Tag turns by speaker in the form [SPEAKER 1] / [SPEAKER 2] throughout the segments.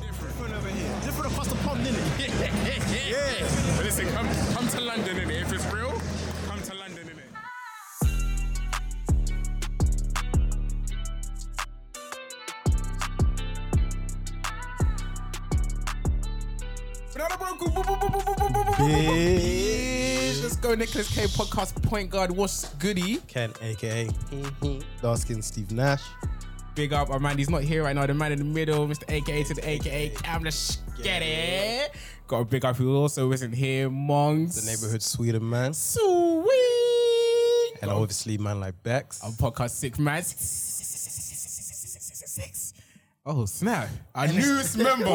[SPEAKER 1] different over here.
[SPEAKER 2] Different across the pond, didn't it?
[SPEAKER 1] Yes.
[SPEAKER 3] But listen, come come to London in If it's real, come to London in
[SPEAKER 1] Bitch.
[SPEAKER 3] Let's go, Nicholas K podcast point guard. What's goody?
[SPEAKER 1] Ken, aka Dark Skin Steve Nash.
[SPEAKER 3] Big up, our man. He's not here right now. The man in the middle, Mr. AKA to the AKA Cam. Let's get it. Got a big up who also isn't here, Mongs.
[SPEAKER 1] The neighborhood Sweden man.
[SPEAKER 3] Sweet.
[SPEAKER 1] And obviously man like Bex.
[SPEAKER 3] on podcast six man. Six. Oh snap! Our newest member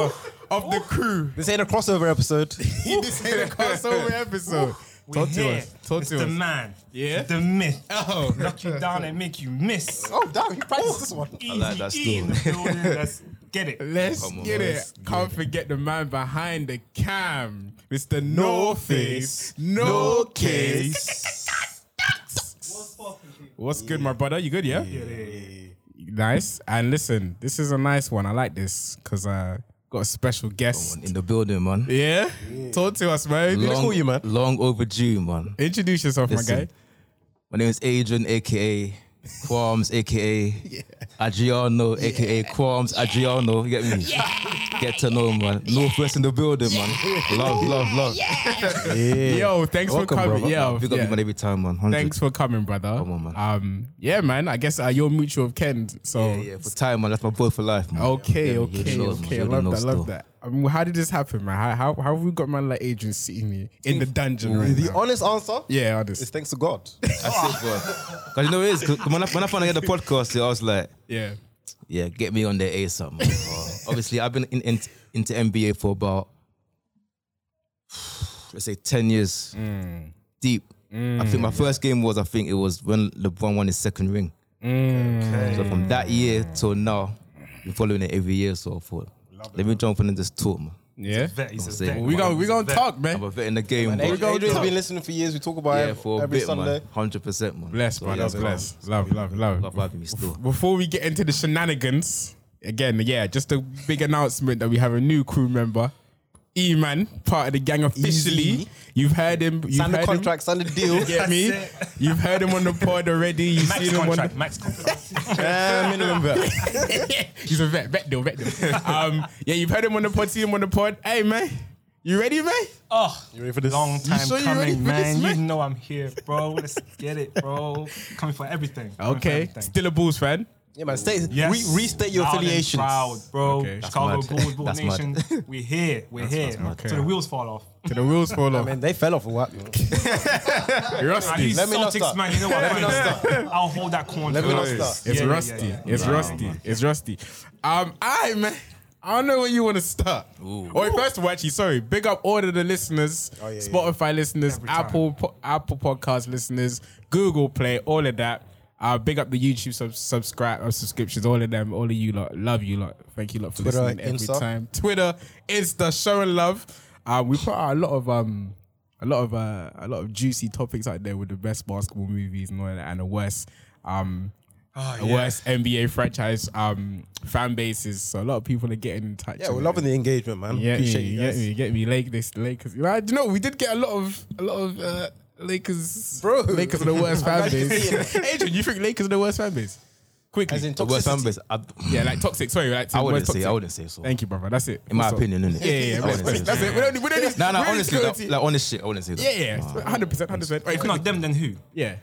[SPEAKER 3] of the crew.
[SPEAKER 1] This ain't a crossover episode.
[SPEAKER 3] this is a crossover episode. Talk to
[SPEAKER 4] here.
[SPEAKER 3] us. Talk
[SPEAKER 4] it's
[SPEAKER 3] to
[SPEAKER 4] the
[SPEAKER 3] us.
[SPEAKER 4] man.
[SPEAKER 3] Yeah?
[SPEAKER 4] The myth.
[SPEAKER 3] Oh.
[SPEAKER 4] Knock you down and make you miss.
[SPEAKER 1] oh damn, he practiced this one.
[SPEAKER 4] Easy
[SPEAKER 5] like that
[SPEAKER 4] E in the building. Let's get it.
[SPEAKER 3] Let's
[SPEAKER 5] Come on,
[SPEAKER 3] get
[SPEAKER 5] let's
[SPEAKER 3] it. Can't forget the man behind the cam, Mr. No Face, No Case. What's good, my brother? You good? Yeah. Nice. And listen, this is a nice one. I like this because I got a special guest.
[SPEAKER 5] In the building, man.
[SPEAKER 3] Yeah? Talk to us, man.
[SPEAKER 5] Long,
[SPEAKER 1] call you, man?
[SPEAKER 5] long overdue, man.
[SPEAKER 3] Introduce yourself, my
[SPEAKER 5] Listen,
[SPEAKER 3] guy.
[SPEAKER 5] my name is Adrian, aka Qualms, aka Adriano, aka Qualms Adriano. You get me? Get to know, man. Northwest in the building, man. Love, love, love.
[SPEAKER 3] Yo, thanks
[SPEAKER 5] Welcome,
[SPEAKER 3] for coming.
[SPEAKER 5] bro.
[SPEAKER 3] Yo,
[SPEAKER 5] Big up
[SPEAKER 3] yeah.
[SPEAKER 5] you, man, every time, man. 100.
[SPEAKER 3] Thanks for coming, brother.
[SPEAKER 5] on, man.
[SPEAKER 3] Um, yeah, man. I guess uh, you're mutual of Ken, so
[SPEAKER 5] Yeah, yeah, for time, man. That's my boy for life, man.
[SPEAKER 3] Okay,
[SPEAKER 5] Yeah,
[SPEAKER 3] okay,
[SPEAKER 5] you know, man.
[SPEAKER 3] okay. I
[SPEAKER 5] You
[SPEAKER 3] love
[SPEAKER 5] know
[SPEAKER 3] that. I love
[SPEAKER 5] still.
[SPEAKER 3] that. I mean, how did this happen, man? How, how, how have we got man like Adrian sitting here in the dungeon right
[SPEAKER 1] The
[SPEAKER 3] now?
[SPEAKER 1] honest answer
[SPEAKER 3] Yeah,
[SPEAKER 1] is
[SPEAKER 3] honest.
[SPEAKER 1] thanks to God.
[SPEAKER 5] That's it, bro. Because you know what it is? 'Cause When I, when I found out I had the podcast, yeah, I was like,
[SPEAKER 3] Yeah.
[SPEAKER 5] yeah, get me on there ASAP. Man. Uh, obviously, I've been in, in, into NBA for about let's say ten years
[SPEAKER 3] Mm.
[SPEAKER 5] deep. I think my first game was I think it was when LeBron won his second ring.
[SPEAKER 3] Mm.
[SPEAKER 5] So from that year till now, been following it every year so far. Let me jump in and just talk. Man.
[SPEAKER 3] Yeah.
[SPEAKER 4] Vet, he's a
[SPEAKER 5] Say,
[SPEAKER 4] vet.
[SPEAKER 3] We gonna we
[SPEAKER 4] He's a
[SPEAKER 3] gonna
[SPEAKER 4] vet.
[SPEAKER 3] talk,
[SPEAKER 5] I'm
[SPEAKER 3] man.
[SPEAKER 5] a vet in the game. Man.
[SPEAKER 1] Adrian, Adrian's
[SPEAKER 3] go.
[SPEAKER 1] been listening for years. We talk about
[SPEAKER 5] yeah,
[SPEAKER 1] it
[SPEAKER 5] for a
[SPEAKER 1] every
[SPEAKER 5] bit,
[SPEAKER 1] Sunday.
[SPEAKER 5] man. Hundred percent, man.
[SPEAKER 3] Bless,
[SPEAKER 5] So,
[SPEAKER 3] brother.
[SPEAKER 5] yeah,
[SPEAKER 3] Bless.
[SPEAKER 5] so
[SPEAKER 3] Love, love, love.
[SPEAKER 5] Love having me still.
[SPEAKER 3] Before we get into the shenanigans, again, yeah, just a big announcement that we have a new crew member, E Man, part of the gang officially.
[SPEAKER 1] Easy.
[SPEAKER 3] You've heard him. You've
[SPEAKER 1] Sign
[SPEAKER 3] heard
[SPEAKER 1] the
[SPEAKER 3] him.
[SPEAKER 1] contract, sign the deal.
[SPEAKER 3] You Get me?
[SPEAKER 4] That's it.
[SPEAKER 3] You've heard him on the pod already. You've
[SPEAKER 4] Max
[SPEAKER 3] seen him on the
[SPEAKER 4] contract. Max contract.
[SPEAKER 1] Yeah, minimum bet.
[SPEAKER 3] He's a vet, vet deal, vet deal. Um, yeah, you've heard him on the pod, seen him on the pod. Hey, man, you ready, man?
[SPEAKER 4] Oh, you
[SPEAKER 1] ready for this?
[SPEAKER 4] Long time
[SPEAKER 3] sure you ready for
[SPEAKER 4] coming, man.
[SPEAKER 3] this,
[SPEAKER 4] You
[SPEAKER 3] man?
[SPEAKER 4] know I'm here, bro. Let's get it, bro. Coming for everything. Coming for
[SPEAKER 3] Okay,
[SPEAKER 4] everything.
[SPEAKER 3] still a Bulls fan.
[SPEAKER 1] Yeah, man. Stay,
[SPEAKER 4] Yes.
[SPEAKER 1] re- restate your
[SPEAKER 4] Loud and
[SPEAKER 1] affiliations.
[SPEAKER 4] Proud, bro.
[SPEAKER 3] Okay. That's
[SPEAKER 4] Chicago
[SPEAKER 5] mad.
[SPEAKER 4] Bulls, Bull
[SPEAKER 5] That's
[SPEAKER 4] Nation.
[SPEAKER 5] mad.
[SPEAKER 4] We're here. We're here.
[SPEAKER 3] Okay.
[SPEAKER 4] So the wheels fall off.
[SPEAKER 3] To the wheels fall off.
[SPEAKER 1] Man, they fell off a while. man.
[SPEAKER 3] rusty.
[SPEAKER 1] Let me not
[SPEAKER 4] Celtics,
[SPEAKER 1] start.
[SPEAKER 4] man. You know what? man? I'll hold that corner.
[SPEAKER 1] Let me not
[SPEAKER 4] first.
[SPEAKER 1] start.
[SPEAKER 3] It's
[SPEAKER 4] Yeah, yeah,
[SPEAKER 3] rusty.
[SPEAKER 4] yeah, yeah.
[SPEAKER 3] It's rusty. It's rusty. Um, I man, I don't know where you want to start. Or first of all, actually, sorry, big up all of the listeners,
[SPEAKER 1] yeah, yeah.
[SPEAKER 3] Spotify listeners,
[SPEAKER 4] Oh, Every time.
[SPEAKER 3] Apple po- Apple Podcast listeners, Google Play, all of that. Uh, big up the YouTube sub- subscribe uh, subscriptions, all of them, all of you lot. Love you lot. Thank you lot for
[SPEAKER 1] Twitter,
[SPEAKER 3] listening every
[SPEAKER 1] Insta.
[SPEAKER 3] time. Twitter, Insta, showing love. Uh, we put out a lot of um a lot of uh, a lot of juicy topics out there with the best basketball movies and all that and the worst um
[SPEAKER 4] Oh,
[SPEAKER 3] the
[SPEAKER 4] yeah.
[SPEAKER 3] worst NBA franchise um, fan bases. So a lot of people are getting in touch.
[SPEAKER 1] Yeah, we're loving the engagement, man.
[SPEAKER 3] Yeah,
[SPEAKER 1] Appreciate
[SPEAKER 3] you,
[SPEAKER 1] you
[SPEAKER 3] get
[SPEAKER 1] guys.
[SPEAKER 3] me, you get me. Lake this Lakers. You know, I- you know, we did get a lot of a lot of uh, Lakers.
[SPEAKER 1] Bro.
[SPEAKER 3] Lakers are the worst fan
[SPEAKER 1] glad you
[SPEAKER 3] base. Adrian, you think Lakers are the worst fan base? Quickly,
[SPEAKER 1] As in
[SPEAKER 5] The worst fan
[SPEAKER 1] toxicity.
[SPEAKER 5] base. I,
[SPEAKER 3] yeah, like toxic. Sorry, like
[SPEAKER 5] I
[SPEAKER 3] worst
[SPEAKER 5] wouldn't say.
[SPEAKER 3] toxic.
[SPEAKER 5] I wouldn't say so.
[SPEAKER 3] Thank you, brother. That's it.
[SPEAKER 5] In my
[SPEAKER 3] What's up?
[SPEAKER 5] opinion, innit?
[SPEAKER 3] Yeah, yeah, yeah.
[SPEAKER 5] I wouldn't say so.
[SPEAKER 3] That's it. We don't need. We don't need.
[SPEAKER 5] No, no,
[SPEAKER 3] we don't need
[SPEAKER 5] honestly,
[SPEAKER 3] quality.
[SPEAKER 5] like, like honest shit, I wouldn't say that.
[SPEAKER 3] yeah, yeah, hundred percent, hundred percent. Oh,
[SPEAKER 4] If not them, then who?
[SPEAKER 3] Yeah,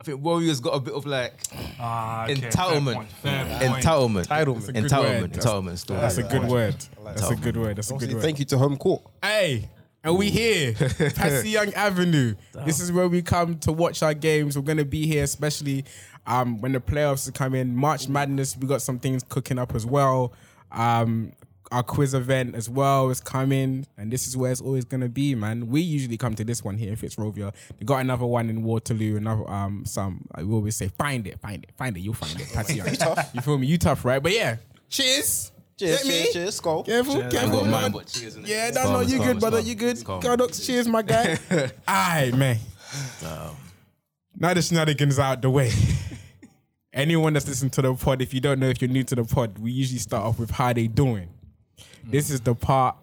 [SPEAKER 5] I think Warriors got a bit of like
[SPEAKER 4] Ah, okay, fair
[SPEAKER 5] entitlement,
[SPEAKER 4] point, fair point.
[SPEAKER 5] entitlement,
[SPEAKER 3] That's a
[SPEAKER 5] entitlement,
[SPEAKER 3] good word.
[SPEAKER 5] entitlement,
[SPEAKER 3] That's-
[SPEAKER 5] entitlement. still.
[SPEAKER 3] that's a good word. That's a good word. That's a good
[SPEAKER 1] Obviously,
[SPEAKER 3] word.
[SPEAKER 1] Thank you to Home Court.
[SPEAKER 3] Hey, and we here, Patsy Young Avenue. This is where we come to watch our games. We're gonna be here, especially um, when the playoffs are coming. March Madness, we got some things cooking up as well. Um, our quiz event as well is coming, and this is where it's always gonna be, man. We usually come to this one here in Fitzrovia. They got another one in Waterloo, another um, some. I will always say, find it, find it, find it. You'll find it, Patsy Young. you feel me? You tough, right? But yeah, cheers.
[SPEAKER 1] Cheers,
[SPEAKER 3] Get me?
[SPEAKER 1] cheers, cheers. Skull.
[SPEAKER 3] Careful,
[SPEAKER 5] I
[SPEAKER 3] careful.
[SPEAKER 5] got mine,
[SPEAKER 3] man.
[SPEAKER 5] but cheers. innit?
[SPEAKER 3] Yeah, no,
[SPEAKER 5] Calm,
[SPEAKER 3] no, you
[SPEAKER 5] calm,
[SPEAKER 3] good, brother.
[SPEAKER 5] calm,
[SPEAKER 3] You good.
[SPEAKER 5] calm.
[SPEAKER 3] Godox, cheers, my guy. Aye, man. Now the shenanigans are out the way. Anyone that's listened to the pod, if you don't know, if you're new to the pod, we usually start off with how they doing. This is the part,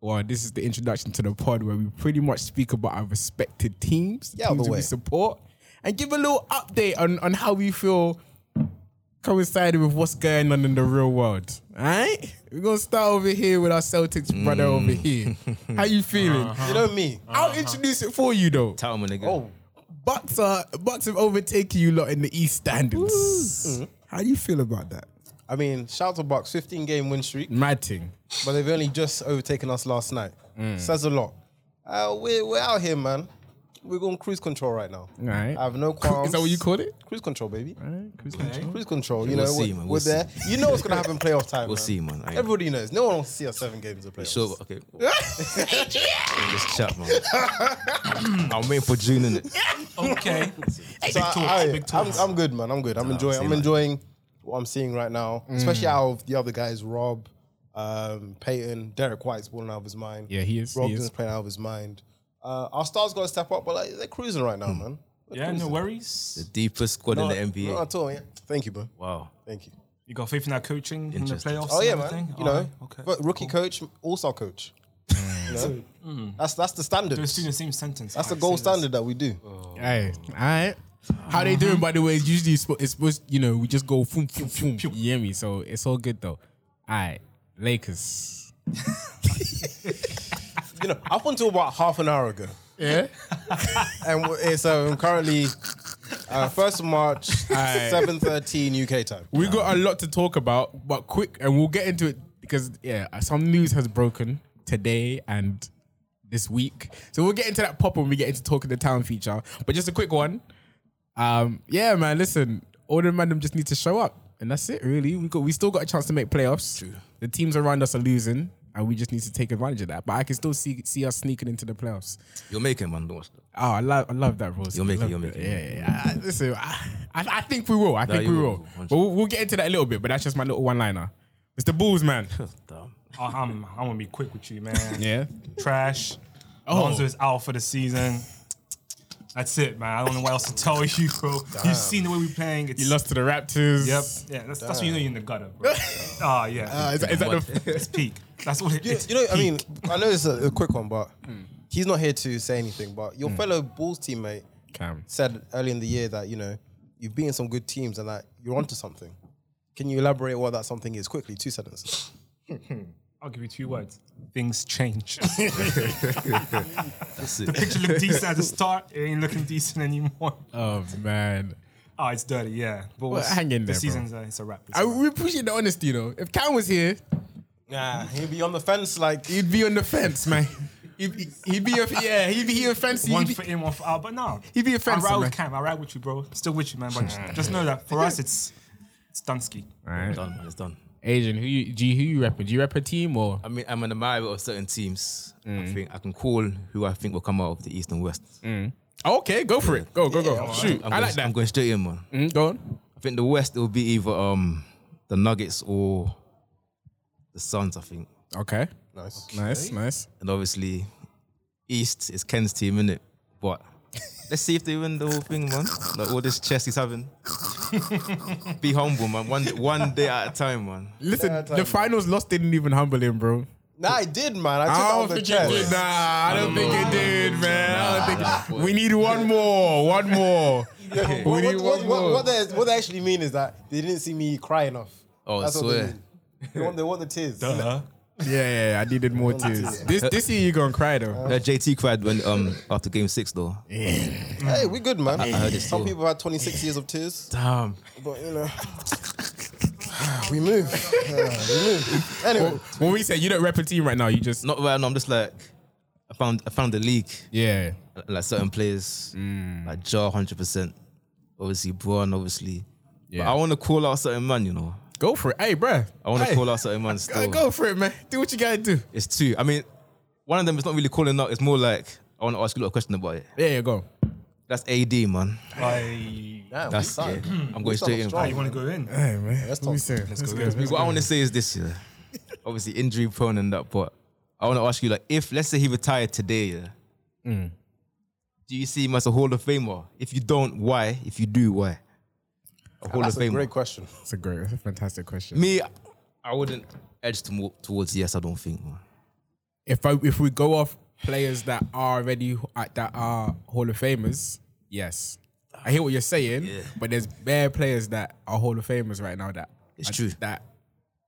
[SPEAKER 3] or this is the introduction to the pod where we pretty much speak about our respected teams,
[SPEAKER 1] Yeah,
[SPEAKER 3] teams
[SPEAKER 1] the
[SPEAKER 3] we
[SPEAKER 1] way.
[SPEAKER 3] support, and give a little update on, on how we feel coincided with what's going on in the real world. All right? We're going to start over here with our Celtics brother
[SPEAKER 1] Mm.
[SPEAKER 3] over here. How you feeling?
[SPEAKER 1] You know me.
[SPEAKER 3] I'll introduce it for you though.
[SPEAKER 5] Tell me, nigga.
[SPEAKER 1] Oh,
[SPEAKER 3] Bucks are Bucks have overtaken you lot in the East
[SPEAKER 1] Mm.
[SPEAKER 3] standings. How do you feel about that?
[SPEAKER 1] I mean, shout to Bucks, 15 game win streak,
[SPEAKER 3] Mad thing.
[SPEAKER 1] but they've only just overtaken us last night.
[SPEAKER 3] Mm.
[SPEAKER 1] Says a lot. Uh, we're, we're out here, man. We're going cruise control right now.
[SPEAKER 3] Right.
[SPEAKER 1] I have no qualms.
[SPEAKER 3] Is that Uh, what you called it?
[SPEAKER 1] Cruise control, baby.
[SPEAKER 4] Okay.
[SPEAKER 1] Cruise control. You
[SPEAKER 5] We'll
[SPEAKER 1] know,
[SPEAKER 5] see,
[SPEAKER 1] we're,
[SPEAKER 5] man,
[SPEAKER 1] we're
[SPEAKER 5] we'll
[SPEAKER 1] there. You know what's gonna happen playoff time.
[SPEAKER 5] We'll see, man. I-
[SPEAKER 1] Everybody knows. No one wants to see us seven games of playoffs.
[SPEAKER 5] So okay. Let's chat, man. I'm waiting for June in it.
[SPEAKER 4] Okay.
[SPEAKER 1] So I,
[SPEAKER 4] talks, big
[SPEAKER 1] am I'm good, man. I'm good. I'm enjoying.
[SPEAKER 5] same,
[SPEAKER 1] I'm
[SPEAKER 5] man.
[SPEAKER 1] enjoying what I'm seeing right now, especially out of the other guys, Rob, um, Peyton, Derek White's balling out of his mind.
[SPEAKER 3] Yeah, he is- he
[SPEAKER 1] Robin's
[SPEAKER 3] is.
[SPEAKER 1] playing out of his mind. Uh, our stars got to step up, but like, they're cruising right now, man. They're
[SPEAKER 4] Yeah,
[SPEAKER 1] cruising.
[SPEAKER 4] no
[SPEAKER 5] The
[SPEAKER 4] worries.
[SPEAKER 5] deepest squad in the NBA.
[SPEAKER 1] Not at all. Yeah. Thank you, bro.
[SPEAKER 5] wow.
[SPEAKER 1] Thank you.
[SPEAKER 4] You got faith in our coaching in the
[SPEAKER 5] Interesting.
[SPEAKER 4] playoffs?
[SPEAKER 1] Oh yeah,
[SPEAKER 4] and
[SPEAKER 1] man.
[SPEAKER 4] everything?
[SPEAKER 1] You know,
[SPEAKER 4] Alright, Okay.
[SPEAKER 1] but rookie coach, all-star coach. You know? That's that's the standard.
[SPEAKER 4] They're still in the same sentence.
[SPEAKER 1] That's the
[SPEAKER 4] Alright,
[SPEAKER 1] gold
[SPEAKER 4] say this.
[SPEAKER 1] standard that we do.
[SPEAKER 3] Hey, all right. How they doing? By the way, it's usually it's supposed, it's supposed you know we just go foom foom foom. You hear me? So it's all good though. All right, Lakers.
[SPEAKER 1] You know, up until about half an hour ago,
[SPEAKER 3] Yeah.
[SPEAKER 1] and w- it's um, currently uh, first March,
[SPEAKER 3] Aye.
[SPEAKER 1] seven thirteen UK time.
[SPEAKER 3] We got a lot to talk about, but quick, and we'll get into it because yeah, some news has broken today and this week. So we'll get into that pop when we get into talking the town feature. But just a quick one. Um, yeah, man, listen, all the random just need to show up, and that's it. Really, we got we still got a chance to make playoffs. The teams around us are losing, and we just need to take advantage of that. But I can still see see us sneaking into the playoffs.
[SPEAKER 5] You'll make it, man. Don't watch that.
[SPEAKER 3] Oh, I love, I love that, Rose.
[SPEAKER 5] You'll make it,
[SPEAKER 3] Love
[SPEAKER 5] you'll make it.
[SPEAKER 3] Yeah, yeah. yeah. I, listen, I, I, I think we will. I think
[SPEAKER 5] you
[SPEAKER 3] we
[SPEAKER 5] will,
[SPEAKER 3] will.
[SPEAKER 5] you will.
[SPEAKER 3] But we'll, we'll get into that a little bit. But that's just my little one-liner. It's the Bulls, man.
[SPEAKER 5] Damn.
[SPEAKER 4] Oh, I'm, I'm gonna be quick with you, man.
[SPEAKER 3] yeah.
[SPEAKER 4] Trash.
[SPEAKER 3] Oh.
[SPEAKER 4] Lonzo is out for the season. That's it, man. I don't know what else to tell you, bro. You've seen the way we're playing. It's,
[SPEAKER 3] You lost to the Raptors.
[SPEAKER 4] Yep. Yeah, that's, that's when you know you're in the gutter, bro. Ah, yeah.
[SPEAKER 3] Uh, is, that- is that the?
[SPEAKER 4] it's peak. That's all it
[SPEAKER 1] You,
[SPEAKER 4] is.
[SPEAKER 1] you know, I mean, I know it's a, a quick one, but he's not here to say anything. But your fellow Bulls teammate
[SPEAKER 3] Hmm. Cam.
[SPEAKER 1] said early in the year that you know you've beaten some good teams and that you're onto something. Can you elaborate what that something is quickly? Two sentences.
[SPEAKER 4] I'll give you
[SPEAKER 3] Mm.
[SPEAKER 4] two words. Things change.
[SPEAKER 5] That's it.
[SPEAKER 4] Picture looked decent at the start. It ain't looking decent anymore.
[SPEAKER 3] Oh man.
[SPEAKER 4] Oh, it's dirty. Yeah. But
[SPEAKER 3] hang in there,
[SPEAKER 4] The
[SPEAKER 3] bro.
[SPEAKER 4] season's uh, it's a wrap. It's
[SPEAKER 3] I,
[SPEAKER 4] a wrap.
[SPEAKER 3] we appreciate the honesty though. If Cam was here,
[SPEAKER 1] Nah, he'd be on the fence like.
[SPEAKER 3] he'd be on the fence, man. He'd, be- he'd be a, yeah, he'd be he'd offensive.
[SPEAKER 4] one
[SPEAKER 3] He'd be,
[SPEAKER 4] for in, one for out. But no,
[SPEAKER 3] He be
[SPEAKER 4] I
[SPEAKER 3] offensive,
[SPEAKER 4] ride
[SPEAKER 3] man.
[SPEAKER 4] with Cam. I ride with you, bro. Still with you, man. But just, just know that for us, it's it's Dunsky.
[SPEAKER 3] Alright.
[SPEAKER 5] done, man. It's done.
[SPEAKER 3] Agent, who you do you, who you repping? Do you rep a team or
[SPEAKER 5] I mean, I'm an admirer of certain teams.
[SPEAKER 4] Mm.
[SPEAKER 5] I think I can call who I think will come out of the East and West.
[SPEAKER 3] okay, go for it. Go, go, go. Shoot.
[SPEAKER 5] I'm
[SPEAKER 3] I
[SPEAKER 5] going,
[SPEAKER 3] like that.
[SPEAKER 5] I'm going straight in, man.
[SPEAKER 3] Mm, go on.
[SPEAKER 5] I think the West it will be either um the Nuggets or the Suns. I think,
[SPEAKER 3] Okay.
[SPEAKER 1] Nice.
[SPEAKER 3] Nice, nice.
[SPEAKER 5] and obviously East is Ken's team, innit? But let's see if they win the whole thing, man. Like all this chess he's having. be humble, man. One one day at a time, man.
[SPEAKER 3] Listen,
[SPEAKER 1] Yeah,
[SPEAKER 3] the
[SPEAKER 1] totally.
[SPEAKER 3] finals loss didn't even humble him, bro.
[SPEAKER 1] Nah, I did, man. I took
[SPEAKER 3] I
[SPEAKER 1] that
[SPEAKER 3] don't
[SPEAKER 1] on the
[SPEAKER 3] think it did. Nah,
[SPEAKER 1] chest.
[SPEAKER 3] I don't think it did, man. I don't think. We need one more, one more. We
[SPEAKER 1] What,
[SPEAKER 3] need
[SPEAKER 1] what,
[SPEAKER 3] one
[SPEAKER 1] what, what,
[SPEAKER 3] more.
[SPEAKER 1] they, what they actually mean is that they didn't see me cry enough.
[SPEAKER 5] Oh, I
[SPEAKER 1] That's what
[SPEAKER 5] swear.
[SPEAKER 1] they mean. They want, they want the tears.
[SPEAKER 4] Duh.
[SPEAKER 3] Yeah, yeah, I needed more tears. This this year you gonna cry though.
[SPEAKER 5] Heard JT cried when um after game six though.
[SPEAKER 1] Hey, we good, man.
[SPEAKER 5] heard it
[SPEAKER 1] Some
[SPEAKER 5] too.
[SPEAKER 1] people had 26 years of tears,
[SPEAKER 5] Damn.
[SPEAKER 1] but you know. We move. Yeah, we move. Anyway,
[SPEAKER 3] When we say you don't rep a team right now, you just
[SPEAKER 5] Not right now, I'm just like I found I found the league.
[SPEAKER 3] yeah.
[SPEAKER 5] Like certain players. Like Jar hundred percent. Obviously Braun, obviously. But I wanna call out certain man, you know.
[SPEAKER 3] Go for it, hey, bruh.
[SPEAKER 5] I wanna
[SPEAKER 3] Hey,
[SPEAKER 5] call out certain man still.
[SPEAKER 3] Go for it, man. Do what you gotta do.
[SPEAKER 5] It's two. I mean, one of them is not really calling out, it's more like I wanna ask you a little question about it.
[SPEAKER 3] There you go.
[SPEAKER 5] That's A D man.
[SPEAKER 4] Like,
[SPEAKER 1] damn, we
[SPEAKER 5] That's yeah.
[SPEAKER 1] started.
[SPEAKER 5] I'm going straight in.
[SPEAKER 1] strong.
[SPEAKER 5] man.
[SPEAKER 4] you want to go in?
[SPEAKER 3] Hey, man. Let's
[SPEAKER 1] talk.
[SPEAKER 3] Let's go. Let's
[SPEAKER 5] What I want to say is this, yeah. Obviously, injury prone and that, but I want to ask you, like, if let's say he retired today, yeah, do you see him as a Hall of Famer? If you don't, why? If you do, why? A Hall
[SPEAKER 1] That's
[SPEAKER 5] of
[SPEAKER 1] a
[SPEAKER 5] Famer.
[SPEAKER 1] great question.
[SPEAKER 3] That's a great, that's a fantastic question.
[SPEAKER 5] Me, I wouldn't edge to more, towards yes. I don't think. Man.
[SPEAKER 3] If I, if we go off players that are already at that are Hall of Famers, yes, I hear what you're saying. But there's bare players that are Hall of Famers right now that
[SPEAKER 5] It's true.
[SPEAKER 3] that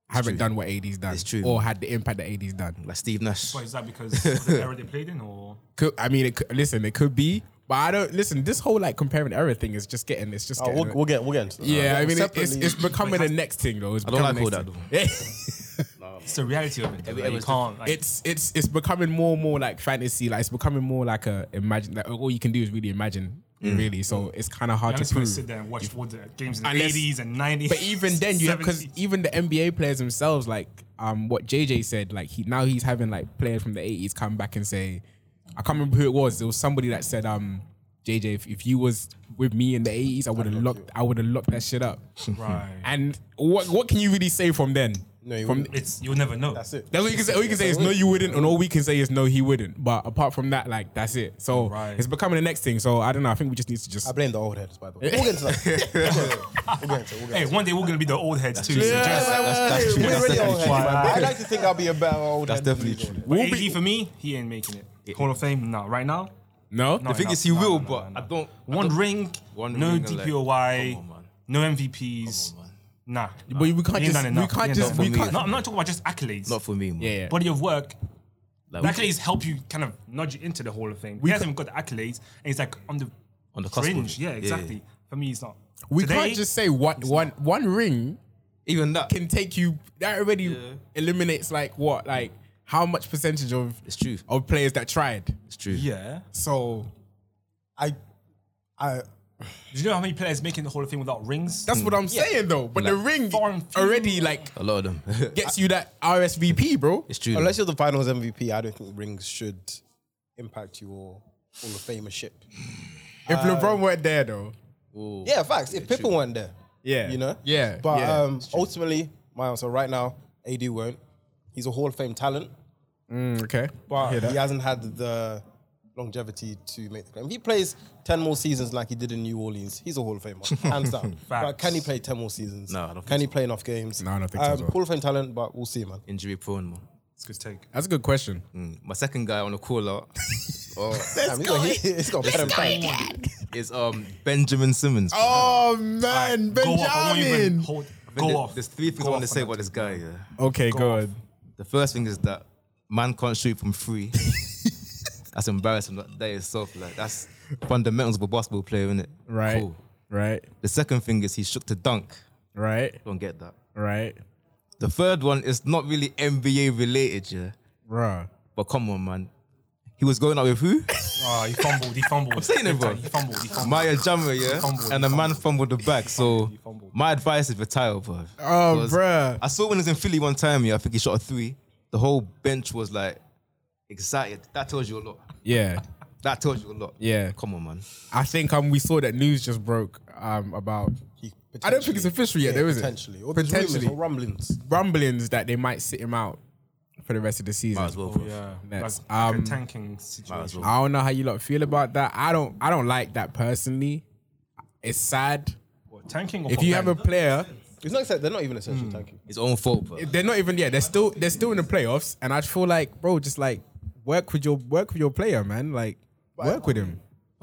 [SPEAKER 3] haven't done what AD's done.
[SPEAKER 5] It's true.
[SPEAKER 3] or had the impact that AD's done.
[SPEAKER 5] Like Steve Nash.
[SPEAKER 4] But is that because of the era they played in, or
[SPEAKER 3] Could, I mean, it could, listen, it could be, but I don't listen. This whole like comparing everything is just getting. It's just
[SPEAKER 1] Oh,
[SPEAKER 3] getting.
[SPEAKER 1] we'll, we'll get we'll get into that.
[SPEAKER 3] yeah, I mean, it, it's,
[SPEAKER 1] Separately-
[SPEAKER 3] it's becoming the next thing though. It's
[SPEAKER 5] I don't like
[SPEAKER 3] becoming the
[SPEAKER 5] all
[SPEAKER 3] next thing.
[SPEAKER 4] it's the reality of it? though, Like, you
[SPEAKER 5] was
[SPEAKER 4] can't. Like,
[SPEAKER 3] it's it's it's becoming more and more like fantasy. Like it's becoming more like a imagine. Like, all you can do is really imagine,
[SPEAKER 5] Mm.
[SPEAKER 3] really. So it's kind of hard
[SPEAKER 4] I'm
[SPEAKER 3] to
[SPEAKER 4] just gonna
[SPEAKER 3] prove.
[SPEAKER 4] sit there and watch all the games in the
[SPEAKER 3] Unless-
[SPEAKER 4] 80s and 90s.
[SPEAKER 3] But even then, you because
[SPEAKER 4] 70s.
[SPEAKER 3] even the NBA players themselves, like um, what JJ said, like he now he's having like players from the eighties come back and say, I can't remember who it was. There was somebody that said, um, JJ, if, if you was with me in the eighties, I would have locked, I would have locked that shit up.
[SPEAKER 4] Right.
[SPEAKER 3] And what what can you really say from then?
[SPEAKER 1] No, you
[SPEAKER 3] from
[SPEAKER 1] wouldn't.
[SPEAKER 4] it's you'll never know.
[SPEAKER 1] That's it.
[SPEAKER 3] that's what you can say. All you can say is no, you wouldn't, and all we can say is no, he wouldn't. But apart from that, like that's it. So
[SPEAKER 4] Right.
[SPEAKER 3] it's becoming the next thing. So I don't know. I think we just need to just
[SPEAKER 1] I blame the old heads, by the way. We'll get into that. we'll get into it. We'll get
[SPEAKER 4] Hey,
[SPEAKER 1] into it.
[SPEAKER 4] one day we're gonna be the old heads too. So
[SPEAKER 5] That's,
[SPEAKER 4] just,
[SPEAKER 5] that's, that's true.
[SPEAKER 1] We're
[SPEAKER 5] That's
[SPEAKER 1] really old
[SPEAKER 5] definitely
[SPEAKER 1] heads,
[SPEAKER 5] true.
[SPEAKER 1] man. I like to think I'll be a better old
[SPEAKER 5] That's
[SPEAKER 1] head than
[SPEAKER 5] definitely
[SPEAKER 1] these old
[SPEAKER 5] true.
[SPEAKER 3] We'll
[SPEAKER 4] AD
[SPEAKER 3] be-
[SPEAKER 4] for me, he ain't making it. Hall of Fame, no. Right now,
[SPEAKER 3] no.
[SPEAKER 4] No,
[SPEAKER 5] The thing
[SPEAKER 4] no,
[SPEAKER 5] is, you
[SPEAKER 4] no,
[SPEAKER 5] will,
[SPEAKER 4] no,
[SPEAKER 5] but
[SPEAKER 4] no,
[SPEAKER 5] I don't. I
[SPEAKER 4] one
[SPEAKER 5] don't-
[SPEAKER 4] ring,
[SPEAKER 5] One
[SPEAKER 4] no
[SPEAKER 5] ring and, like,
[SPEAKER 4] DPOY,
[SPEAKER 5] come on, man.
[SPEAKER 4] no MVPs.
[SPEAKER 5] Come on, man.
[SPEAKER 4] Nah,
[SPEAKER 3] But we can't
[SPEAKER 4] He ain't
[SPEAKER 3] just-
[SPEAKER 4] done
[SPEAKER 3] we
[SPEAKER 4] enough.
[SPEAKER 3] can't
[SPEAKER 4] He ain't
[SPEAKER 3] just-
[SPEAKER 4] done
[SPEAKER 3] we
[SPEAKER 4] enough.
[SPEAKER 3] can't-
[SPEAKER 4] No, I'm not talking about just accolades.
[SPEAKER 5] Not for me, man.
[SPEAKER 3] Yeah, yeah.
[SPEAKER 4] Body of work.
[SPEAKER 5] Like,
[SPEAKER 4] The
[SPEAKER 5] we-
[SPEAKER 4] accolades help you kind of nudge you into the Hall of Fame. We he hasn't even got the accolades, and he's like on the
[SPEAKER 5] On the cusp of
[SPEAKER 4] fringe.
[SPEAKER 5] it.
[SPEAKER 4] Yeah,
[SPEAKER 5] Yeah, yeah.
[SPEAKER 4] exactly. For me, it's not.
[SPEAKER 3] We
[SPEAKER 4] Today,
[SPEAKER 3] can't just say one one one ring
[SPEAKER 5] even that.
[SPEAKER 3] can take you. That already eliminates like what like how much percentage of
[SPEAKER 5] It's true.
[SPEAKER 3] of players that tried.
[SPEAKER 5] It's true.
[SPEAKER 4] Yeah.
[SPEAKER 3] So
[SPEAKER 1] I, I,
[SPEAKER 4] Do you know how many players making the Hall of Fame without rings?
[SPEAKER 3] that's what I'm saying though. But the ring
[SPEAKER 4] Far and few.
[SPEAKER 3] already like
[SPEAKER 5] A lot of them.
[SPEAKER 3] gets you that RSVP, bro.
[SPEAKER 5] it's true.
[SPEAKER 1] unless you're the finals MVP, I don't think rings should impact your Hall of Famership.
[SPEAKER 3] If LeBron weren't there though,
[SPEAKER 1] Yeah, facts. If Pippen weren't there,
[SPEAKER 3] yeah,
[SPEAKER 1] you know,
[SPEAKER 3] yeah,
[SPEAKER 1] But
[SPEAKER 3] yeah.
[SPEAKER 1] um, ultimately, my answer right now, AD won't. He's a Hall of Fame talent,
[SPEAKER 3] Mm, okay,
[SPEAKER 1] but
[SPEAKER 3] Hear that.
[SPEAKER 1] he hasn't had the longevity to make the claim. If he plays ten more seasons like he did in New Orleans, he's a Hall of Famer, hands down. but
[SPEAKER 4] Facts.
[SPEAKER 1] can he play ten more seasons?
[SPEAKER 5] No, I don't think
[SPEAKER 1] Can he play enough games? Um,
[SPEAKER 3] No, I don't think so as well.
[SPEAKER 1] Hall of Fame talent, but we'll see, man.
[SPEAKER 5] Injury prone, man.
[SPEAKER 4] It's a good take.
[SPEAKER 3] that's a good question.
[SPEAKER 5] My second guy on the call out oh,
[SPEAKER 1] Damn, he's got, he, has got better talent.
[SPEAKER 5] is um Benjamin Simmons.
[SPEAKER 3] Oh man,
[SPEAKER 4] Go off. I won't even
[SPEAKER 3] Benjamin.
[SPEAKER 4] hold.
[SPEAKER 5] There-
[SPEAKER 4] Go off.
[SPEAKER 5] There's three things
[SPEAKER 4] Go
[SPEAKER 5] I want to
[SPEAKER 4] off
[SPEAKER 5] say
[SPEAKER 4] on
[SPEAKER 5] about this guy. Yeah.
[SPEAKER 3] Okay, go,
[SPEAKER 4] off.
[SPEAKER 3] on.
[SPEAKER 5] The first thing is that man can't shoot from three. that's embarrassing. That, that itself, like that's fundamentals of a basketball player, isn't it?
[SPEAKER 3] Right, right,
[SPEAKER 5] The second thing is he shook to dunk.
[SPEAKER 3] right,
[SPEAKER 5] Don't get that.
[SPEAKER 3] right,
[SPEAKER 5] The third one is not really NBA related, yeah.
[SPEAKER 3] bruh.
[SPEAKER 5] But come on, man. He was going out with who?
[SPEAKER 4] that. Oh, he fumbled. He fumbled. I'm
[SPEAKER 5] saying it, bro.
[SPEAKER 4] He fumbled. He fumbled.
[SPEAKER 5] Maya Jammer, yeah.
[SPEAKER 4] fumbled,
[SPEAKER 5] and
[SPEAKER 4] he
[SPEAKER 5] the man fumbled the back. So
[SPEAKER 4] fumbled.
[SPEAKER 5] my advice is retire, bro.
[SPEAKER 3] Oh,
[SPEAKER 5] 'Cause
[SPEAKER 3] bruh.
[SPEAKER 5] I saw when he was in Philly one time, yeah, I think he shot a three. The whole bench was like excited. That tells you a lot.
[SPEAKER 3] Yeah.
[SPEAKER 5] That tells you a lot.
[SPEAKER 3] Yeah.
[SPEAKER 5] Eh, Come on, man.
[SPEAKER 3] I think um we saw that news just broke um about
[SPEAKER 1] He
[SPEAKER 3] I don't think it's
[SPEAKER 1] potentially-
[SPEAKER 3] official yet, though, is it?
[SPEAKER 1] Potentially. Or there's
[SPEAKER 3] Potentially.
[SPEAKER 1] rumors Or rumblings.
[SPEAKER 3] rumblings that they might sit him out for the rest of the season.
[SPEAKER 5] Might as well, bro.
[SPEAKER 4] Oh, Yeah.
[SPEAKER 3] Next.
[SPEAKER 4] That's like
[SPEAKER 3] Um,
[SPEAKER 4] a tanking situation.
[SPEAKER 5] well.
[SPEAKER 3] I don't know how you lot feel about that. I don't I don't like that personally. It's sad.
[SPEAKER 4] What, Tanking. Or
[SPEAKER 3] If you have a
[SPEAKER 4] prevent?
[SPEAKER 3] player,
[SPEAKER 1] It's not. They're not even essential.
[SPEAKER 3] Hmm.
[SPEAKER 1] Thank you.
[SPEAKER 5] His own fault, bro.
[SPEAKER 3] they're not even yeah, they're still they're still in the playoffs and I feel like, bro, just like work with your work with your player, man. Like work with him.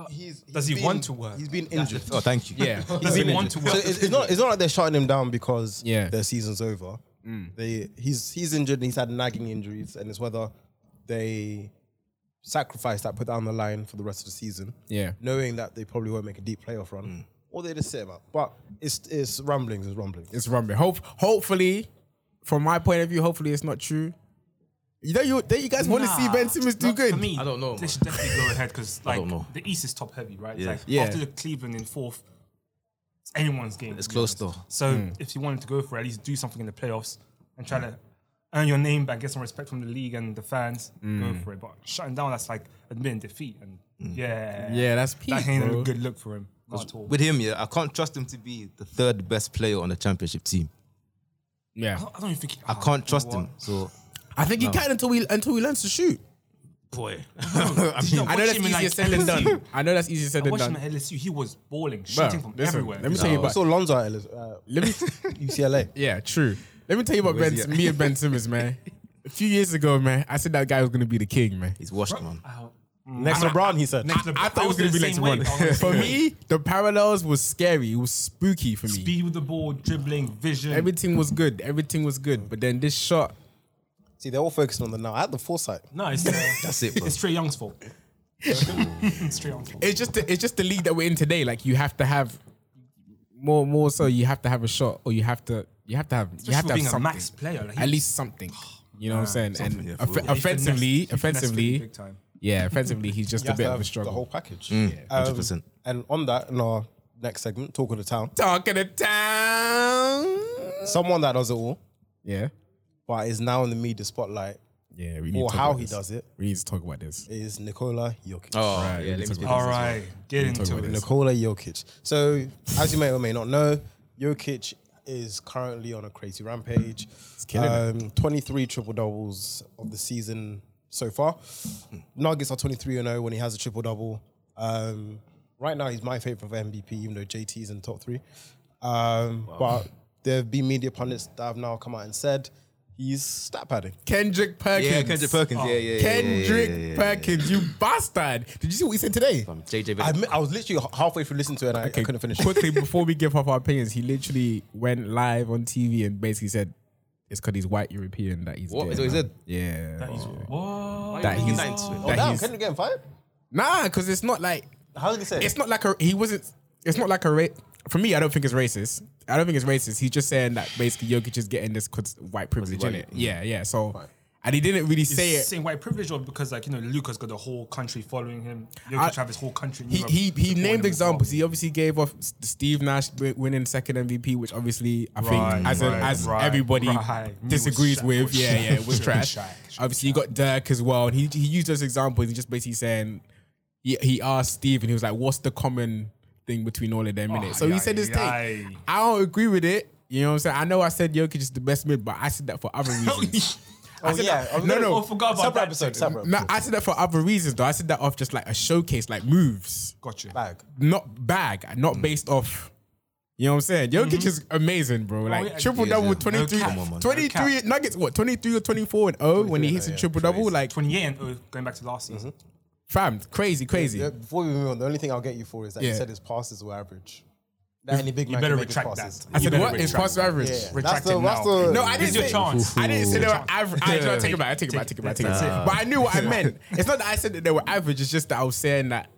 [SPEAKER 1] He's,
[SPEAKER 4] Does he
[SPEAKER 1] he's been-
[SPEAKER 4] want to work?
[SPEAKER 1] He's been injured.
[SPEAKER 5] Oh, thank you.
[SPEAKER 3] Yeah.
[SPEAKER 4] does he want to
[SPEAKER 1] So
[SPEAKER 4] work?
[SPEAKER 1] it's, it's not. It's not like they're shutting him down because
[SPEAKER 3] Yeah.
[SPEAKER 1] their season's over.
[SPEAKER 4] Mm.
[SPEAKER 1] They he's he's injured and he's had nagging injuries, and it's whether they sacrifice that, put that on the line for the rest of the season,
[SPEAKER 3] Yeah.
[SPEAKER 1] knowing that they probably won't make a deep playoff run,
[SPEAKER 4] Mm.
[SPEAKER 1] or they just sit him out. But it's it's rumblings. It's rumblings.
[SPEAKER 3] It's rumbling. Hope hopefully, from my point of view, hopefully it's not true. You know you don't you guys want to see
[SPEAKER 4] Nah.
[SPEAKER 3] Ben Simmons do
[SPEAKER 4] Not
[SPEAKER 3] good.
[SPEAKER 4] For me,
[SPEAKER 5] I don't know,
[SPEAKER 4] They
[SPEAKER 5] man.
[SPEAKER 4] should definitely go ahead because like
[SPEAKER 5] don't know.
[SPEAKER 4] the East is top heavy, right? It's
[SPEAKER 5] Yeah.
[SPEAKER 4] Like
[SPEAKER 3] Yeah.
[SPEAKER 4] after the Cleveland in fourth, it's anyone's game.
[SPEAKER 5] It's
[SPEAKER 4] to be
[SPEAKER 5] close
[SPEAKER 4] honest.
[SPEAKER 5] though.
[SPEAKER 4] So if you wanted to go for it, at least do something in the playoffs and try to earn your name back, get some respect from the league and the fans, go for it. But shutting down, that's like admitting defeat, and yeah,
[SPEAKER 3] Yeah, that's peak,
[SPEAKER 4] that ain't
[SPEAKER 3] bro.
[SPEAKER 4] a good look for him. Not at all.
[SPEAKER 5] With him, yeah, I can't trust him to be the third best player on the championship team.
[SPEAKER 3] Yeah.
[SPEAKER 4] I don't- I don't even think oh,
[SPEAKER 5] I can't trust him. So
[SPEAKER 3] I think he can until he until he learns to shoot.
[SPEAKER 5] boy.
[SPEAKER 3] I know that's easier said than done. I know that's easier said
[SPEAKER 4] I
[SPEAKER 3] than
[SPEAKER 4] watched him
[SPEAKER 3] done.
[SPEAKER 4] at LSU. He was balling,
[SPEAKER 3] Bruh,
[SPEAKER 4] shooting from
[SPEAKER 3] listen,
[SPEAKER 4] everywhere.
[SPEAKER 3] Let me tell you
[SPEAKER 1] I
[SPEAKER 3] about.
[SPEAKER 1] saw Lonzo at uh,
[SPEAKER 3] Let me.
[SPEAKER 1] UCLA.
[SPEAKER 3] Yeah, true. Let me tell you about
[SPEAKER 5] Where's
[SPEAKER 3] Ben,
[SPEAKER 5] he at?
[SPEAKER 3] me and Ben Simmons, man. A few years ago, man, I said that guy was gonna be the king, man.
[SPEAKER 5] He's washed, man.
[SPEAKER 1] Next LeBron, he said.
[SPEAKER 4] Next to
[SPEAKER 3] I thought it was
[SPEAKER 4] the
[SPEAKER 3] gonna be next
[SPEAKER 4] same
[SPEAKER 3] to
[SPEAKER 4] way.
[SPEAKER 3] one.
[SPEAKER 4] I was gonna
[SPEAKER 3] For
[SPEAKER 4] say,
[SPEAKER 3] me, the parallels was scary. It was spooky for me.
[SPEAKER 4] speed with the ball, dribbling, vision.
[SPEAKER 3] Everything was good. Everything was good. But then this shot,
[SPEAKER 1] See, they're all focusing on the now. I had the foresight.
[SPEAKER 4] no, it's, uh,
[SPEAKER 5] That's it, bro. Oh,
[SPEAKER 4] it's Trey Young's fault. it's Trey Young's fault.
[SPEAKER 3] it's just the, it's just the league that we're in today. Like you have to have more more so you have to have a shot or you have to you have to have you have
[SPEAKER 4] for
[SPEAKER 3] to have
[SPEAKER 4] being a
[SPEAKER 3] something.
[SPEAKER 4] max player, like, he-
[SPEAKER 3] At least something. You know what I'm saying? And
[SPEAKER 5] yeah, for
[SPEAKER 3] off-
[SPEAKER 5] real. Yeah,
[SPEAKER 4] He finessed- he
[SPEAKER 3] offensively,
[SPEAKER 4] finessed it
[SPEAKER 3] offensively,
[SPEAKER 4] big time.
[SPEAKER 3] yeah, offensively, he's just
[SPEAKER 1] You
[SPEAKER 3] a
[SPEAKER 1] have to
[SPEAKER 3] bit of
[SPEAKER 1] have
[SPEAKER 3] a
[SPEAKER 1] the
[SPEAKER 3] struggle.
[SPEAKER 1] whole package.
[SPEAKER 4] Mm.
[SPEAKER 1] Um,
[SPEAKER 5] 100%.
[SPEAKER 1] And on that, in our next segment, talk of the town.
[SPEAKER 3] Talking of town.
[SPEAKER 1] Someone that does it all,
[SPEAKER 3] Yeah.
[SPEAKER 1] but is now in the media spotlight
[SPEAKER 3] Yeah, we need
[SPEAKER 1] for
[SPEAKER 3] to talk
[SPEAKER 1] how
[SPEAKER 3] about
[SPEAKER 1] he
[SPEAKER 3] this.
[SPEAKER 1] does it,
[SPEAKER 3] We need to talk about this.
[SPEAKER 1] is Nikola Jokic.
[SPEAKER 5] Oh,
[SPEAKER 3] Right,
[SPEAKER 5] yeah,
[SPEAKER 3] let me
[SPEAKER 5] let
[SPEAKER 3] talk
[SPEAKER 5] me speak.
[SPEAKER 3] about
[SPEAKER 4] All right, get into
[SPEAKER 3] about
[SPEAKER 4] it.
[SPEAKER 3] this.
[SPEAKER 1] Nikola Jokic. So, as you may or may not know, Jokic is currently on a crazy rampage.
[SPEAKER 3] killing
[SPEAKER 1] um, 23 triple doubles of the season so far. Nuggets are 23 and 0 when he has a triple double. Um, right now, he's my favorite for MVP, even though JT's in the top three. Um, But there have been media pundits that have now come out and said he's stat padding.
[SPEAKER 3] Kendrick Perkins.
[SPEAKER 5] Yeah, Kendrick Perkins. Yeah, yeah, yeah, yeah, yeah,
[SPEAKER 3] Kendrick
[SPEAKER 5] yeah, yeah, yeah.
[SPEAKER 3] Perkins, you bastard. Did you see what he said today?
[SPEAKER 5] Um, JJ.
[SPEAKER 1] I,
[SPEAKER 5] Bedick.
[SPEAKER 1] mi- I was literally halfway through listening to it and I, I couldn't finish it.
[SPEAKER 3] Quickly, before we give up our opinions, he literally went live on TV and basically said, it's because he's white European that he's
[SPEAKER 5] What?
[SPEAKER 3] there
[SPEAKER 5] Is that what he
[SPEAKER 3] now."
[SPEAKER 5] said?
[SPEAKER 3] Yeah.
[SPEAKER 4] Whoa.
[SPEAKER 3] That he's,
[SPEAKER 5] that into it?
[SPEAKER 1] Oh,
[SPEAKER 3] that
[SPEAKER 1] damn,
[SPEAKER 3] he's-
[SPEAKER 1] Kendrick getting fired?
[SPEAKER 3] nah, because it's not like
[SPEAKER 1] How did he say it?
[SPEAKER 3] it's not like a he wasn't it's not like a ra- for me I don't think it's racist I don't think it's racist he's just saying that basically Jokic is getting this 'cause white privilege in
[SPEAKER 5] white?
[SPEAKER 3] it
[SPEAKER 5] Mm.
[SPEAKER 3] yeah yeah so and he didn't really say it
[SPEAKER 4] Saying white privilege, or because like you know, Luca's got the whole country following him.
[SPEAKER 3] I-
[SPEAKER 4] Jokic have his whole country. in
[SPEAKER 3] he
[SPEAKER 4] Europe
[SPEAKER 3] he, he
[SPEAKER 4] supporting him
[SPEAKER 3] named
[SPEAKER 4] as well.
[SPEAKER 3] examples he obviously gave off S- Steve Nash wi- winning second MVP which obviously I
[SPEAKER 4] Right,
[SPEAKER 3] think as a,
[SPEAKER 4] right,
[SPEAKER 3] as
[SPEAKER 4] right,
[SPEAKER 3] everybody
[SPEAKER 4] right. It was
[SPEAKER 3] disagrees
[SPEAKER 4] Shaq,
[SPEAKER 3] with
[SPEAKER 4] it was
[SPEAKER 3] yeah
[SPEAKER 4] Shaq,
[SPEAKER 3] yeah it was
[SPEAKER 4] it was
[SPEAKER 3] trash
[SPEAKER 4] Shaq, it was
[SPEAKER 3] obviously you got Dirk as well and he he used those examples and just basically saying he, he asked Steve and he was like what's the common thing between all of them in
[SPEAKER 4] Oh,
[SPEAKER 3] it so he said his
[SPEAKER 4] aye,
[SPEAKER 3] take
[SPEAKER 4] aye.
[SPEAKER 3] I don't agree with it. You know what I'm saying? I know I said Jokic is the best mid, but I said that for other reasons.
[SPEAKER 1] Oh, yeah. I was
[SPEAKER 3] No,
[SPEAKER 1] gonna-
[SPEAKER 3] no.
[SPEAKER 4] Oh, forgot about
[SPEAKER 1] Separate
[SPEAKER 4] that.
[SPEAKER 1] episode.
[SPEAKER 4] too.
[SPEAKER 1] Separate
[SPEAKER 3] no, I said that for other reasons though. I said that off just like a showcase, like moves,
[SPEAKER 4] Got you.
[SPEAKER 1] bag.
[SPEAKER 3] not bag, not based off. You know what I'm saying? Jokic is amazing, bro. Like
[SPEAKER 4] yeah,
[SPEAKER 3] triple
[SPEAKER 5] yeah,
[SPEAKER 3] double,
[SPEAKER 5] yeah.
[SPEAKER 3] 23,
[SPEAKER 5] No cap. Come on, man.
[SPEAKER 3] 23
[SPEAKER 4] No cap.
[SPEAKER 3] Nuggets. What 23 or 24 and 0 when he hits a triple double? Like
[SPEAKER 4] Twenty-eight and oh, going back to last season.
[SPEAKER 3] fam, crazy, crazy.
[SPEAKER 1] Yeah, before we move on, the only thing I'll get you for is that you
[SPEAKER 3] Yeah.
[SPEAKER 1] said his passes were average. That any big
[SPEAKER 4] You
[SPEAKER 1] man
[SPEAKER 4] better
[SPEAKER 1] can make his
[SPEAKER 4] retract
[SPEAKER 1] passes.
[SPEAKER 4] that.
[SPEAKER 3] I said
[SPEAKER 4] You
[SPEAKER 3] what?
[SPEAKER 4] better
[SPEAKER 3] It's
[SPEAKER 4] retract
[SPEAKER 3] past
[SPEAKER 4] that.
[SPEAKER 3] average.
[SPEAKER 1] Yeah.
[SPEAKER 4] Retract
[SPEAKER 1] That's the-
[SPEAKER 4] it
[SPEAKER 1] that's
[SPEAKER 4] now.
[SPEAKER 1] the-
[SPEAKER 3] No, I didn't
[SPEAKER 4] Here's your
[SPEAKER 3] say.
[SPEAKER 4] chance.
[SPEAKER 3] I didn't say they were
[SPEAKER 4] Chance.
[SPEAKER 3] average. I no, take it back. I take it
[SPEAKER 4] Take
[SPEAKER 3] back. Take it back.
[SPEAKER 4] it.
[SPEAKER 3] Take it back. But I knew what I meant. It's not that I said that they were average. It's just that I was saying that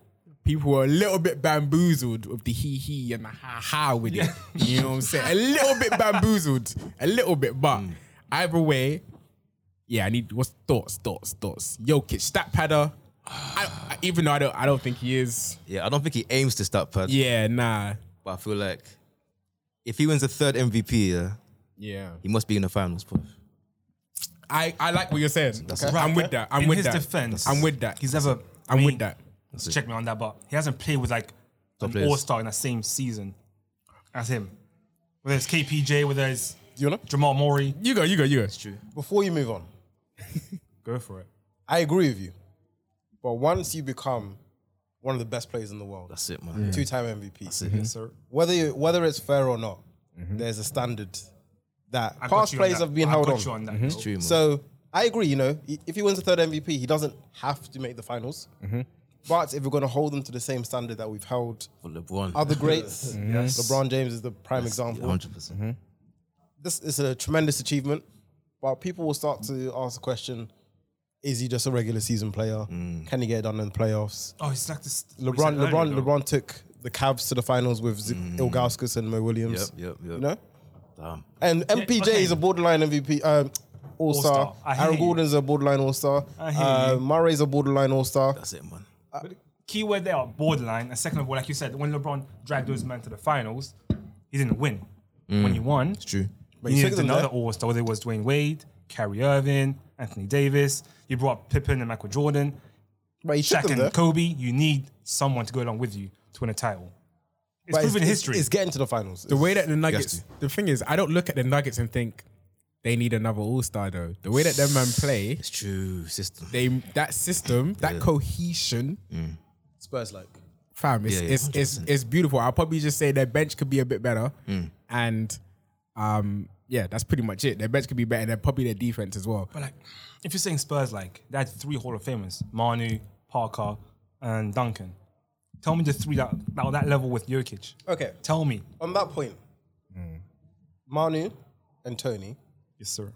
[SPEAKER 3] people were a little bit bamboozled with the hee hee and the ha ha with it. You know what I'm saying? A little bit bamboozled. A little bit. But
[SPEAKER 4] Mm.
[SPEAKER 3] either way, yeah, I need what's thoughts, thoughts, thoughts. Jokic, stat padder. I, I- even though I don't, I don't think he is.
[SPEAKER 5] Yeah, I don't think he aims to start pad,
[SPEAKER 3] Yeah, nah.
[SPEAKER 5] but I feel like if he wins a third MVP, yeah,
[SPEAKER 3] Yeah,
[SPEAKER 5] he must be in the finals, bro.
[SPEAKER 3] I, I like what you're saying. I'm with that. I'm
[SPEAKER 4] In
[SPEAKER 3] with
[SPEAKER 4] his
[SPEAKER 3] that.
[SPEAKER 4] defense,
[SPEAKER 3] I'm with that.
[SPEAKER 4] He's ever.
[SPEAKER 3] I'm
[SPEAKER 4] I
[SPEAKER 3] with
[SPEAKER 4] mean,
[SPEAKER 3] that.
[SPEAKER 4] Check me on that, but he hasn't played with like an
[SPEAKER 5] players.
[SPEAKER 4] all star in the same season as him. Whether it's KPJ, whether it's
[SPEAKER 1] You know?
[SPEAKER 4] Jamal Murray,
[SPEAKER 3] You go. You go. You go.
[SPEAKER 1] Before you move on,
[SPEAKER 4] go for it.
[SPEAKER 1] I agree with you. But once you become one of the best players in the world,
[SPEAKER 5] That's it, man.
[SPEAKER 1] two time MVP,
[SPEAKER 4] sir.
[SPEAKER 1] whether you, whether it's fair or not, there's a standard that
[SPEAKER 4] I got
[SPEAKER 1] past
[SPEAKER 4] you on
[SPEAKER 1] players
[SPEAKER 4] that.
[SPEAKER 1] have been
[SPEAKER 4] I
[SPEAKER 1] held
[SPEAKER 4] got
[SPEAKER 1] on.
[SPEAKER 4] you on that.
[SPEAKER 5] It's true, man.
[SPEAKER 1] So I agree, you know, i- if he wins the third MVP, he doesn't have to make the finals.
[SPEAKER 5] Mm-hmm.
[SPEAKER 1] But if we're going to hold them to the same standard that we've held
[SPEAKER 5] For LeBron,
[SPEAKER 1] other greats, LeBron James is the prime example.
[SPEAKER 5] 100%.
[SPEAKER 1] this is a tremendous achievement, but people will start to ask the question: Is he just a regular season player?
[SPEAKER 5] Mm.
[SPEAKER 1] Can he get it done in the playoffs?
[SPEAKER 4] Oh, he's like this. what you
[SPEAKER 1] LeBron,
[SPEAKER 4] said
[SPEAKER 1] LeBron,
[SPEAKER 4] earlier, though.
[SPEAKER 1] LeBron took the Cavs to the finals with Z- Ilgauskas and Mo Williams.
[SPEAKER 5] Mm. Yep, yep, yep.
[SPEAKER 1] You know,
[SPEAKER 5] Damn.
[SPEAKER 1] and MPJ
[SPEAKER 4] okay.
[SPEAKER 1] is a borderline MVP. Um, all star.
[SPEAKER 4] All-star. I hear
[SPEAKER 1] Aaron
[SPEAKER 4] you.
[SPEAKER 1] Gordon's a borderline all star.
[SPEAKER 4] I hear
[SPEAKER 1] Uh,
[SPEAKER 4] you.
[SPEAKER 1] Murray's a borderline all star.
[SPEAKER 5] That's it, man.
[SPEAKER 4] keyword there, borderline. And second of all, like you said, when LeBron dragged those men to the finals, he didn't win.
[SPEAKER 1] Mm.
[SPEAKER 4] When he won,
[SPEAKER 5] It's true.
[SPEAKER 1] he
[SPEAKER 4] he
[SPEAKER 1] took
[SPEAKER 4] needed
[SPEAKER 1] them
[SPEAKER 4] another
[SPEAKER 1] there.
[SPEAKER 4] All Star. Whether it was Dwayne Wade, Kyrie Irving, Anthony Davis, you brought Pippen and Michael Jordan,
[SPEAKER 1] But he took
[SPEAKER 4] Shaq
[SPEAKER 1] them there.
[SPEAKER 4] and Kobe. You need someone to go along with you to win a title. It's
[SPEAKER 1] But
[SPEAKER 4] proven
[SPEAKER 1] it's,
[SPEAKER 4] history.
[SPEAKER 1] It's getting to the finals.
[SPEAKER 3] The way that the Nuggets,
[SPEAKER 5] Yes.
[SPEAKER 3] the thing is, I don't look at the Nuggets and think they need another All Star though. The way that them man play,
[SPEAKER 5] It's true, system.
[SPEAKER 3] they that system, that cohesion,
[SPEAKER 1] Spurs like.
[SPEAKER 3] fam, it's
[SPEAKER 5] Yeah, yeah,
[SPEAKER 3] it's, it's it's beautiful. I'll probably just say their bench could be a bit better, and um, Mm. yeah, that's pretty much it. Their bench could be better. They're probably their defense as well.
[SPEAKER 4] But like, if you're saying Spurs, like they had three Hall of Famers: Manu, Parker, and Duncan. Tell me the three that that were that level with Jokic.
[SPEAKER 1] Okay.
[SPEAKER 4] Tell me.
[SPEAKER 1] On that point, Manu and Tony
[SPEAKER 4] Yes, sir.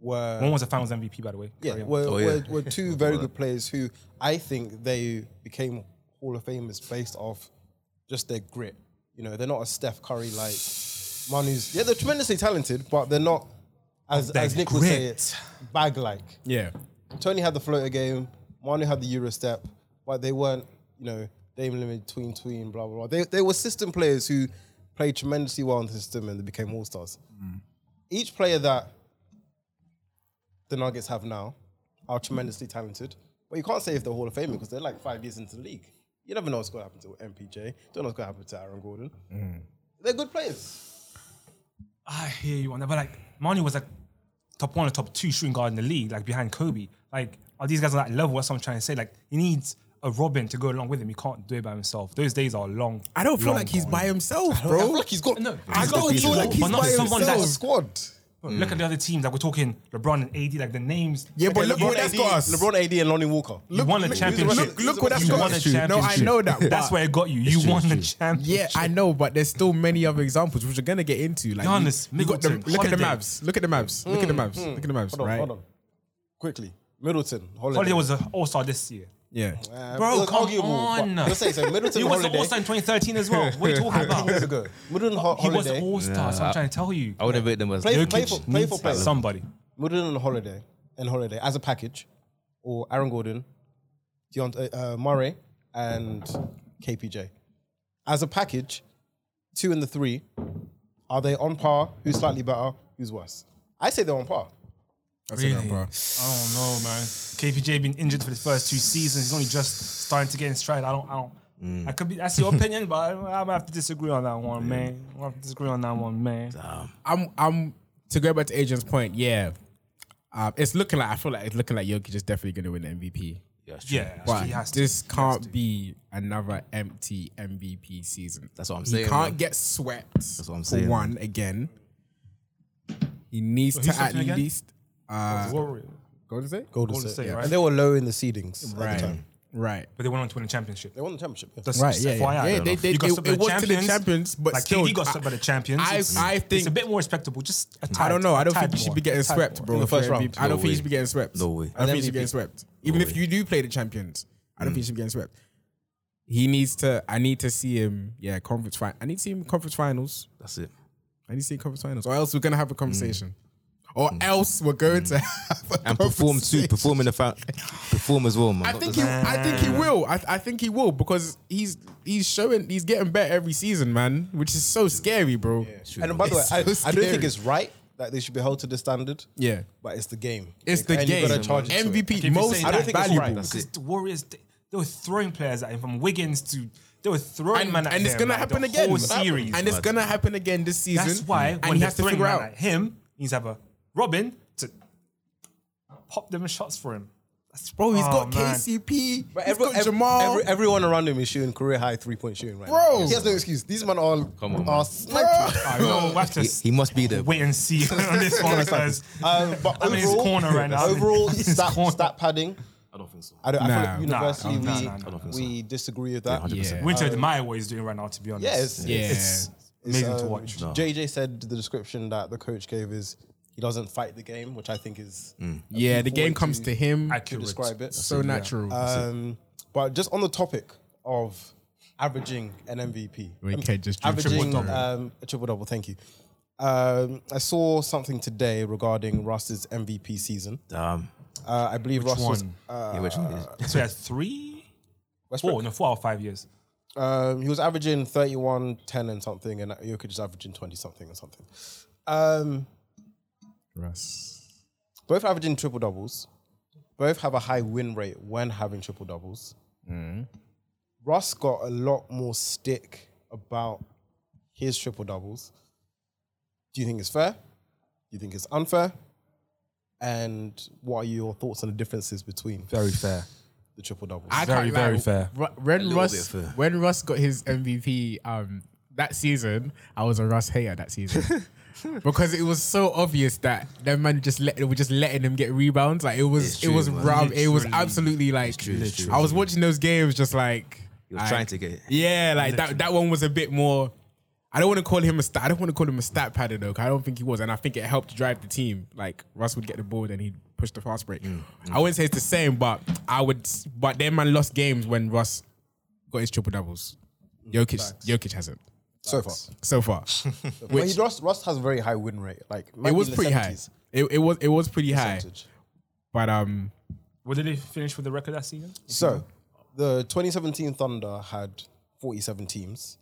[SPEAKER 1] were
[SPEAKER 4] One was a Finals MVP, by the way.
[SPEAKER 1] yeah,
[SPEAKER 4] Carry on.
[SPEAKER 1] were,
[SPEAKER 5] Oh,
[SPEAKER 1] were,
[SPEAKER 5] yeah.
[SPEAKER 1] were two very good players who I think they became Hall of Famers based off just their grit. You know, they're not a Steph Curry like Manu's. Yeah, they're tremendously talented, but they're not as
[SPEAKER 4] Their
[SPEAKER 1] as Nick would say
[SPEAKER 4] grit.
[SPEAKER 1] it bag like.
[SPEAKER 3] Yeah,
[SPEAKER 1] Tony had the floater game. Manu had the Euro step, but they weren't, you know, Dame Limit, tween tween, blah blah blah. They they were system players who played tremendously well in the system and they became all stars. Each player that the Nuggets have now are tremendously talented, but you can't say if they're Hall of Famer because they're like five years into the league. You never know what's going to happen to MPJ. Don't know what's going to happen to Aaron Gordon. They're good players.
[SPEAKER 4] I hear you on that, but like Manu was like top one or top two shooting guard in the league, like behind Kobe. Like, are these guys on that level? That's what I'm trying to say. Like, he needs a Robin to go along with him. He can't do it by himself. Those days are long.
[SPEAKER 3] I don't feel
[SPEAKER 4] long
[SPEAKER 3] like he's
[SPEAKER 4] gone.
[SPEAKER 3] by himself,
[SPEAKER 1] I
[SPEAKER 3] bro.
[SPEAKER 1] feel like he's got.
[SPEAKER 4] No,
[SPEAKER 1] I
[SPEAKER 4] he's
[SPEAKER 1] don't
[SPEAKER 4] got
[SPEAKER 1] feel
[SPEAKER 4] people,
[SPEAKER 1] like he's
[SPEAKER 4] but not
[SPEAKER 1] by
[SPEAKER 4] someone
[SPEAKER 1] himself.
[SPEAKER 4] that's-
[SPEAKER 1] squad.
[SPEAKER 4] Look at the other teams. Like we're talking LeBron and AD. Like the names.
[SPEAKER 3] Yeah, but
[SPEAKER 4] Okay,
[SPEAKER 3] look
[SPEAKER 4] you-
[SPEAKER 3] what that's got us.
[SPEAKER 1] LeBron, AD, and Lonnie Walker.
[SPEAKER 4] You won a championship.
[SPEAKER 3] look- look what that's
[SPEAKER 4] you
[SPEAKER 3] got
[SPEAKER 4] won a
[SPEAKER 3] us to. No, I
[SPEAKER 4] championship.
[SPEAKER 3] know that,
[SPEAKER 4] That's
[SPEAKER 3] but-
[SPEAKER 4] where it got you. You won the championship.
[SPEAKER 3] Yeah, I know, but there's still many other examples which we're gonna get into. Like
[SPEAKER 4] Giannis,
[SPEAKER 3] you, you got the,
[SPEAKER 4] Middleton,
[SPEAKER 3] look at the
[SPEAKER 4] Holiday.
[SPEAKER 3] Mavs, look at the Mavs, look at the Mavs, look at the Mavs,
[SPEAKER 1] Hold on,
[SPEAKER 3] right?
[SPEAKER 1] hold on. Quickly. Middleton, Holiday.
[SPEAKER 4] Holiday was an All Star this year.
[SPEAKER 3] Yeah,
[SPEAKER 1] Uh,
[SPEAKER 4] Bro,
[SPEAKER 1] it was
[SPEAKER 4] come
[SPEAKER 1] arguable,
[SPEAKER 4] on.
[SPEAKER 1] but- Let's say so. Middleton,
[SPEAKER 4] He was an
[SPEAKER 1] Holiday.
[SPEAKER 4] All Star in 2013 as well. What are you talking about?
[SPEAKER 1] 10 years ago. Middleton, Ho-
[SPEAKER 4] He was
[SPEAKER 1] Holiday.
[SPEAKER 4] an All Star. So I'm trying to tell you.
[SPEAKER 5] I would have rated them as
[SPEAKER 1] Play-
[SPEAKER 5] Jokic.
[SPEAKER 1] play for- play for
[SPEAKER 5] needs
[SPEAKER 1] play.
[SPEAKER 5] that level.
[SPEAKER 4] Somebody.
[SPEAKER 1] Middleton and Holiday. And Holiday as a package. Or Aaron Gordon, Deont- uh, uh, Murray, and KPJ. As a package, two and the three, are they on par? Who's slightly better? Who's worse? I say they're on par.
[SPEAKER 3] that's really? it, bro.
[SPEAKER 4] I don't know, man. KPJ been injured for the first two seasons. He's only just starting to get in stride. I don't. I don't. I could be. That's your opinion, but I'm gonna have to disagree on that one, man. I'm gonna have to disagree on that one, man.
[SPEAKER 3] I'm I'm to go back to Adrian's point. Yeah, um, it's looking like I feel like it's looking like Jokic is definitely gonna win the MVP.
[SPEAKER 5] Yeah, sure.
[SPEAKER 4] Yeah,
[SPEAKER 3] But
[SPEAKER 4] he has to.
[SPEAKER 3] this can't be another empty MVP season.
[SPEAKER 5] That's what I'm
[SPEAKER 3] He
[SPEAKER 5] saying,
[SPEAKER 3] can't
[SPEAKER 5] man.
[SPEAKER 3] get swept. That's
[SPEAKER 5] what I'm saying,
[SPEAKER 3] For one again, he needs
[SPEAKER 4] who's
[SPEAKER 3] to at
[SPEAKER 4] swept him again?
[SPEAKER 3] least. Uh,
[SPEAKER 4] Warrior.
[SPEAKER 3] Golden State.
[SPEAKER 4] Golden State, right?
[SPEAKER 1] And they were low in the seedings at
[SPEAKER 3] Right.
[SPEAKER 1] the time.
[SPEAKER 3] Right.
[SPEAKER 4] But they went on to win a championship.
[SPEAKER 1] They won the championship. yeah.
[SPEAKER 4] That's
[SPEAKER 3] Right,
[SPEAKER 4] just
[SPEAKER 3] yeah, yeah.
[SPEAKER 4] FYI.
[SPEAKER 3] Yeah, they- they-
[SPEAKER 4] you got
[SPEAKER 3] it-
[SPEAKER 4] stopped
[SPEAKER 3] it
[SPEAKER 4] by the
[SPEAKER 3] was to the champions, but
[SPEAKER 4] like
[SPEAKER 3] still,
[SPEAKER 4] KD got
[SPEAKER 3] I-
[SPEAKER 4] stopped by the champions.
[SPEAKER 3] I-
[SPEAKER 4] It's-
[SPEAKER 3] I
[SPEAKER 4] it's
[SPEAKER 3] think-
[SPEAKER 4] a bit more respectable. Just a
[SPEAKER 3] I
[SPEAKER 4] tad,
[SPEAKER 3] don't know. I don't
[SPEAKER 4] a
[SPEAKER 3] think
[SPEAKER 4] tad
[SPEAKER 3] he should
[SPEAKER 4] more,
[SPEAKER 3] be getting
[SPEAKER 4] a tad
[SPEAKER 3] swept,
[SPEAKER 4] more.
[SPEAKER 3] bro.
[SPEAKER 1] In the
[SPEAKER 3] for
[SPEAKER 1] first round.
[SPEAKER 3] MVP. I don't
[SPEAKER 5] No
[SPEAKER 3] think he
[SPEAKER 5] way.
[SPEAKER 3] should be getting swept.
[SPEAKER 5] No way.
[SPEAKER 3] I don't think he should
[SPEAKER 1] MVP.
[SPEAKER 3] be getting swept. Even if you do play the champions, I don't think he should be getting swept. He needs to. I need to see him. Yeah, conference final. I need to see him in conference finals.
[SPEAKER 5] That's it.
[SPEAKER 3] I need to see him in conference finals, or else we're gonna have a
[SPEAKER 4] Mm.
[SPEAKER 3] conversation, or else we're going to have a
[SPEAKER 5] And perform too.
[SPEAKER 3] conversation.
[SPEAKER 5] Perform in the fa- Perform as well, man.
[SPEAKER 3] I
[SPEAKER 5] Not
[SPEAKER 3] think he.
[SPEAKER 5] just-
[SPEAKER 3] I think he will. I, I think he will because he's he's showing he's getting better every season, man, which is so scary, bro.
[SPEAKER 1] And by the way,
[SPEAKER 3] It's
[SPEAKER 1] I,
[SPEAKER 3] so
[SPEAKER 1] I don't think
[SPEAKER 3] scary.
[SPEAKER 1] it's right that they should be held to the standard.
[SPEAKER 3] Yeah.
[SPEAKER 1] But it's the game.
[SPEAKER 3] It's the
[SPEAKER 1] And
[SPEAKER 3] game.
[SPEAKER 1] You gotta charge it to it.
[SPEAKER 3] MVP
[SPEAKER 4] If you
[SPEAKER 3] most
[SPEAKER 4] say
[SPEAKER 1] I don't
[SPEAKER 4] that,
[SPEAKER 1] think it's
[SPEAKER 3] valuable.
[SPEAKER 1] right.
[SPEAKER 5] That's
[SPEAKER 4] because
[SPEAKER 5] it.
[SPEAKER 4] the Warriors they, they were throwing players at him from Wiggins to they were throwing
[SPEAKER 3] and,
[SPEAKER 4] man at
[SPEAKER 3] and it's
[SPEAKER 4] them,
[SPEAKER 3] gonna
[SPEAKER 4] like,
[SPEAKER 3] happen
[SPEAKER 4] the
[SPEAKER 3] again.
[SPEAKER 4] Whole series.
[SPEAKER 3] And it's gonna happen again this season.
[SPEAKER 4] That's why when
[SPEAKER 3] and he has to figure out.
[SPEAKER 4] at him, he needs to have a Robin to pop them shots for him. That's,
[SPEAKER 3] Bro, he's
[SPEAKER 4] oh,
[SPEAKER 3] got
[SPEAKER 4] man.
[SPEAKER 3] KCP.
[SPEAKER 1] But
[SPEAKER 3] he's
[SPEAKER 1] every-
[SPEAKER 3] got
[SPEAKER 1] every-
[SPEAKER 3] Jamal.
[SPEAKER 1] every- everyone around him is shooting career high three point shooting right
[SPEAKER 3] Bro.
[SPEAKER 1] now. He has no excuse. These men are,
[SPEAKER 5] on, man.
[SPEAKER 1] are snipers.
[SPEAKER 4] I know, we'll have to
[SPEAKER 5] He- he must be there.
[SPEAKER 4] wait and see on this one because
[SPEAKER 1] Um, but
[SPEAKER 4] I'm in his
[SPEAKER 1] overall-
[SPEAKER 4] corner right now.
[SPEAKER 1] Overall,
[SPEAKER 4] I'm in his
[SPEAKER 1] stat,
[SPEAKER 4] corner.
[SPEAKER 1] stat padding.
[SPEAKER 5] I don't think so.
[SPEAKER 1] I, don't, I feel like
[SPEAKER 3] Nah.
[SPEAKER 1] universally
[SPEAKER 4] Nah,
[SPEAKER 1] we,
[SPEAKER 4] nah, nah, nah, nah.
[SPEAKER 1] we disagree with that.
[SPEAKER 5] Yeah.
[SPEAKER 3] yeah.
[SPEAKER 4] Winter admire what he's doing right now. To be honest,
[SPEAKER 1] Yeah, it's-
[SPEAKER 3] Yeah.
[SPEAKER 4] it's amazing to
[SPEAKER 1] Um,
[SPEAKER 4] watch.
[SPEAKER 1] JJ said the description that the coach gave is he doesn't fight the game, which I think is
[SPEAKER 3] yeah, the game
[SPEAKER 1] forward
[SPEAKER 3] comes
[SPEAKER 1] to-
[SPEAKER 3] to him.
[SPEAKER 1] to
[SPEAKER 4] Accurate.
[SPEAKER 1] describe it.
[SPEAKER 3] So natural.
[SPEAKER 1] Um, but just on the topic of averaging an MVP,
[SPEAKER 3] We
[SPEAKER 1] um,
[SPEAKER 3] can just do
[SPEAKER 1] averaging
[SPEAKER 3] triple-double.
[SPEAKER 1] um, a triple double. Thank you. Um, I saw something today regarding Russ's MVP season.
[SPEAKER 5] Damn.
[SPEAKER 1] Uh, I believe Russ was
[SPEAKER 4] one?
[SPEAKER 5] Yeah, which one is-
[SPEAKER 4] So he has three, four,
[SPEAKER 1] Westbrook.
[SPEAKER 4] no, four or five years.
[SPEAKER 1] Um, he was averaging 31, 10 and something, and Jokic is averaging 20 something or something. Um,
[SPEAKER 3] Russ.
[SPEAKER 1] both averaging triple doubles, both have a high win rate when having triple doubles.
[SPEAKER 3] Mm-hmm.
[SPEAKER 1] Russ got a lot more stick about his triple doubles. Do you think it's fair? Do you think it's unfair? And what are your thoughts on the differences between
[SPEAKER 4] Very fair.
[SPEAKER 1] the triple doubles?
[SPEAKER 3] I
[SPEAKER 4] Very,
[SPEAKER 3] can't lie.
[SPEAKER 4] very fair.
[SPEAKER 3] Ru- When
[SPEAKER 5] little
[SPEAKER 3] Russ,
[SPEAKER 5] bit fair.
[SPEAKER 3] when Russ got his MVP um, that season, I was a Russ hater that season. because it was so obvious that that man just let were just letting him get rebounds. Like it was
[SPEAKER 5] It's
[SPEAKER 3] it
[SPEAKER 5] true,
[SPEAKER 3] was
[SPEAKER 5] man.
[SPEAKER 3] rub, it was
[SPEAKER 2] Literally.
[SPEAKER 3] absolutely like
[SPEAKER 5] true, it's true.
[SPEAKER 3] I was watching those games just like
[SPEAKER 5] You're
[SPEAKER 3] like,
[SPEAKER 5] trying to get it.
[SPEAKER 3] Yeah, like that that one was a bit more. I don't want to call him a stat. I don't want to call him a stat padder though. 'cause I don't think he was, and I think it helped drive the team. Like Russ would get the ball, then he'd push the fast break.
[SPEAKER 5] Mm,
[SPEAKER 3] I wouldn't say it's the same, but I would. But then man lost games when Russ got his triple doubles. Mm, Jokic, Jokic hasn't
[SPEAKER 1] so far.
[SPEAKER 3] so far.
[SPEAKER 1] But he, Ross, Ross has a very high win rate. Like
[SPEAKER 3] it was pretty high. It, it was it was pretty high,
[SPEAKER 1] Percentage.
[SPEAKER 3] but um,
[SPEAKER 4] What did they finish with the record that season?
[SPEAKER 3] Mm-hmm.
[SPEAKER 1] So the 2017 Thunder had 47 teams.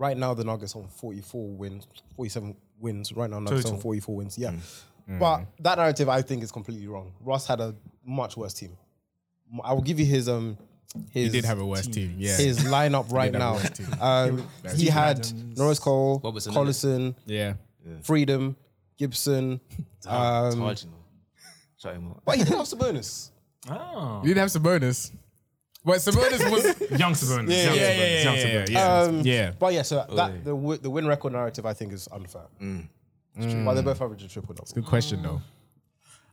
[SPEAKER 1] Right now, the Nuggets on 44 wins, 47 wins. Right now, Nuggets on
[SPEAKER 4] Total.
[SPEAKER 1] 44 wins.
[SPEAKER 3] Mm.
[SPEAKER 1] Yeah, but that narrative I think is completely wrong. Russ had a much worse team. M- I will give you his um. His,
[SPEAKER 3] he did have a worse team. Yeah,
[SPEAKER 1] his lineup right
[SPEAKER 3] have a
[SPEAKER 1] now.
[SPEAKER 3] worse team.
[SPEAKER 1] Um, he had Norris Cole,
[SPEAKER 5] Robertson,
[SPEAKER 1] Collison,
[SPEAKER 3] yeah.
[SPEAKER 1] Freedom, Gibson.
[SPEAKER 5] It's
[SPEAKER 1] Um,
[SPEAKER 5] hard, you know. Shut him up.
[SPEAKER 1] but he did have Sabonis.
[SPEAKER 4] Oh.
[SPEAKER 3] He didn't have Sabonis, but Sabonis was
[SPEAKER 4] Young Sabonis.
[SPEAKER 3] yeah, yeah,
[SPEAKER 4] young
[SPEAKER 3] yeah, yeah,
[SPEAKER 4] Sabonis,
[SPEAKER 3] yeah,
[SPEAKER 4] young
[SPEAKER 3] yeah,
[SPEAKER 4] Sabonis.
[SPEAKER 3] yeah.
[SPEAKER 1] Um,
[SPEAKER 3] Yeah.
[SPEAKER 1] But yeah, so that the wi- the win record narrative I think is unfair. But they both average a triple double.
[SPEAKER 3] Good question though.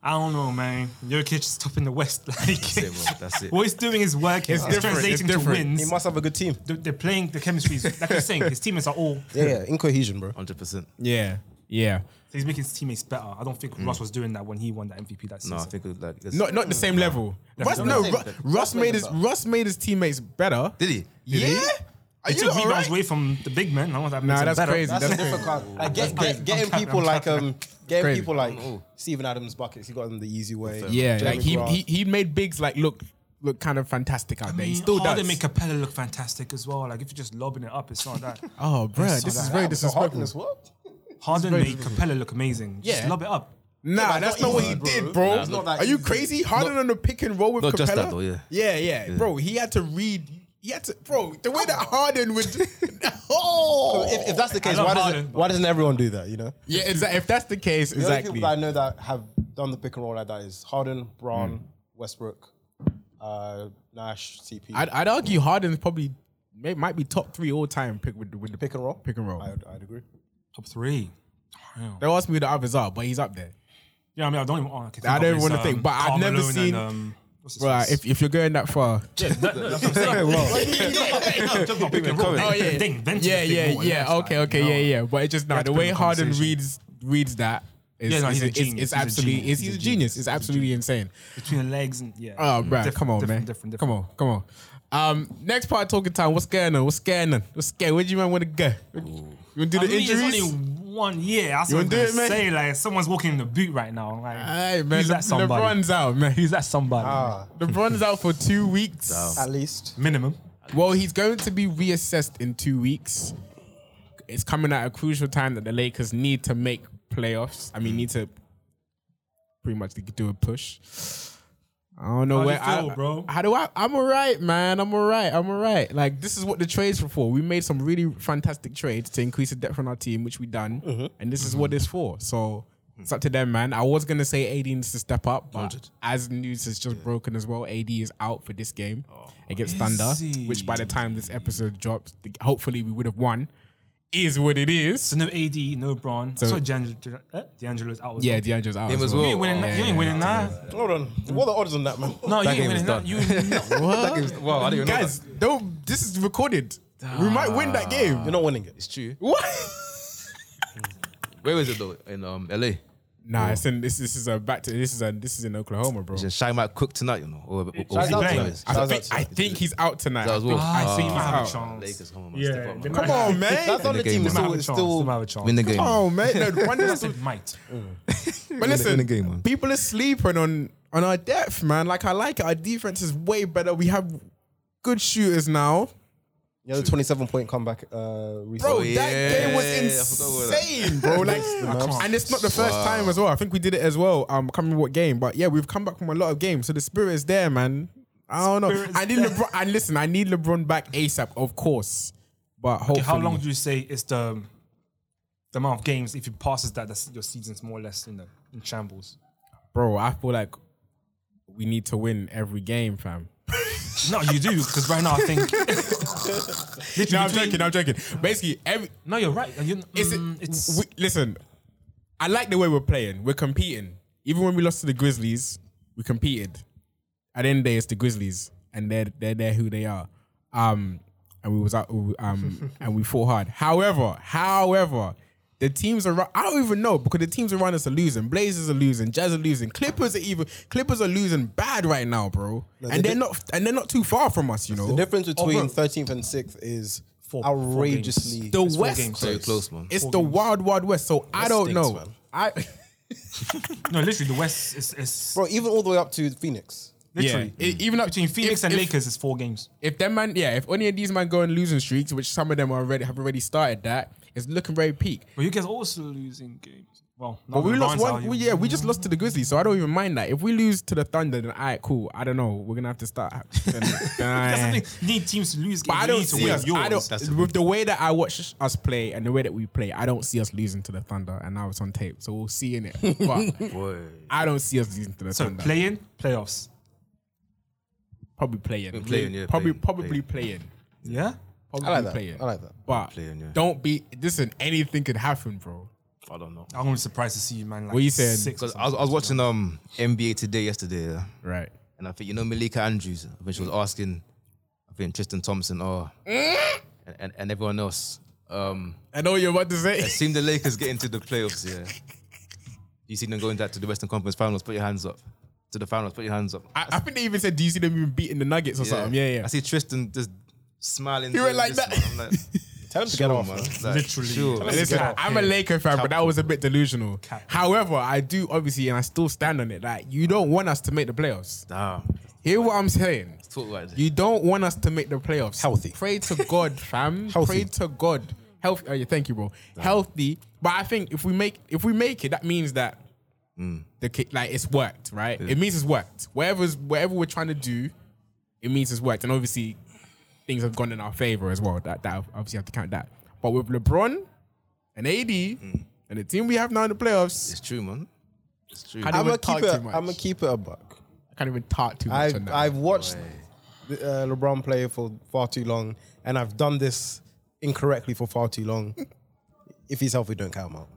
[SPEAKER 4] I don't know, man. Jokic is top in the West. Like,
[SPEAKER 5] it, bro. That's it.
[SPEAKER 4] what he's doing is working.
[SPEAKER 3] It's
[SPEAKER 4] It's,
[SPEAKER 3] different, it's
[SPEAKER 4] translating to
[SPEAKER 3] different.
[SPEAKER 1] He
[SPEAKER 4] wins.
[SPEAKER 1] must have a good team.
[SPEAKER 4] They're they're playing the chemistry. is- Like you're saying, his teammates are all.
[SPEAKER 1] Yeah, yeah, in cohesion, bro.
[SPEAKER 5] 100%.
[SPEAKER 3] Yeah, yeah.
[SPEAKER 4] He's making his teammates better. I don't think
[SPEAKER 3] Mm.
[SPEAKER 4] Russ was doing that when he won that MVP that season.
[SPEAKER 5] No, I think it was like.
[SPEAKER 3] Not not the same level. Russ,
[SPEAKER 4] not
[SPEAKER 3] no,
[SPEAKER 1] the
[SPEAKER 3] Ru-
[SPEAKER 1] same.
[SPEAKER 3] Russ made his
[SPEAKER 1] better.
[SPEAKER 3] Russ made his teammates better.
[SPEAKER 5] Did he?
[SPEAKER 3] yeah, Are
[SPEAKER 4] he
[SPEAKER 3] you
[SPEAKER 4] took
[SPEAKER 3] all right?
[SPEAKER 4] rebounds away from the big men. I want that. makes
[SPEAKER 3] Nah,
[SPEAKER 4] him
[SPEAKER 3] that's
[SPEAKER 4] better.
[SPEAKER 3] crazy.
[SPEAKER 1] That's
[SPEAKER 3] That's
[SPEAKER 1] a different kind. Like get, get, getting
[SPEAKER 4] capping,
[SPEAKER 1] people
[SPEAKER 4] I'm
[SPEAKER 1] like
[SPEAKER 4] capping.
[SPEAKER 1] um, getting
[SPEAKER 3] Crazy.
[SPEAKER 1] people like Stephen Adams buckets. He got them the easy way.
[SPEAKER 3] Yeah,
[SPEAKER 1] Jeremy
[SPEAKER 3] like he,
[SPEAKER 1] Grant.
[SPEAKER 3] he he made bigs like look look kind of fantastic out
[SPEAKER 4] Mm.
[SPEAKER 3] there. He still
[SPEAKER 4] Harden
[SPEAKER 3] does.
[SPEAKER 4] make Capella look fantastic as well. Like if you're just lobbing it up, it's not that.
[SPEAKER 3] oh, bro, this
[SPEAKER 4] saw
[SPEAKER 3] is
[SPEAKER 4] that.
[SPEAKER 3] very
[SPEAKER 1] That was so hard
[SPEAKER 3] disrespectful.
[SPEAKER 1] in this world.
[SPEAKER 4] Harden made Capella look amazing. Just
[SPEAKER 3] Yeah.
[SPEAKER 4] lob it up.
[SPEAKER 3] Nah,
[SPEAKER 1] Yeah, but
[SPEAKER 3] that's
[SPEAKER 1] it's
[SPEAKER 3] not
[SPEAKER 1] not
[SPEAKER 3] what
[SPEAKER 1] easy,
[SPEAKER 3] he
[SPEAKER 1] bro.
[SPEAKER 3] did, bro.
[SPEAKER 1] Nah, it's not that
[SPEAKER 3] Are you
[SPEAKER 1] easy.
[SPEAKER 3] crazy? Harder than the pick and roll with
[SPEAKER 5] Not
[SPEAKER 3] Capella.
[SPEAKER 5] just that though, yeah.
[SPEAKER 3] yeah, yeah, bro. He had to read. He had to, bro. The way that Harden would, oh,
[SPEAKER 1] If, if that's the case,
[SPEAKER 4] love
[SPEAKER 1] why doesn't
[SPEAKER 4] Harden, but-
[SPEAKER 1] why doesn't everyone do that? You know,
[SPEAKER 3] yeah, exactly. If that's the case,
[SPEAKER 1] the only people
[SPEAKER 3] exactly.
[SPEAKER 1] that I know that have done the pick and roll like that is Harden,
[SPEAKER 3] Mm.
[SPEAKER 1] Braun, Westbrook, uh, Nash, CP.
[SPEAKER 3] I'd, I'd argue Harden's probably may, might be top three all time pick with, the- with the
[SPEAKER 1] pick and roll.
[SPEAKER 3] pick and roll.
[SPEAKER 1] I'd, I'd agree.
[SPEAKER 4] Top three. Damn.
[SPEAKER 3] They'll ask me who the others are, but he's up there.
[SPEAKER 4] Yeah, I mean, I don't even. Oh, okay,
[SPEAKER 3] I don't
[SPEAKER 4] of it.
[SPEAKER 3] wanna
[SPEAKER 4] It's,
[SPEAKER 3] think, but I've
[SPEAKER 4] Karl
[SPEAKER 3] never
[SPEAKER 4] Malone
[SPEAKER 3] seen-
[SPEAKER 4] And, um, what's his
[SPEAKER 3] Right,
[SPEAKER 4] face?
[SPEAKER 3] Uh, if, if you're going that far,
[SPEAKER 4] Just not pick and roll.
[SPEAKER 3] Oh, yeah.
[SPEAKER 4] They invented
[SPEAKER 3] yeah,
[SPEAKER 4] the pick
[SPEAKER 3] yeah,
[SPEAKER 4] and roll,
[SPEAKER 3] yeah.
[SPEAKER 4] it's
[SPEAKER 3] Okay,
[SPEAKER 4] like,
[SPEAKER 3] okay,
[SPEAKER 4] no.
[SPEAKER 3] yeah, yeah. But it's just now
[SPEAKER 4] have
[SPEAKER 3] the
[SPEAKER 4] to
[SPEAKER 3] way
[SPEAKER 4] put a
[SPEAKER 3] Harden
[SPEAKER 4] conversation.
[SPEAKER 3] reads reads that is
[SPEAKER 4] Yeah, no,
[SPEAKER 3] is,
[SPEAKER 4] he's a
[SPEAKER 3] is,
[SPEAKER 4] genius.
[SPEAKER 3] is
[SPEAKER 4] He's a
[SPEAKER 3] absolutely
[SPEAKER 4] genius.
[SPEAKER 3] is he's a genius. It's absolutely insane.
[SPEAKER 4] Between the legs and yeah.
[SPEAKER 3] Oh, bro,
[SPEAKER 4] Different,
[SPEAKER 3] come on,
[SPEAKER 4] different,
[SPEAKER 3] man.
[SPEAKER 4] Different, different.
[SPEAKER 3] Come on, come on. Um, next part talking time. What's going on? What's going on? What's going? Where do you man want to go? You want to do
[SPEAKER 4] I
[SPEAKER 3] the
[SPEAKER 4] mean,
[SPEAKER 3] injuries?
[SPEAKER 4] It's only one year. That's
[SPEAKER 3] You
[SPEAKER 4] what I'm
[SPEAKER 3] wanna do
[SPEAKER 4] gonna
[SPEAKER 3] it, man?
[SPEAKER 4] say. Like someone's walking in the boot right now. Like,
[SPEAKER 3] Aye, man.
[SPEAKER 4] who's
[SPEAKER 3] Le-
[SPEAKER 4] that somebody?
[SPEAKER 3] LeBron's out, man.
[SPEAKER 4] Who's that somebody?
[SPEAKER 3] LeBron's out for two weeks.
[SPEAKER 1] At least
[SPEAKER 4] Minimum.
[SPEAKER 3] Well, he's going to be reassessed in two weeks. It's coming at a crucial time that the Lakers need to make playoffs. I mean, need to pretty much do a push. I don't know
[SPEAKER 4] How do
[SPEAKER 3] where
[SPEAKER 4] you feel,
[SPEAKER 3] I,
[SPEAKER 4] bro?
[SPEAKER 3] How do I? I'm all right, man. I'm all right. I'm all right. Like this is what the trades were for. We made some really fantastic trades to increase the depth on our team, which we done,
[SPEAKER 4] Uh-huh.
[SPEAKER 3] and this is what it's for. So it's up to them, man. I was gonna say AD needs to step up, but as news is just broken as well, AD is out for this game against Thunder,
[SPEAKER 4] Izzy.
[SPEAKER 3] which by the time this episode drops, th- hopefully we would have won. Is what it is.
[SPEAKER 4] So no AD, no Braun. So, D'Angelo, eh? D'Angelo's out. as
[SPEAKER 3] Yeah,
[SPEAKER 4] well.
[SPEAKER 3] D'Angelo's out.
[SPEAKER 5] Him
[SPEAKER 3] as
[SPEAKER 5] as
[SPEAKER 3] well.
[SPEAKER 4] You
[SPEAKER 5] well.
[SPEAKER 4] ain't winning that. You ain't winning that.
[SPEAKER 1] hold on. What are the odds on that, man?
[SPEAKER 4] No, you
[SPEAKER 5] That
[SPEAKER 4] ain't
[SPEAKER 5] game is
[SPEAKER 4] winning that.
[SPEAKER 5] done.
[SPEAKER 4] You no.
[SPEAKER 5] That game's- Well, I didn't even know.
[SPEAKER 3] Guys, don't. This is recorded. We might win that game.
[SPEAKER 5] Ah.
[SPEAKER 1] You're not winning it.
[SPEAKER 5] It's true.
[SPEAKER 3] What?
[SPEAKER 5] Where was it though? In um, LA.
[SPEAKER 3] Nah, it's in, this this is a back to this is a this is in Oklahoma, bro.
[SPEAKER 5] Just Shy Mike Cook tonight, you know. Or, or, or
[SPEAKER 1] Shout out to
[SPEAKER 5] Lakers.
[SPEAKER 1] him.
[SPEAKER 3] I,
[SPEAKER 1] Shout
[SPEAKER 3] think,
[SPEAKER 1] out to
[SPEAKER 3] I
[SPEAKER 1] him.
[SPEAKER 3] think he's out tonight.
[SPEAKER 5] That was well.
[SPEAKER 3] Ah,
[SPEAKER 5] Ah,
[SPEAKER 3] I think he's
[SPEAKER 4] might have a
[SPEAKER 3] out.
[SPEAKER 4] chance.
[SPEAKER 5] Lakers, come on, man.
[SPEAKER 4] Yeah,
[SPEAKER 5] Step up,
[SPEAKER 4] they
[SPEAKER 5] man.
[SPEAKER 4] might
[SPEAKER 3] Come on, man.
[SPEAKER 1] That's on the
[SPEAKER 5] the
[SPEAKER 1] team.
[SPEAKER 5] game,
[SPEAKER 1] It's still,
[SPEAKER 5] man.
[SPEAKER 4] have a
[SPEAKER 1] it's
[SPEAKER 4] chance. They might
[SPEAKER 1] still
[SPEAKER 4] have a chance.
[SPEAKER 5] Win the game.
[SPEAKER 3] Come on, man. No, one is
[SPEAKER 4] It might.
[SPEAKER 3] but listen,
[SPEAKER 5] the game, man.
[SPEAKER 3] people are sleeping on on our depth, man. Like I like it. Our defense is way better. We have good shooters now,
[SPEAKER 1] you know, the 27 point comeback uh,
[SPEAKER 3] bro.
[SPEAKER 1] recently.
[SPEAKER 3] that
[SPEAKER 5] yeah.
[SPEAKER 3] game was
[SPEAKER 5] I forgot about that.
[SPEAKER 3] insane, bro. Like, and it's not the first time as well. I think we did it as well. Um, I can't remember what game, but yeah, we've come back from a lot of games, so the spirit is there, man. I don't know.
[SPEAKER 4] Spirit's
[SPEAKER 3] I need LeBron. And listen, I need LeBron back ASAP, of course. But hopefully,
[SPEAKER 4] How long do you say is the the amount of games? If it passes that, that's your season's more or less you know in shambles.
[SPEAKER 3] bro, I feel like we need to win every game, fam.
[SPEAKER 4] No, you do because right now I think. Literally
[SPEAKER 3] No, I'm
[SPEAKER 4] between-
[SPEAKER 3] joking. I'm joking. Basically, every
[SPEAKER 4] No, you're right. You're,
[SPEAKER 3] is it?
[SPEAKER 4] mm, it's
[SPEAKER 3] we, listen, I like the way we're playing. We're competing. Even when we lost to the Grizzlies, we competed. At the end of the day, it's the Grizzlies, and they're they're they're who they are. Um, and we was out, um, and we fought hard. However, however, the teams around I don't even know because the teams around us are losing. Blazers are losing. Jazz are losing. Clippers are even. Clippers are losing bad right now, bro.
[SPEAKER 1] they
[SPEAKER 3] and they're
[SPEAKER 1] did-
[SPEAKER 3] not and they're not too far from us, you know.
[SPEAKER 1] The difference between
[SPEAKER 4] bro.
[SPEAKER 1] 13th and 6th is
[SPEAKER 4] Four- four
[SPEAKER 1] outrageously.
[SPEAKER 3] the
[SPEAKER 4] four
[SPEAKER 3] West,
[SPEAKER 4] games.
[SPEAKER 5] Very close, man.
[SPEAKER 3] it's the wild, wild West. So I don't
[SPEAKER 1] stinks,
[SPEAKER 3] know.
[SPEAKER 1] man.
[SPEAKER 3] I.
[SPEAKER 4] No, literally, the West is, is
[SPEAKER 1] bro, even all the way up to Phoenix.
[SPEAKER 4] literally
[SPEAKER 3] Yeah. E- even up
[SPEAKER 4] between Phoenix
[SPEAKER 3] if-
[SPEAKER 4] and
[SPEAKER 3] if-
[SPEAKER 4] Lakers is four games.
[SPEAKER 3] if them man, yeah, if any of these man go on losing streaks, which some of them are already have already started that, it's looking very peak.
[SPEAKER 4] But you guys also losing games. Well,
[SPEAKER 3] But we lost one, we, yeah, we just lost to the Grizzlies, so I don't even mind that. If we lose to the Thunder, then all right, cool. I don't know. We're gonna have to start. then- then
[SPEAKER 4] That's
[SPEAKER 3] I-
[SPEAKER 4] the thing. You need teams to lose games.
[SPEAKER 3] but I
[SPEAKER 4] you
[SPEAKER 3] don't
[SPEAKER 4] need to
[SPEAKER 3] see
[SPEAKER 4] win
[SPEAKER 3] us. I
[SPEAKER 4] yours.
[SPEAKER 3] don't,
[SPEAKER 5] That's the
[SPEAKER 3] with the way that I watch us play and the way that we play, I don't see us losing to the Thunder, and now it's on tape, so we'll see in it. But I don't see us losing to the
[SPEAKER 4] So
[SPEAKER 3] Thunder.
[SPEAKER 4] playing playoffs.
[SPEAKER 3] probably playing,
[SPEAKER 5] Playing, yeah,
[SPEAKER 3] probably
[SPEAKER 5] playing,
[SPEAKER 3] probably playing.
[SPEAKER 4] Yeah.
[SPEAKER 3] Probably
[SPEAKER 1] I like that.
[SPEAKER 3] playing.
[SPEAKER 1] I like that.
[SPEAKER 3] But
[SPEAKER 5] Playing, yeah.
[SPEAKER 3] don't be. Listen, anything could happen, bro.
[SPEAKER 5] I don't know.
[SPEAKER 4] I'm gonna be surprised to see you, man. Like
[SPEAKER 3] What you saying?
[SPEAKER 4] Six or
[SPEAKER 5] Because I was, I was watching um NBA today yesterday, yeah,
[SPEAKER 3] Right.
[SPEAKER 5] and I think you know Malika Andrews. I think she was
[SPEAKER 3] Mm.
[SPEAKER 5] asking, I think Tristan Thompson or and, and, and everyone else. Um,
[SPEAKER 3] I know what you're about to say.
[SPEAKER 5] seen the Lakers get into the playoffs. Yeah, you seen them going back to the Western Conference Finals. Put your hands up to the finals. Put your hands up.
[SPEAKER 3] I, I think they even said, "Do you see them even beating the Nuggets or something?" Yeah, yeah.
[SPEAKER 5] I see Tristan just smiling.
[SPEAKER 3] He went
[SPEAKER 5] doing
[SPEAKER 3] like
[SPEAKER 5] this,
[SPEAKER 3] that.
[SPEAKER 5] man. I'm like,
[SPEAKER 1] Tell him to get
[SPEAKER 5] sure,
[SPEAKER 1] off,
[SPEAKER 5] man.
[SPEAKER 1] man.
[SPEAKER 5] Like,
[SPEAKER 4] Literally.
[SPEAKER 5] sure.
[SPEAKER 4] Tell us-
[SPEAKER 3] Listen,
[SPEAKER 4] Cap.
[SPEAKER 3] I'm a Laker fan, but that was a bit delusional.
[SPEAKER 4] Cap.
[SPEAKER 3] However, I do obviously, and I still stand on it. Like, you don't want us to make the playoffs.
[SPEAKER 5] Damn.
[SPEAKER 3] Hear what I'm saying?
[SPEAKER 5] Talk like this.
[SPEAKER 3] You don't want us to make the playoffs.
[SPEAKER 1] Healthy.
[SPEAKER 3] Pray to God, fam.
[SPEAKER 1] Healthy.
[SPEAKER 3] Pray to God. Healthy. Oh, yeah, thank you, bro. Healthy. But I think if we make if we make it, that means that
[SPEAKER 1] Mm.
[SPEAKER 3] the ki- like it's worked, right? It means it's worked. Whatever's whatever we're trying to do, it means it's worked. And obviously, things have gone in our favor as well. That that obviously have to count that. But with LeBron and AD and the team we have now in the playoffs,
[SPEAKER 5] It's true, man. It's true.
[SPEAKER 3] I don't
[SPEAKER 1] I'm gonna
[SPEAKER 3] even
[SPEAKER 1] keep
[SPEAKER 3] talk
[SPEAKER 1] it.
[SPEAKER 3] too
[SPEAKER 1] I'm
[SPEAKER 3] much.
[SPEAKER 1] gonna keep it a buck.
[SPEAKER 3] I can't even talk too much on
[SPEAKER 1] I've
[SPEAKER 3] that.
[SPEAKER 1] I've watched the, uh, LeBron play for far too long, and I've done this incorrectly for far too long. if he's healthy, don't count him out.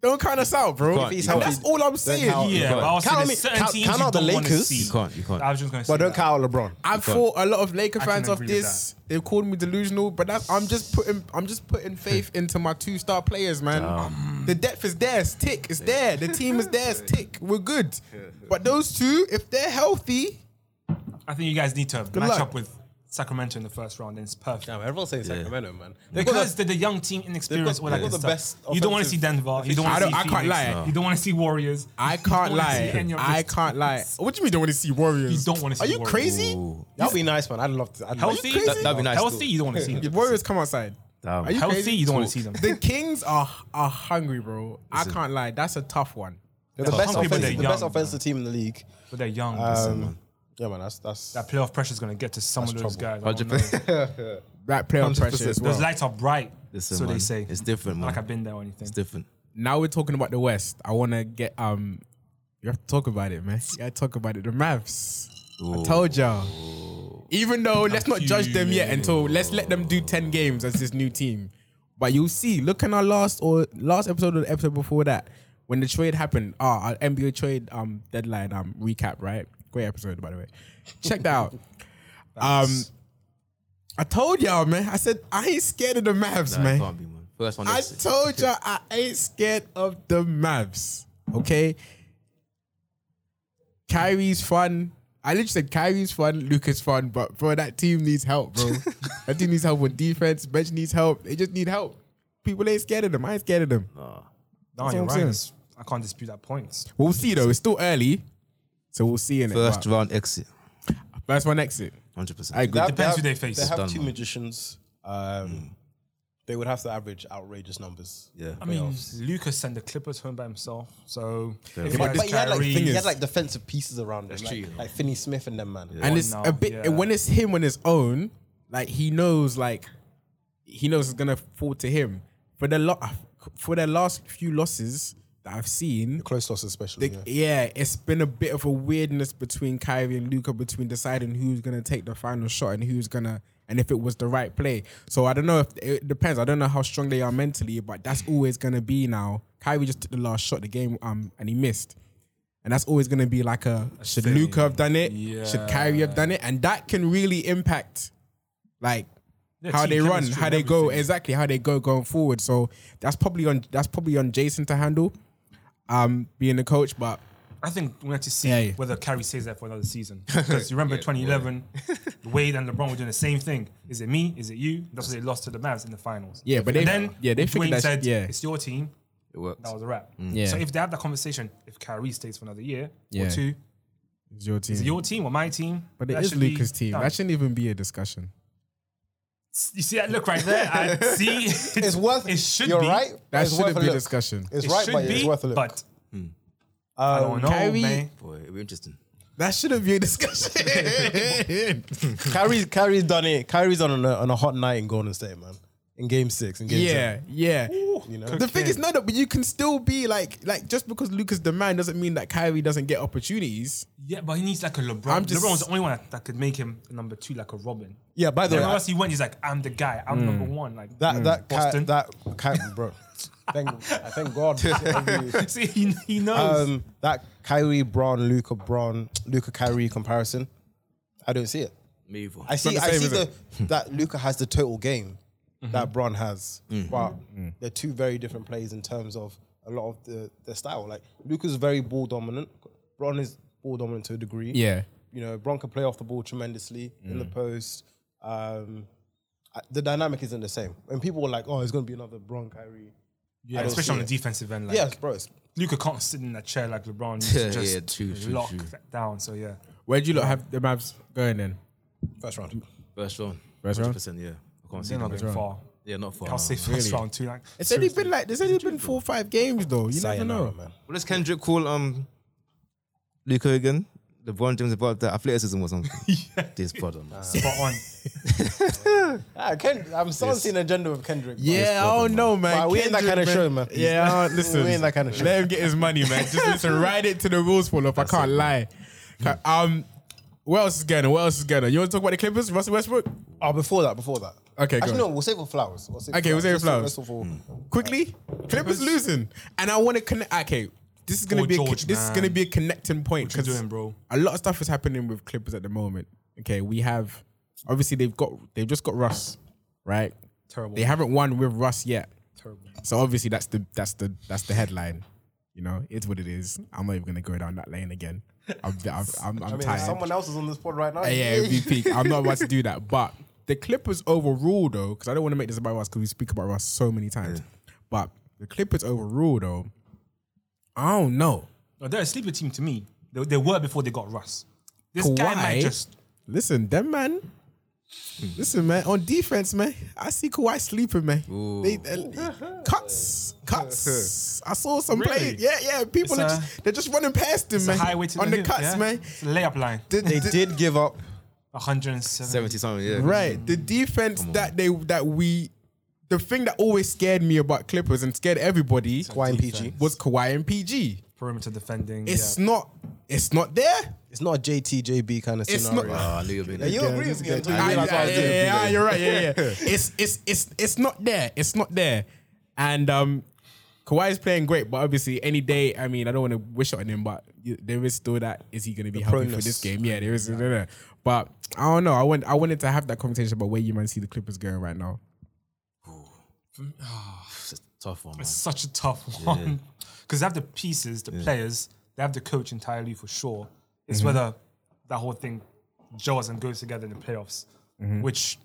[SPEAKER 3] Don't count us out, bro.
[SPEAKER 5] can't, you can't.
[SPEAKER 3] That's all I'm saying.
[SPEAKER 1] how-
[SPEAKER 4] Yeah, but I'll
[SPEAKER 1] Count
[SPEAKER 4] say
[SPEAKER 1] me-
[SPEAKER 4] there's certain
[SPEAKER 1] count-
[SPEAKER 4] teams
[SPEAKER 1] count
[SPEAKER 4] you
[SPEAKER 1] out the
[SPEAKER 4] don't wanna
[SPEAKER 1] Lakers.
[SPEAKER 4] see.
[SPEAKER 5] You can't, you can't.
[SPEAKER 4] I was just gonna say.
[SPEAKER 1] But don't
[SPEAKER 4] that.
[SPEAKER 1] count out LeBron.
[SPEAKER 3] I've fought a lot of Laker
[SPEAKER 4] I can
[SPEAKER 3] fans of
[SPEAKER 4] agree with
[SPEAKER 3] this. They've called me delusional, but that's I'm just putting I'm just putting faith into my two star players, man. The depth is there, it's tick, it's there. The team is there, it's tick. We're good. But those two, if they're healthy,
[SPEAKER 4] I think you guys need to match
[SPEAKER 3] luck.
[SPEAKER 4] up with Sacramento in the first round. Then it's perfect.
[SPEAKER 1] everyone's saying Sacramento, man.
[SPEAKER 4] Because they're the young team, inexperienced,
[SPEAKER 1] got-
[SPEAKER 4] all that
[SPEAKER 1] they've
[SPEAKER 4] good
[SPEAKER 1] got the
[SPEAKER 4] stuff.
[SPEAKER 1] best
[SPEAKER 4] you don't want to
[SPEAKER 1] offensive
[SPEAKER 4] see Denver. You don't
[SPEAKER 3] I
[SPEAKER 4] want to
[SPEAKER 3] don't-
[SPEAKER 4] see.
[SPEAKER 3] I can't
[SPEAKER 4] Phoenix.
[SPEAKER 3] lie. No.
[SPEAKER 4] You don't want to see Warriors.
[SPEAKER 3] I
[SPEAKER 4] You don't
[SPEAKER 3] can't
[SPEAKER 4] wanna see
[SPEAKER 3] lie.
[SPEAKER 4] any of
[SPEAKER 3] I
[SPEAKER 4] those
[SPEAKER 3] can't lie. What do you mean don't want to see Warriors?
[SPEAKER 4] You don't wanna see
[SPEAKER 3] Are you
[SPEAKER 4] Warriors.
[SPEAKER 3] crazy?
[SPEAKER 1] That'd be nice, man. I'd love to. I'd
[SPEAKER 4] Healthy,
[SPEAKER 1] Love to.
[SPEAKER 3] That-
[SPEAKER 5] that'd be nice
[SPEAKER 4] Healthy,
[SPEAKER 5] too.
[SPEAKER 4] you don't want to see
[SPEAKER 3] The
[SPEAKER 4] them.
[SPEAKER 3] Warriors come outside.
[SPEAKER 5] Damn.
[SPEAKER 3] Are you
[SPEAKER 4] Healthy,
[SPEAKER 3] crazy?
[SPEAKER 4] you don't want to see them.
[SPEAKER 3] The Kings are are hungry, bro. I can't lie. That's a tough one.
[SPEAKER 1] They're the best,
[SPEAKER 4] Some people,
[SPEAKER 1] offensive,
[SPEAKER 4] they're
[SPEAKER 1] the best
[SPEAKER 4] young,
[SPEAKER 1] offensive team in the league.
[SPEAKER 4] But they're young.
[SPEAKER 1] Um, yeah, man. That's that's.
[SPEAKER 4] that playoff pressure is going to get to some of those guys. I don't know.
[SPEAKER 5] 100%.
[SPEAKER 3] That playoff pressure
[SPEAKER 5] 100%.
[SPEAKER 3] as well.
[SPEAKER 4] Those lights are bright,
[SPEAKER 5] Listen,
[SPEAKER 4] so they
[SPEAKER 5] man,
[SPEAKER 4] say.
[SPEAKER 5] It's different, man.
[SPEAKER 4] Like I've been there or anything.
[SPEAKER 5] it's different.
[SPEAKER 3] now we're talking about the West. I want to get um, you have to talk about it, man. You got to talk about it. The Mavs. I told y'all. Even though let's not judge them yet until let's let them do ten games as this new team. But you'll see. Look in our last or last episode or the episode before that when the trade happened. Ah, our NBA trade um deadline um recap right. Great episode by the way. Check that out. um. I told y'all, man. I said I ain't scared of the Mavs,
[SPEAKER 5] Nah,
[SPEAKER 3] man.
[SPEAKER 5] it can't be, man. First one.
[SPEAKER 3] Eh? I
[SPEAKER 5] is-
[SPEAKER 3] told you I ain't scared of the Mavs. Okay. Kyrie's fun. I literally said Kyrie's fun, Lucas fun, but bro, that team needs help, bro. that team needs help on defense. Bench needs help. They just need help. People ain't scared of them. I ain't scared of them.
[SPEAKER 4] No,
[SPEAKER 3] That's
[SPEAKER 4] you're
[SPEAKER 3] what
[SPEAKER 4] right.
[SPEAKER 3] I'm
[SPEAKER 4] It's- I can't dispute that point.
[SPEAKER 3] We'll see though. It's still early, so we'll see in it.
[SPEAKER 5] First
[SPEAKER 3] but-
[SPEAKER 5] round exit.
[SPEAKER 3] first one exit.
[SPEAKER 5] 100%.
[SPEAKER 3] I agree.
[SPEAKER 1] They have-
[SPEAKER 4] Depends
[SPEAKER 1] they
[SPEAKER 4] who they
[SPEAKER 1] have-
[SPEAKER 4] face.
[SPEAKER 1] They have
[SPEAKER 5] Done,
[SPEAKER 1] two
[SPEAKER 5] man.
[SPEAKER 1] magicians. Um,
[SPEAKER 4] Hmm.
[SPEAKER 1] They would have to average outrageous numbers.
[SPEAKER 5] Yeah.
[SPEAKER 4] I mean, Lucas sent the Clippers home by himself, so if
[SPEAKER 1] But,
[SPEAKER 4] he
[SPEAKER 1] but
[SPEAKER 4] has
[SPEAKER 1] he, had like,
[SPEAKER 4] Kyrie-
[SPEAKER 1] thing- he had like defensive pieces around him, like,
[SPEAKER 5] true, you know.
[SPEAKER 1] like Finney Smith and them man.
[SPEAKER 3] and it's
[SPEAKER 4] now,
[SPEAKER 3] a bit
[SPEAKER 4] yeah.
[SPEAKER 3] when it's him on his own like he knows like he knows it's gonna fall to him for the lot for their last few losses that i've seen
[SPEAKER 1] Close losses, especially.
[SPEAKER 3] the- yeah. it's been a bit of a weirdness between Kyrie and Luca between deciding who's gonna take the final shot and who's gonna and if it was the right play. So I don't know if it depends. I don't know how strong they are mentally, but that's always gonna be now Kyrie just took the last shot of the game um, and he missed. And that's always going to be like a, should Luca have done it? Should Kyrie have done it? And that can really impact like
[SPEAKER 4] Yeah,
[SPEAKER 3] how
[SPEAKER 4] team
[SPEAKER 3] they run,
[SPEAKER 4] chemistry
[SPEAKER 3] how
[SPEAKER 4] and
[SPEAKER 3] they go,
[SPEAKER 4] everything.
[SPEAKER 3] exactly how they go going forward. So that's probably on that's probably on Jason to handle, um, being the coach. But
[SPEAKER 4] I think we have to see
[SPEAKER 3] Yeah, yeah.
[SPEAKER 4] whether Carrie stays there for another season. Because you remember 2011, Wade and LeBron were doing the same thing. Is it me? Is it you? That's why they lost to the Mavs in the finals.
[SPEAKER 3] Yeah, but
[SPEAKER 4] And
[SPEAKER 3] they-
[SPEAKER 4] then
[SPEAKER 3] yeah, they figured
[SPEAKER 4] Dwayne
[SPEAKER 3] that-
[SPEAKER 4] said,
[SPEAKER 3] yeah.
[SPEAKER 4] it's your team.
[SPEAKER 5] It works.
[SPEAKER 4] That was a wrap.
[SPEAKER 1] Mm.
[SPEAKER 3] Yeah.
[SPEAKER 4] So if they have that conversation, if Kyrie stays for another year
[SPEAKER 3] Yeah.
[SPEAKER 4] or two,
[SPEAKER 3] it's your team.
[SPEAKER 4] is it your team or my team?
[SPEAKER 3] but it
[SPEAKER 4] That
[SPEAKER 3] is
[SPEAKER 4] should be
[SPEAKER 3] Luca's team.
[SPEAKER 4] done.
[SPEAKER 3] That shouldn't even be a discussion.
[SPEAKER 4] you see that look right there? I see.
[SPEAKER 1] It's worth.
[SPEAKER 4] It should
[SPEAKER 1] you're
[SPEAKER 4] be.
[SPEAKER 1] right. but
[SPEAKER 3] That
[SPEAKER 1] it's worth
[SPEAKER 3] shouldn't
[SPEAKER 1] a
[SPEAKER 3] be a
[SPEAKER 1] look.
[SPEAKER 3] discussion.
[SPEAKER 1] It's
[SPEAKER 4] It
[SPEAKER 1] right,
[SPEAKER 4] should
[SPEAKER 1] but
[SPEAKER 4] be.
[SPEAKER 1] it's worth a look.
[SPEAKER 4] But I don't know,
[SPEAKER 3] Kyrie-
[SPEAKER 4] man.
[SPEAKER 5] Boy, it'll be interesting.
[SPEAKER 3] That shouldn't be a discussion.
[SPEAKER 1] Kyrie's Kyrie's done it. Kyrie's on a, on a hot night in Golden State, man. In Game Six, in Game
[SPEAKER 3] yeah,
[SPEAKER 1] Seven,
[SPEAKER 3] yeah.
[SPEAKER 1] you know.
[SPEAKER 3] The thing is, no, no, but you can still be like, like just because Luca's the man doesn't mean that Kyrie doesn't get opportunities.
[SPEAKER 4] Yeah, but he needs like a LeBron.
[SPEAKER 3] I'm just-
[SPEAKER 4] LeBron was the only one that, that could make him a number two, like a Robin.
[SPEAKER 1] yeah. By the way,
[SPEAKER 4] Everywhere else he went, he's like, I'm the guy. I'm number one. Like
[SPEAKER 1] Hmm. that that Ky-
[SPEAKER 4] Hmm. Boston.
[SPEAKER 1] that Kyrie, bro. Thank I thank God. Every-
[SPEAKER 4] See, he, he knows.
[SPEAKER 1] um, that Kyrie Brown, Luca Brown, Luca Kyrie comparison. I don't see it.
[SPEAKER 5] Me either.
[SPEAKER 1] I see.
[SPEAKER 3] the
[SPEAKER 1] I
[SPEAKER 3] same,
[SPEAKER 1] see
[SPEAKER 3] is
[SPEAKER 1] the, that Luca has the total game
[SPEAKER 3] Mm-hmm.
[SPEAKER 1] that Bron has,
[SPEAKER 3] Mm.
[SPEAKER 1] but they're two very different players in terms of a lot of the their style. Like Luca's very ball dominant. Bron is ball dominant to a degree. you know, Bron can play off the ball tremendously in
[SPEAKER 3] Mm.
[SPEAKER 1] the post. Um, I- the dynamic isn't the same. And people were like, "Oh, it's going to be another Bron Kyrie."
[SPEAKER 4] yeah,
[SPEAKER 1] don't see
[SPEAKER 4] especially on the
[SPEAKER 1] it.
[SPEAKER 4] defensive end. Like,
[SPEAKER 1] yes, bro. It's,
[SPEAKER 4] Luca can't sit in that chair like LeBron. needs to
[SPEAKER 5] Yeah,
[SPEAKER 4] just
[SPEAKER 5] yeah, true, true,
[SPEAKER 4] lock
[SPEAKER 5] true.
[SPEAKER 4] that down. So yeah,
[SPEAKER 3] Where do you lot have the Mavs going then?
[SPEAKER 1] first round.
[SPEAKER 5] First round.
[SPEAKER 3] First round?
[SPEAKER 5] percent yeah. I can't see
[SPEAKER 4] they're not
[SPEAKER 5] them.
[SPEAKER 4] going far.
[SPEAKER 5] Yeah, not far.
[SPEAKER 4] I'll say first round too. Like
[SPEAKER 3] It's only been like there's only been four or five games though. You never
[SPEAKER 1] Sayonara,
[SPEAKER 3] know.
[SPEAKER 1] man.
[SPEAKER 5] What does Kendrick call um Luca again? LeBron James about the athleticism or something. This brother, man.
[SPEAKER 4] spot on.
[SPEAKER 1] Ah, Ken, I'm starting seeing an agenda with Kendrick. bro.
[SPEAKER 3] Yeah, I don't know, man.
[SPEAKER 1] Wow, we ain't that
[SPEAKER 3] Kendrick,
[SPEAKER 1] kinda show, man.
[SPEAKER 3] Yeah, I don't- listen,
[SPEAKER 1] We ain't that kinda show.
[SPEAKER 3] Let him get his money, man. Just listen, ride it to the rules fall off. I can't lie. Ca- Um, what else is going on? What else is going on? You want to talk about the Clippers, Russell Westbrook?
[SPEAKER 1] Oh, before that, before that.
[SPEAKER 3] Okay, go
[SPEAKER 1] Actually,
[SPEAKER 3] on.
[SPEAKER 1] no, we'll save it for flowers. We'll save it
[SPEAKER 3] Okay,
[SPEAKER 1] for
[SPEAKER 3] we'll save Hmm. it for
[SPEAKER 1] Let's- let's talk for-
[SPEAKER 3] Quickly, Clippers losing, and I want to connect. Okay, this is gonna
[SPEAKER 4] Poor
[SPEAKER 3] be a, con-
[SPEAKER 4] George,
[SPEAKER 3] this is gonna
[SPEAKER 4] man.
[SPEAKER 3] be a connecting point.
[SPEAKER 4] What you
[SPEAKER 3] 'cause
[SPEAKER 4] doing, bro?
[SPEAKER 3] a lot of stuff is happening with Clippers at the moment. Okay, we have obviously they've got they've just got Russ, right?
[SPEAKER 4] Terrible.
[SPEAKER 3] They haven't won with Russ yet.
[SPEAKER 4] Terrible.
[SPEAKER 3] So obviously that's the that's the that's the headline. You know, it's what it is. I'm not even gonna go down that lane again. I'm I'm, I'm, I'm
[SPEAKER 1] I mean, if
[SPEAKER 3] tired.
[SPEAKER 1] someone else is on this pod right now.
[SPEAKER 3] Uh, Yeah, it would be peak. I'm not about to do that. But the Clippers overrule though, because I don't want to make this about Russ because we speak about Russ so many times. But the Clippers overrule though. I don't know.
[SPEAKER 4] No, they're a sleeper team to me. They, they were before they got Russ. This guy
[SPEAKER 3] Kawhi,
[SPEAKER 4] might just
[SPEAKER 3] listen, them man. Listen, man. On defense, man, I see Kawhi sleeping, man. They, uh, cuts, cuts. I saw some
[SPEAKER 4] Really?
[SPEAKER 3] plays. Yeah, yeah. People
[SPEAKER 4] It's
[SPEAKER 3] are
[SPEAKER 4] a-
[SPEAKER 3] just, they're just running past him, man.
[SPEAKER 4] the highway to
[SPEAKER 3] on the,
[SPEAKER 4] hill,
[SPEAKER 3] cuts,
[SPEAKER 4] yeah?
[SPEAKER 3] man.
[SPEAKER 4] It's a layup line.
[SPEAKER 3] The-
[SPEAKER 1] They
[SPEAKER 3] the-
[SPEAKER 1] did give up.
[SPEAKER 4] 107.
[SPEAKER 5] 70 something, yeah.
[SPEAKER 3] Right. The defense that they that we the thing that always scared me about Clippers and scared everybody
[SPEAKER 1] Kawhi and PG.
[SPEAKER 3] was Kawhi and PG.
[SPEAKER 4] perimeter defending.
[SPEAKER 3] It's
[SPEAKER 4] yeah.
[SPEAKER 3] not it's not there.
[SPEAKER 1] It's not a JTJB kind of
[SPEAKER 3] It's
[SPEAKER 1] scenario.
[SPEAKER 5] Oh, I knew you'd be there.
[SPEAKER 1] you agree with me until you
[SPEAKER 3] I-
[SPEAKER 1] realize what
[SPEAKER 3] yeah,
[SPEAKER 1] I was
[SPEAKER 3] yeah,
[SPEAKER 1] doing.
[SPEAKER 3] yeah, you're right. Yeah, yeah. it's it's it's it's not there. It's not there. And um, Kawhi is playing great, but obviously any day. I mean, I don't want to wish it on him, but you- there is still that. Is he going to be healthy for
[SPEAKER 1] proneness.
[SPEAKER 3] this game? Yeah, there is. no, no. But I don't know. I want I wanted to have that conversation about where you man see the Clippers going right now.
[SPEAKER 5] It's a tough one, man.
[SPEAKER 4] It's such a tough one because they have the pieces, the players, they have the coach entirely for sure. It's
[SPEAKER 3] Mm-hmm.
[SPEAKER 4] whether that whole thing gels and goes together in the playoffs,
[SPEAKER 3] Mm-hmm.
[SPEAKER 4] which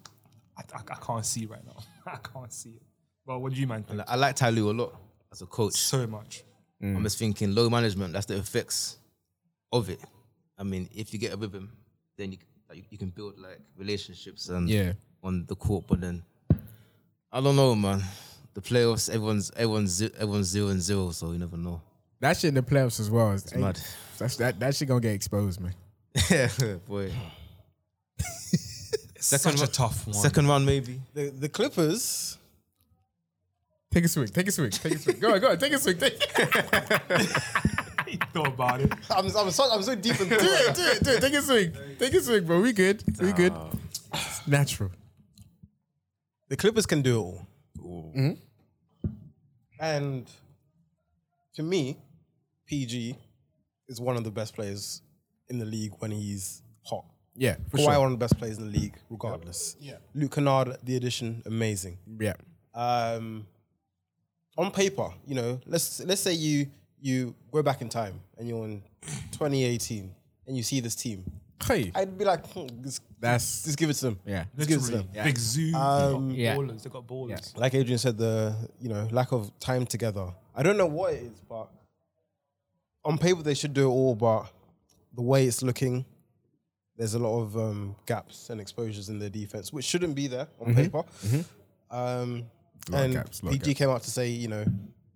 [SPEAKER 4] I, I, I can't see right now. I can't see it. Well, what do you mind?
[SPEAKER 5] Like, I like Tyloo a lot as a coach.
[SPEAKER 4] So much.
[SPEAKER 3] Mm.
[SPEAKER 5] I'm just thinking low management, that's the effects of it. I mean, if you get a rhythm, then you, like, you can build like relationships and
[SPEAKER 3] Yeah.
[SPEAKER 5] on the court, but then I don't know, man. The playoffs, everyone's everyone's ze- everyone's zero and zero, so you never know.
[SPEAKER 3] That shit in the playoffs as well. Is, it's
[SPEAKER 5] mad.
[SPEAKER 3] That's that that shit gonna get exposed, man.
[SPEAKER 5] Boy,
[SPEAKER 4] It's such a tough one.
[SPEAKER 5] second round maybe.
[SPEAKER 1] The, the Clippers.
[SPEAKER 3] Take a swig. Take a swig. Take a swig. go on, go on. Take a swig. Take, do
[SPEAKER 4] I thought about it.
[SPEAKER 1] I'm, I'm, so, I'm so deep in thought.
[SPEAKER 3] it. Do it. Do it. Take a swig. Take a swig, bro. We good. We good. It's natural. Mm-hmm.
[SPEAKER 1] The Clippers can do it all. And to me, PG is one of the best players in the league when he's hot.
[SPEAKER 3] Yeah, for
[SPEAKER 1] Kawhi,
[SPEAKER 3] sure.
[SPEAKER 1] one of the best players in the league, regardless. Yeah. Luke Kennard, the addition, amazing.
[SPEAKER 3] Yeah.
[SPEAKER 1] Um, on paper, you know, let's let's say you you go back in time and you're in 2018 and you see this team,
[SPEAKER 3] Hey,
[SPEAKER 1] I'd be like, hmm, just,
[SPEAKER 3] that's
[SPEAKER 1] just give it to them.
[SPEAKER 3] yeah.
[SPEAKER 1] just give it to them.
[SPEAKER 4] Big zoo.
[SPEAKER 1] Um,
[SPEAKER 4] they
[SPEAKER 3] yeah.
[SPEAKER 4] got ballers. They got ballers.
[SPEAKER 1] Like Adrian said, the you know lack of time together. I don't know what it is, but on paper they should do it all. But the way it's looking, there's a lot of um, gaps and exposures in their defense, which shouldn't be there on paper. Um,
[SPEAKER 3] Mm-hmm. lot of
[SPEAKER 1] and
[SPEAKER 3] gaps, lot of
[SPEAKER 1] PG came out to say, you know,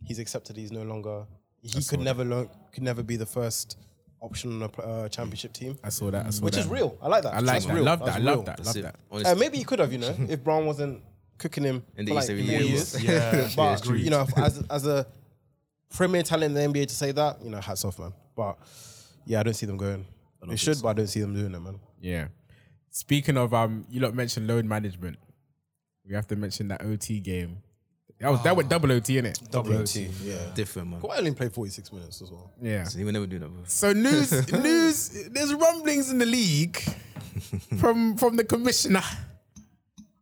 [SPEAKER 1] he's accepted. He's no longer. He could never learn, could never be the first option on a pl- uh, championship team,
[SPEAKER 3] I saw that. I saw
[SPEAKER 1] which
[SPEAKER 3] that.
[SPEAKER 1] is real. I like that.
[SPEAKER 3] I like
[SPEAKER 1] That's
[SPEAKER 3] that.
[SPEAKER 1] real.
[SPEAKER 3] Love that.
[SPEAKER 1] That's
[SPEAKER 3] I love
[SPEAKER 1] real.
[SPEAKER 3] that.
[SPEAKER 5] That's
[SPEAKER 3] Love
[SPEAKER 5] it.
[SPEAKER 3] that. Um,
[SPEAKER 5] Honestly,
[SPEAKER 1] Uh, maybe he could have, you know, if Brown wasn't cooking him
[SPEAKER 5] In the
[SPEAKER 1] for
[SPEAKER 5] East
[SPEAKER 1] like
[SPEAKER 5] every
[SPEAKER 1] four
[SPEAKER 5] year, he
[SPEAKER 1] years.
[SPEAKER 5] was.
[SPEAKER 4] Yeah,
[SPEAKER 1] but
[SPEAKER 4] agreed.
[SPEAKER 1] you know, as as a premier talent in the NBA to say that, you know, hats off, man. But yeah, I don't see them going. They should, but I don't see them doing it, man.
[SPEAKER 3] Yeah. Speaking of um, you lot mentioned load management. We have to mention that OT game. That was that went double OT in it.
[SPEAKER 1] Double OT, yeah.
[SPEAKER 5] different, man.
[SPEAKER 1] Kawhi only played forty six minutes as well.
[SPEAKER 3] Yeah.
[SPEAKER 5] So he would never do that, bro.
[SPEAKER 3] So news, news. There's rumblings in the league from from the commissioner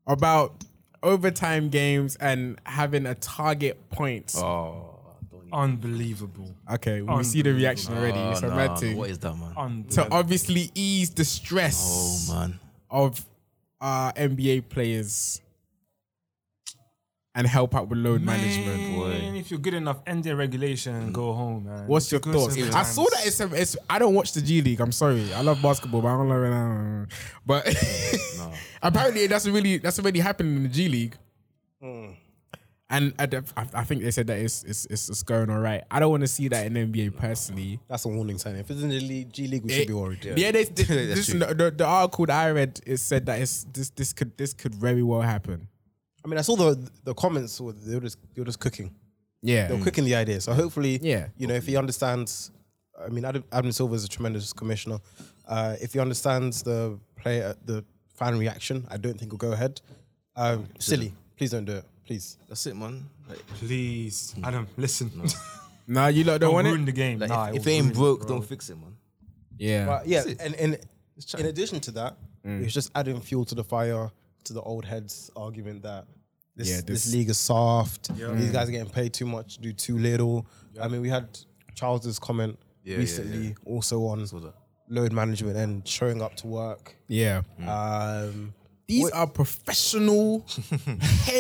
[SPEAKER 3] about overtime games and having a target point.
[SPEAKER 5] Oh.
[SPEAKER 4] Unbelievable.
[SPEAKER 3] okay, we see the reaction already. it's a
[SPEAKER 5] Oh, Nah,
[SPEAKER 3] mad thing.
[SPEAKER 5] what is that, man?
[SPEAKER 3] to
[SPEAKER 4] Unbelievable.
[SPEAKER 3] obviously ease the stress
[SPEAKER 5] Oh man,
[SPEAKER 3] of uh, NBA players and help out with load management.
[SPEAKER 4] Man, if you're good enough, end their regulation and go home, man.
[SPEAKER 3] What's your
[SPEAKER 4] If you're good
[SPEAKER 3] thoughts?
[SPEAKER 4] seven
[SPEAKER 3] I saw
[SPEAKER 4] times-
[SPEAKER 3] that it's, it's I don't watch the G League. I'm sorry. I love basketball, but I don't love it. I don't know. But apparently that's really that's already happening in the G League. And I, def- I I think they said that it's it's, it's, it's going all right. I don't want to see that in the NBA personally.
[SPEAKER 1] That's a warning sign. If it's in the league, G League, we should be worried.
[SPEAKER 3] Yeah, they, they-
[SPEAKER 5] That's
[SPEAKER 3] this,
[SPEAKER 5] true.
[SPEAKER 3] the, the article that I read it said that it's, this this could this could very well happen.
[SPEAKER 1] I mean, I saw the the comments. Were, they were just they were just cooking.
[SPEAKER 3] Yeah,
[SPEAKER 1] They were cooking the idea. So hopefully,
[SPEAKER 3] Yeah.
[SPEAKER 1] you know, if he understands, I mean, Adam, Adam Silver is a tremendous commissioner. Uh, if he understands the player, the fan reaction, I don't think he'll go ahead. Um, silly, please don't do it, please.
[SPEAKER 5] that's it, man. Like,
[SPEAKER 4] Please, Adam, listen.
[SPEAKER 3] Nah, you lot don't
[SPEAKER 4] Don't
[SPEAKER 3] want
[SPEAKER 4] ruin
[SPEAKER 3] it.
[SPEAKER 4] the game.
[SPEAKER 5] like,
[SPEAKER 4] Nah,
[SPEAKER 5] if, if
[SPEAKER 4] will
[SPEAKER 5] it ain't
[SPEAKER 4] ruin
[SPEAKER 5] broke, don't fix it, man.
[SPEAKER 3] Yeah,
[SPEAKER 1] But Uh, yeah, and, and in addition to that, it's just adding fuel to the fire to the old heads argument that this,
[SPEAKER 3] Yeah,
[SPEAKER 1] this,
[SPEAKER 3] this-
[SPEAKER 1] league is soft. These guys are getting paid too much, do too little. I mean, we had Charles's comment
[SPEAKER 5] Yeah, yeah,
[SPEAKER 1] recently
[SPEAKER 5] yeah.
[SPEAKER 1] also on
[SPEAKER 5] that.
[SPEAKER 1] load management and showing up to work.
[SPEAKER 3] yeah.
[SPEAKER 1] Um,
[SPEAKER 3] These are professional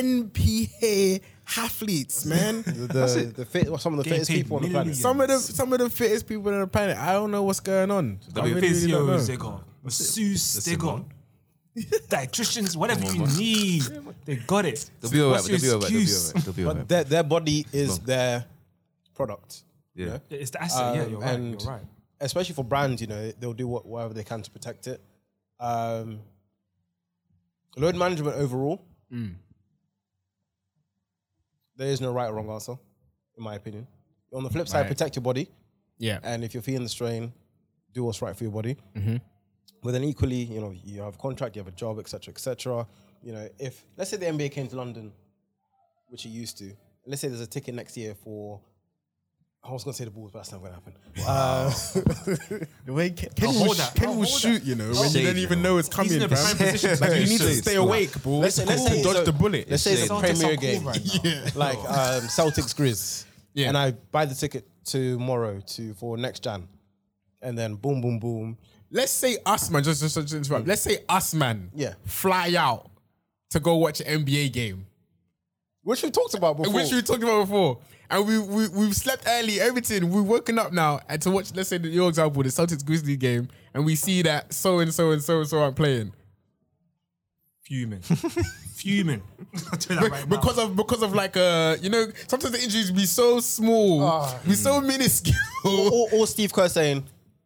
[SPEAKER 3] NPA athletes, man.
[SPEAKER 1] the, the, the fit, well, some of the
[SPEAKER 4] Getting
[SPEAKER 1] fittest
[SPEAKER 4] paid
[SPEAKER 1] people on the planet.
[SPEAKER 4] millions.
[SPEAKER 3] Some of the some of the fittest people on the planet. I don't know what's going on. I
[SPEAKER 4] Got
[SPEAKER 3] really, really don't know.
[SPEAKER 4] physios, they got masseuse, they got dietitians, whatever you need, they got it.
[SPEAKER 5] They'll be alright.
[SPEAKER 4] What's your
[SPEAKER 5] They'll be alright. They'll be
[SPEAKER 4] excuse?
[SPEAKER 5] alright. They'll be
[SPEAKER 1] But
[SPEAKER 5] alright.
[SPEAKER 1] their, their body is their product. Um,
[SPEAKER 5] Yeah.
[SPEAKER 4] It's the asset. yeah, you're right.
[SPEAKER 1] and-
[SPEAKER 4] You're right.
[SPEAKER 1] especially for brands, you know, they'll do what, whatever they can to protect it. Um, load management overall,
[SPEAKER 4] Mm.
[SPEAKER 1] there is no right or wrong answer, in my opinion. On the flip side,
[SPEAKER 3] Right.
[SPEAKER 1] protect your body,
[SPEAKER 3] Yeah,
[SPEAKER 1] and if you're feeling the strain, do what's right for your body.
[SPEAKER 3] Mm-hmm.
[SPEAKER 1] But then equally, you know, you have a contract, you have a job, etc., etc. You know, if let's say the NBA came to London, which it used to, let's say there's a ticket next year for. I was gonna say the Bulls, but that's not gonna happen.
[SPEAKER 3] the way Ken, Ken
[SPEAKER 4] I'll
[SPEAKER 3] will,
[SPEAKER 4] hold
[SPEAKER 3] sh-
[SPEAKER 4] that.
[SPEAKER 3] Ken
[SPEAKER 4] I'll
[SPEAKER 3] will
[SPEAKER 4] hold
[SPEAKER 3] shoot, you know, when you
[SPEAKER 5] Shady,
[SPEAKER 3] don't even
[SPEAKER 5] bro.
[SPEAKER 3] know it's coming.
[SPEAKER 4] in a
[SPEAKER 3] bro.
[SPEAKER 4] prime position to
[SPEAKER 3] like, you
[SPEAKER 4] be
[SPEAKER 3] need to
[SPEAKER 5] shady.
[SPEAKER 3] stay awake, bro.
[SPEAKER 1] Let's say- let's
[SPEAKER 3] cool.
[SPEAKER 1] say-
[SPEAKER 3] dodge
[SPEAKER 1] so-
[SPEAKER 3] the bullet.
[SPEAKER 1] Let's say it's a
[SPEAKER 4] Celtics are
[SPEAKER 1] premier
[SPEAKER 4] cool
[SPEAKER 1] game,
[SPEAKER 4] right now.
[SPEAKER 1] like um, Celtics Grizz,
[SPEAKER 3] Yeah.
[SPEAKER 1] and I buy the ticket tomorrow to for next Jan, and then boom, boom, boom.
[SPEAKER 3] Let's say us, man. Just, just, just to interrupt. Let's say us, man.
[SPEAKER 1] Mm. Yeah.
[SPEAKER 3] Fly out to go watch an NBA game,
[SPEAKER 1] Which we talked about before.
[SPEAKER 3] which we talked about before, and we, we we've slept early, everything. We've woken up now, and to watch. Let's say the- your example, the Celtics Grizzly game, and we see that so and so and so and so aren't playing
[SPEAKER 4] Fuming. Fuming. I'll do that right now.
[SPEAKER 3] because of because of like uh you know sometimes the injuries be so small,
[SPEAKER 1] Ah.
[SPEAKER 3] be so
[SPEAKER 1] Mm.
[SPEAKER 3] minuscule.
[SPEAKER 1] or, or Steve Kerr saying,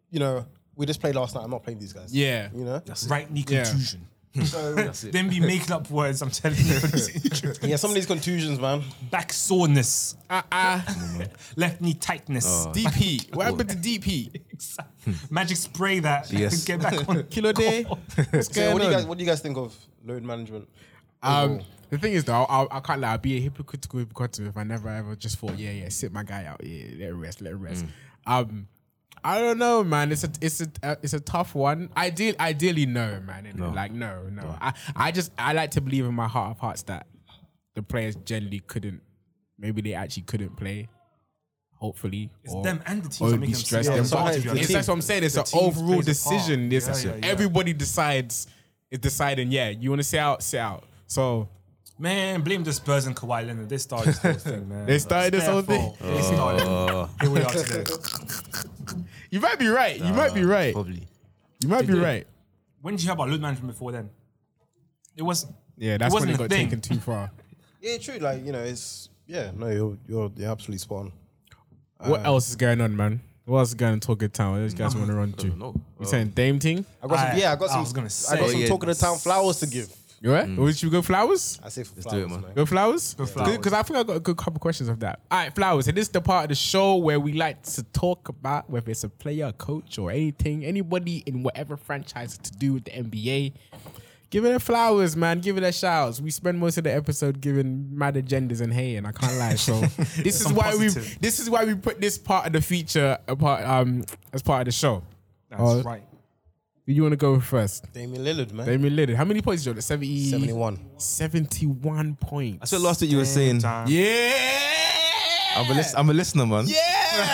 [SPEAKER 1] you know, we just played last night. I'm not playing these guys.
[SPEAKER 3] Yeah.
[SPEAKER 1] you know.
[SPEAKER 4] right knee
[SPEAKER 3] Yeah.
[SPEAKER 4] contusion.
[SPEAKER 5] it.
[SPEAKER 4] then be making up words, I'm telling you.
[SPEAKER 1] Yeah, some of these contusions, man.
[SPEAKER 4] Back soreness,
[SPEAKER 3] Uh, uh,
[SPEAKER 4] left knee tightness.
[SPEAKER 3] deep heat. What happened to deep heat?
[SPEAKER 4] Magic spray that.
[SPEAKER 5] Hmm. Yes.
[SPEAKER 4] Get back on.
[SPEAKER 3] Kilo day. What's
[SPEAKER 1] So
[SPEAKER 3] going
[SPEAKER 1] what do you
[SPEAKER 3] on?
[SPEAKER 1] guys? What do you guys think of load management?
[SPEAKER 3] Um, The thing is, though, I, I can't lie. I'd be a hypocritical hypocrite if I never ever just thought, yeah, yeah, sit my guy out, yeah, let him rest, let him rest. Um, I don't know, man. It's a it's a uh, it's a tough one. Ideally, ideally, no, man. innit? Like, no, no. I I just I like to believe in my heart of hearts that the players generally couldn't. Maybe they actually couldn't play. Hopefully,
[SPEAKER 4] It's
[SPEAKER 3] or-
[SPEAKER 4] them and the teams
[SPEAKER 3] or
[SPEAKER 4] that
[SPEAKER 3] it'd
[SPEAKER 4] make
[SPEAKER 3] be
[SPEAKER 4] them
[SPEAKER 3] stressed.
[SPEAKER 4] sick.
[SPEAKER 1] Yeah,
[SPEAKER 3] them
[SPEAKER 1] it's the
[SPEAKER 3] out.
[SPEAKER 1] whole-
[SPEAKER 3] It's,
[SPEAKER 1] the team-
[SPEAKER 3] that's what I'm saying. It's
[SPEAKER 4] the
[SPEAKER 3] an
[SPEAKER 4] team
[SPEAKER 3] overall
[SPEAKER 4] plays a part.
[SPEAKER 3] decision. This
[SPEAKER 4] Yeah, yeah, yeah.
[SPEAKER 3] everybody decides. If deciding, yeah, you want to sit out, sit out. So
[SPEAKER 4] Man, blame the Spurs and Kawhi Leonard. They started this whole thing, man.
[SPEAKER 3] They started
[SPEAKER 4] It's
[SPEAKER 3] this whole
[SPEAKER 4] their
[SPEAKER 3] thing?
[SPEAKER 4] fault. They started.
[SPEAKER 5] Oh.
[SPEAKER 4] it. Here we are today.
[SPEAKER 3] you might be right. You might be right.
[SPEAKER 5] Probably.
[SPEAKER 3] You might be right.
[SPEAKER 4] When did you hear about load management before then? It was.
[SPEAKER 3] Yeah, that's when
[SPEAKER 4] wasn't
[SPEAKER 3] it
[SPEAKER 4] a
[SPEAKER 3] got
[SPEAKER 4] thing.
[SPEAKER 3] taken too far.
[SPEAKER 1] Yeah, true. Like you know, it's yeah. No, you're you're, you're absolutely spot on.
[SPEAKER 3] what else is going on, man? What else is going on in Talking Town? What do you guys want to run to? You saying Dame Ting?
[SPEAKER 1] I got
[SPEAKER 4] I-
[SPEAKER 1] some, yeah, I got
[SPEAKER 4] I
[SPEAKER 1] some.
[SPEAKER 4] was gonna
[SPEAKER 1] I got
[SPEAKER 4] say.
[SPEAKER 1] some
[SPEAKER 5] Yeah,
[SPEAKER 1] talking to town flowers to give.
[SPEAKER 3] You all right? Or should we go flowers?
[SPEAKER 1] I say for
[SPEAKER 5] do it,
[SPEAKER 1] flowers,
[SPEAKER 5] man.
[SPEAKER 1] man.
[SPEAKER 3] Go flowers? Go
[SPEAKER 4] flowers.
[SPEAKER 3] Because I think I got a good couple questions of that. All right, flowers. And this is the part of the show where we like to talk about whether it's a player, a coach, or anything, anybody in whatever franchise to do with the NBA. Give it a flowers, man. Give it a shouts. We spend most of the episode giving mad agendas and hey, and I can't lie. So this is
[SPEAKER 4] Some
[SPEAKER 3] why we
[SPEAKER 4] positive.
[SPEAKER 3] this is why we put this part of the feature apart um as part of the show.
[SPEAKER 4] That's
[SPEAKER 3] Oh.
[SPEAKER 4] right.
[SPEAKER 3] Who You want to go first?
[SPEAKER 1] Damian Lillard, man.
[SPEAKER 3] Damian Lillard. How many points did you have? 70,
[SPEAKER 1] 71.
[SPEAKER 3] 71 points.
[SPEAKER 5] I said last week you were saying,
[SPEAKER 4] Damn.
[SPEAKER 3] Yeah.
[SPEAKER 5] I'm a, lis- I'm a listener, man.
[SPEAKER 3] Yeah.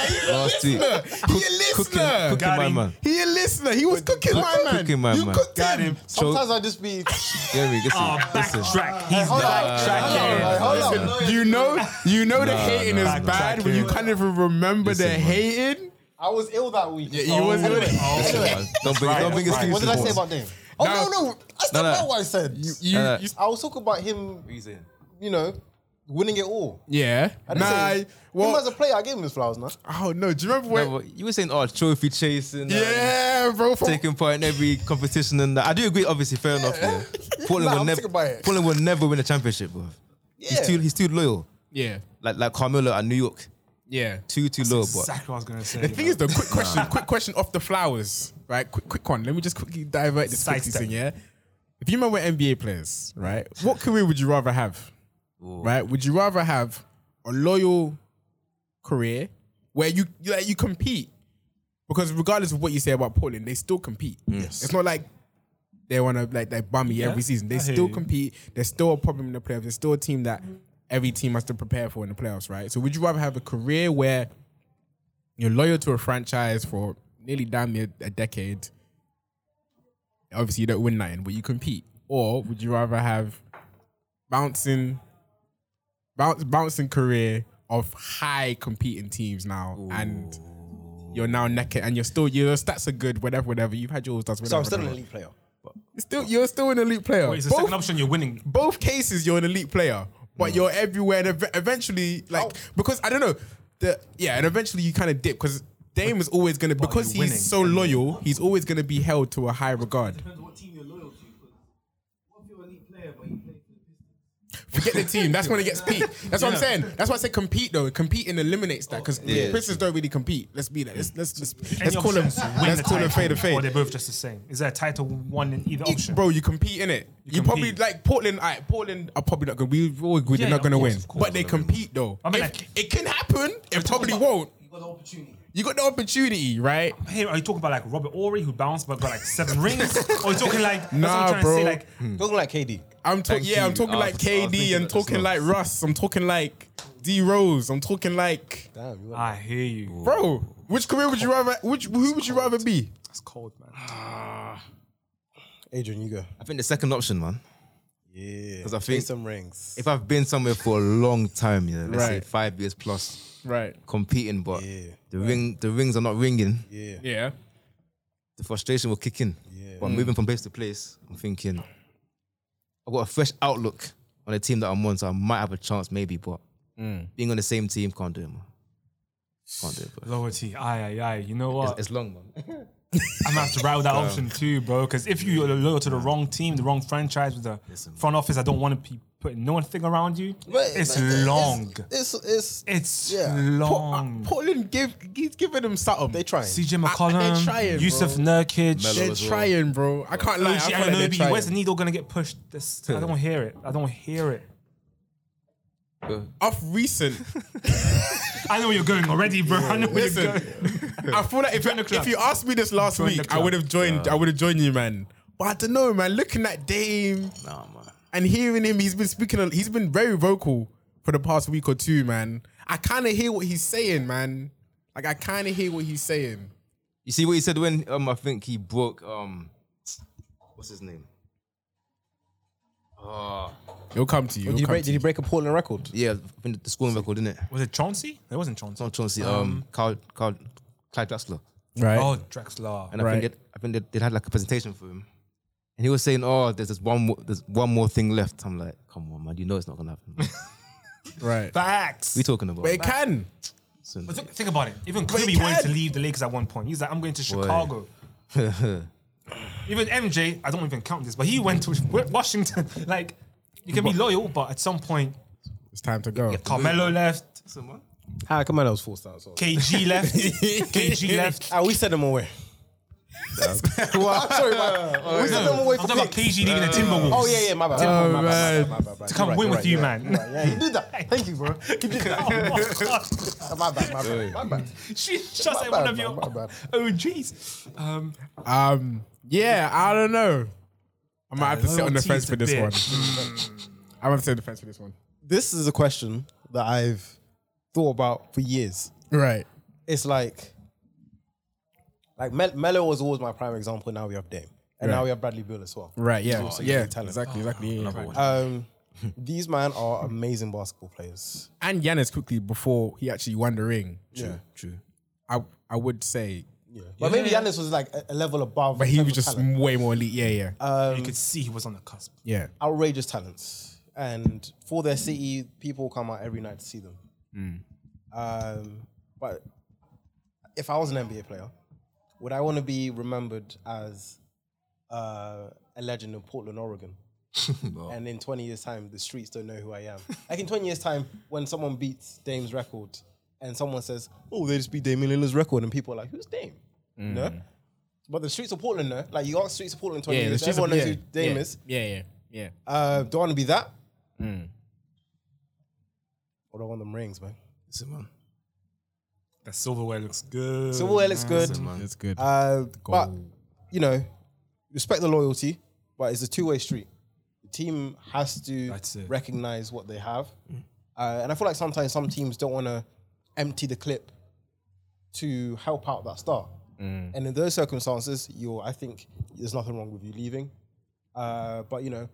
[SPEAKER 3] He a
[SPEAKER 5] Last week.
[SPEAKER 3] listener. He a
[SPEAKER 5] Cooking,
[SPEAKER 3] listener.
[SPEAKER 5] cooking my
[SPEAKER 4] Gary.
[SPEAKER 5] man.
[SPEAKER 3] He a listener. He was cooking my man.
[SPEAKER 5] Cooking my
[SPEAKER 3] you
[SPEAKER 5] man.
[SPEAKER 3] cooked
[SPEAKER 1] Got
[SPEAKER 3] him.
[SPEAKER 1] him. Sometimes I just be.
[SPEAKER 5] Gary, listen.
[SPEAKER 4] Oh,
[SPEAKER 5] listen.
[SPEAKER 4] backtrack. He's
[SPEAKER 1] Hold on,
[SPEAKER 4] backtracking.
[SPEAKER 1] hold on, hold on.
[SPEAKER 3] You know, you know the
[SPEAKER 5] Nah,
[SPEAKER 3] hating
[SPEAKER 5] nah,
[SPEAKER 3] is
[SPEAKER 5] nah.
[SPEAKER 3] bad when you can't even remember
[SPEAKER 5] Listen,
[SPEAKER 3] the
[SPEAKER 5] man.
[SPEAKER 3] hating.
[SPEAKER 1] I was ill that week.
[SPEAKER 3] Yeah, you was ill.
[SPEAKER 1] Anyway,
[SPEAKER 5] Listen, man. Don't bring, don't bring excuses.
[SPEAKER 1] What did I say about Dame? Oh
[SPEAKER 3] Now-
[SPEAKER 1] no, no, I still
[SPEAKER 5] No, no.
[SPEAKER 1] know what I said.
[SPEAKER 3] You,
[SPEAKER 5] Nah, nah.
[SPEAKER 3] you,
[SPEAKER 1] I was talking about him, you know, winning it all.
[SPEAKER 3] yeah.
[SPEAKER 1] I didn't
[SPEAKER 3] Nah.
[SPEAKER 1] say, him as
[SPEAKER 3] Well,
[SPEAKER 1] a player, I gave him his flowers. Now
[SPEAKER 3] oh no. Do you remember
[SPEAKER 5] No,
[SPEAKER 3] when?
[SPEAKER 5] but you were saying, oh, trophy chasing. uh,
[SPEAKER 3] Yeah, bro. From,
[SPEAKER 5] Taking part in every competition and that. I do agree, obviously, fair enough. Yeah. Portland,
[SPEAKER 1] Nah,
[SPEAKER 5] will
[SPEAKER 1] I'm
[SPEAKER 5] never,
[SPEAKER 1] thinking about it.
[SPEAKER 5] Portland will never win a championship, bro.
[SPEAKER 1] Yeah.
[SPEAKER 5] He's, too, he's too loyal.
[SPEAKER 3] yeah.
[SPEAKER 5] Like like Carmelo at New York.
[SPEAKER 3] Yeah.
[SPEAKER 5] Too, too loyal, but
[SPEAKER 4] Exactly what I was gonna say.
[SPEAKER 3] The
[SPEAKER 4] you
[SPEAKER 3] thing
[SPEAKER 4] know.
[SPEAKER 3] is, the quick question, quick question off the flowers, right? Quick, quick one. Let me just quickly divert this quickly
[SPEAKER 4] Sidestep.
[SPEAKER 3] thing, yeah. If you remember NBA players, right? What career would you rather have, right? Would you rather have a loyal career where you like, you compete? Because regardless of what you say about Portland, they still compete. Yes. It's not like they want to like they bummy every season. They
[SPEAKER 4] I hear
[SPEAKER 3] still
[SPEAKER 4] you.
[SPEAKER 3] compete. There's still a problem in the playoffs. There's still a team that every team has to prepare for in the playoffs, right? So would you rather have a career where you're loyal to a franchise for nearly damn near a decade? Obviously, you don't win nothing, but you compete. Or would you rather have bouncing, bounce, bouncing career of high competing teams now, and you're now naked, and you're still your stats are good, whatever, whatever. You've had yours, that's whatever.
[SPEAKER 1] so I'm still an
[SPEAKER 3] whatever.
[SPEAKER 1] elite player.
[SPEAKER 3] Still, you're still an elite player.
[SPEAKER 4] Wait, it's the second
[SPEAKER 3] both,
[SPEAKER 4] option. You're winning.
[SPEAKER 3] both cases, you're an elite player, but you're everywhere. And ev- eventually, like
[SPEAKER 1] Oh.
[SPEAKER 3] because I don't know, the yeah, and eventually you kind of dip because Dame is always gonna because
[SPEAKER 4] you're winning.
[SPEAKER 3] he's so loyal, he's always gonna be held to a high regard.
[SPEAKER 2] depends on what team you're loyal to. 'cause What if you're a elite player but you play for the Pistons?
[SPEAKER 3] Forget the team. That's when it gets peaked. That's what I'm saying. That's why I say compete though. Compete and eliminates that because Pistons don't really compete. Let's be that. Let's let's let's, let's
[SPEAKER 4] Any
[SPEAKER 3] call
[SPEAKER 4] option
[SPEAKER 3] them.
[SPEAKER 4] is to win
[SPEAKER 3] Let's
[SPEAKER 4] the
[SPEAKER 3] call them
[SPEAKER 4] title,
[SPEAKER 3] fade to
[SPEAKER 4] Or
[SPEAKER 3] fade.
[SPEAKER 4] they're both just the same. Is there a title one in either option?
[SPEAKER 3] Bro, you compete in it. You,
[SPEAKER 4] compete.
[SPEAKER 3] probably like Portland. All right, Portland are probably not going. to We all agree they're
[SPEAKER 4] Yeah,
[SPEAKER 3] not going to
[SPEAKER 4] of course,
[SPEAKER 3] win,
[SPEAKER 4] of course.
[SPEAKER 3] but they compete though.
[SPEAKER 4] I mean,
[SPEAKER 3] If-
[SPEAKER 4] like-
[SPEAKER 3] it can happen. It probably won't.
[SPEAKER 2] You got the opportunity.
[SPEAKER 3] You got the opportunity, right?
[SPEAKER 4] Hey, are you talking about like Robert Ory who bounced but got like seven rings? Or are you talking like that's what I'm
[SPEAKER 3] Nah,
[SPEAKER 4] trying to
[SPEAKER 3] bro.
[SPEAKER 4] Say, like
[SPEAKER 1] Talking like KD.
[SPEAKER 3] I'm talking.
[SPEAKER 5] Thank
[SPEAKER 3] Yeah, I'm
[SPEAKER 5] you.
[SPEAKER 3] talking
[SPEAKER 5] I
[SPEAKER 3] like
[SPEAKER 5] was- I was
[SPEAKER 3] KD.
[SPEAKER 5] thinking
[SPEAKER 3] I'm
[SPEAKER 5] that as
[SPEAKER 3] talking
[SPEAKER 5] well.
[SPEAKER 3] like Russ. I'm talking like D Rose. I'm talking like
[SPEAKER 1] Damn, you went
[SPEAKER 4] I hear you.
[SPEAKER 3] bro. Which career would you rather? Which who would you rather be?
[SPEAKER 4] That's cold, man.
[SPEAKER 1] Adrian, you go.
[SPEAKER 5] I think the second option, man.
[SPEAKER 1] Yeah, because
[SPEAKER 5] I think-
[SPEAKER 1] some rings.
[SPEAKER 5] If I've been somewhere for a long time, yeah, let's say
[SPEAKER 3] Right.
[SPEAKER 5] five years plus,
[SPEAKER 3] Right.
[SPEAKER 5] competing, but
[SPEAKER 1] Yeah,
[SPEAKER 5] the ring the rings are not ringing.
[SPEAKER 1] yeah,
[SPEAKER 3] Yeah.
[SPEAKER 5] the frustration will kick in.
[SPEAKER 1] Yeah.
[SPEAKER 5] But moving from place to place, I'm thinking, I've got a fresh outlook on the team that I'm on, so I might have a chance maybe, but
[SPEAKER 3] Mm.
[SPEAKER 5] being on the same team can't do it, man. Can't do it, bro.
[SPEAKER 4] Lower T. Aye, aye, aye. You know what?
[SPEAKER 5] It's, it's long, man.
[SPEAKER 4] I'm gonna have to rattle that option too, bro. Because if you're loyal to the wrong team, the wrong franchise, with the front office, I don't want to be putting no one thing around you. it's long.
[SPEAKER 1] It's it's,
[SPEAKER 4] It's
[SPEAKER 1] yeah.
[SPEAKER 4] long.
[SPEAKER 6] Portland give he's giving them something.
[SPEAKER 1] they trying.
[SPEAKER 4] CJ
[SPEAKER 6] uh, I-
[SPEAKER 4] McCollum,
[SPEAKER 6] they're trying,
[SPEAKER 4] Yusuf
[SPEAKER 6] bro.
[SPEAKER 4] Nurkic,
[SPEAKER 6] They're
[SPEAKER 7] as well.
[SPEAKER 6] trying, bro. I can't lie. I
[SPEAKER 4] Uchi
[SPEAKER 6] feel like they're
[SPEAKER 4] Anunoby.
[SPEAKER 6] trying.
[SPEAKER 4] Where's the needle gonna get pushed? This I don't hear it. I don't hear it.
[SPEAKER 6] Off recent,
[SPEAKER 4] I know where you're going already, bro. I know where
[SPEAKER 6] listen.
[SPEAKER 4] you're going.
[SPEAKER 6] I feel like if,
[SPEAKER 4] club.
[SPEAKER 6] if you asked me this last
[SPEAKER 4] Join the
[SPEAKER 6] week, I
[SPEAKER 4] club.
[SPEAKER 6] would have joined. I would have joined you, man. But I don't know, man. Looking at Dame
[SPEAKER 7] Nah, man.
[SPEAKER 6] and hearing him, he's been speaking. a- He's been very vocal for the past week or two, man. I kind of hear what he's saying, man. Like I kind of hear what he's saying.
[SPEAKER 5] You see what he said when um I think he broke um what's his name?
[SPEAKER 6] He'll come to you.
[SPEAKER 1] Did
[SPEAKER 6] he'll
[SPEAKER 1] he,
[SPEAKER 6] come
[SPEAKER 1] break,
[SPEAKER 6] to
[SPEAKER 1] did he break a Portland record?
[SPEAKER 5] Yeah, I think the scoring record, didn't it?
[SPEAKER 4] Was it Chauncey? It wasn't Chauncey.
[SPEAKER 5] Not Chauncey, um Carl Carl Clyde Drexler.
[SPEAKER 6] you. right.
[SPEAKER 4] Oh, Drexler.
[SPEAKER 5] And I
[SPEAKER 6] Right.
[SPEAKER 5] think they, I think they, they had like a presentation for him. And he was saying, Oh, there's this one more there's one more thing left. I'm like, come on, man, you know it's not gonna happen. what
[SPEAKER 6] right.
[SPEAKER 4] Facts.
[SPEAKER 5] you talking about?
[SPEAKER 6] But it can.
[SPEAKER 5] Soon.
[SPEAKER 4] But think- think about it. Even
[SPEAKER 6] But he
[SPEAKER 4] Kobe wanted
[SPEAKER 6] can.
[SPEAKER 4] to leave the Lakers at one point. He's like, I'm going to Chicago. even MJ, I don't even count this, but he went to Washington. like, you can be loyal, but at some point,
[SPEAKER 6] It's time to go.
[SPEAKER 4] Carmelo left,
[SPEAKER 1] Ah, come on, that was four stars. So.
[SPEAKER 4] KG left, KG left.
[SPEAKER 1] Ah, we sent them away. well, I'm sorry, man. We sent them away
[SPEAKER 4] I'm
[SPEAKER 1] for
[SPEAKER 4] talking about
[SPEAKER 1] picks.
[SPEAKER 4] KG leaving the Timberwolves.
[SPEAKER 1] Oh yeah, yeah, my bad. Timberwolves, my
[SPEAKER 6] Uh,
[SPEAKER 1] bad, my bad, my bad, my bad.
[SPEAKER 4] To come
[SPEAKER 1] You're
[SPEAKER 4] win
[SPEAKER 1] you're
[SPEAKER 4] with you,
[SPEAKER 1] you're
[SPEAKER 4] man.
[SPEAKER 1] You're right. Yeah, he did that. Thank you, bro. He did that.
[SPEAKER 4] Oh,
[SPEAKER 1] My bad, my bad, my bad.
[SPEAKER 4] she just
[SPEAKER 1] bad,
[SPEAKER 4] like one of
[SPEAKER 1] man,
[SPEAKER 4] your
[SPEAKER 1] my bad.
[SPEAKER 4] OGs. Um,
[SPEAKER 6] Um, yeah, I don't know. I might have to sit on the
[SPEAKER 4] loyalty
[SPEAKER 6] fence
[SPEAKER 4] is
[SPEAKER 6] for
[SPEAKER 4] a
[SPEAKER 6] this
[SPEAKER 4] bitch.
[SPEAKER 6] one. I'm gonna sit on the fence for this one.
[SPEAKER 1] This is a question that I've thought about for years.
[SPEAKER 6] Right.
[SPEAKER 1] It's like, like Mel- Melo was always my prime example. Now we have Dame, and now we have Bradley Beal as well.
[SPEAKER 6] Right. Yeah. yeah.
[SPEAKER 1] talent.
[SPEAKER 6] Exactly. Exactly. yeah.
[SPEAKER 1] Um, these man are amazing basketball players.
[SPEAKER 6] And Giannis quickly before he actually won the ring.
[SPEAKER 1] Yeah.
[SPEAKER 5] True.
[SPEAKER 6] I I would say,
[SPEAKER 1] But maybe Giannis was like a, a level above.
[SPEAKER 6] but
[SPEAKER 1] in
[SPEAKER 6] he
[SPEAKER 1] terms
[SPEAKER 6] was
[SPEAKER 1] of
[SPEAKER 6] just
[SPEAKER 1] talent. Uh,
[SPEAKER 6] way more elite. Yeah. Yeah.
[SPEAKER 4] you could see he was on the cusp.
[SPEAKER 6] yeah.
[SPEAKER 1] outrageous talents, and for their city, people come out every night to see them. Um, but if I was an NBA player, would I want to be remembered as uh, a legend in Portland, Oregon? And in 20 years' time, the streets don't know who I am. Like in 20 years' time, when someone beats Dame's record and someone says, oh, they just beat Dame Lillard's record, and people are like, who's Dame? No? But the streets of Portland, no? Like you ask Mm. the streets of Portland in 20 years, everyone knows who Dame is.
[SPEAKER 6] Yeah. Yeah. Yeah.
[SPEAKER 1] Uh, do I want to be that? Or do I want them rings, man?
[SPEAKER 5] Listen, man.
[SPEAKER 4] That silverware looks good.
[SPEAKER 1] So, well, it looks good.
[SPEAKER 6] That's good.
[SPEAKER 1] Uh, but, you know, respect the loyalty, but it's a two way street. The team has to
[SPEAKER 4] That's it.
[SPEAKER 1] recognize what they have.
[SPEAKER 6] Mm.
[SPEAKER 1] Uh, and I feel like sometimes some teams don't want to empty the clip to help out that star.
[SPEAKER 6] Mm.
[SPEAKER 1] And in those circumstances, you're, I think there's nothing wrong with you leaving. Uh, but, you know,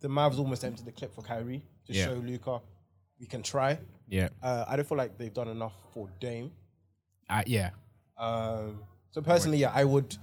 [SPEAKER 1] the Mavs almost emptied the clip for Kyrie to
[SPEAKER 6] Yeah.
[SPEAKER 1] show Luca we can try.
[SPEAKER 6] yeah.
[SPEAKER 1] Uh, I don't feel like they've done enough for Dame.
[SPEAKER 6] Uh, yeah.
[SPEAKER 1] Um, so personally, yeah, I would.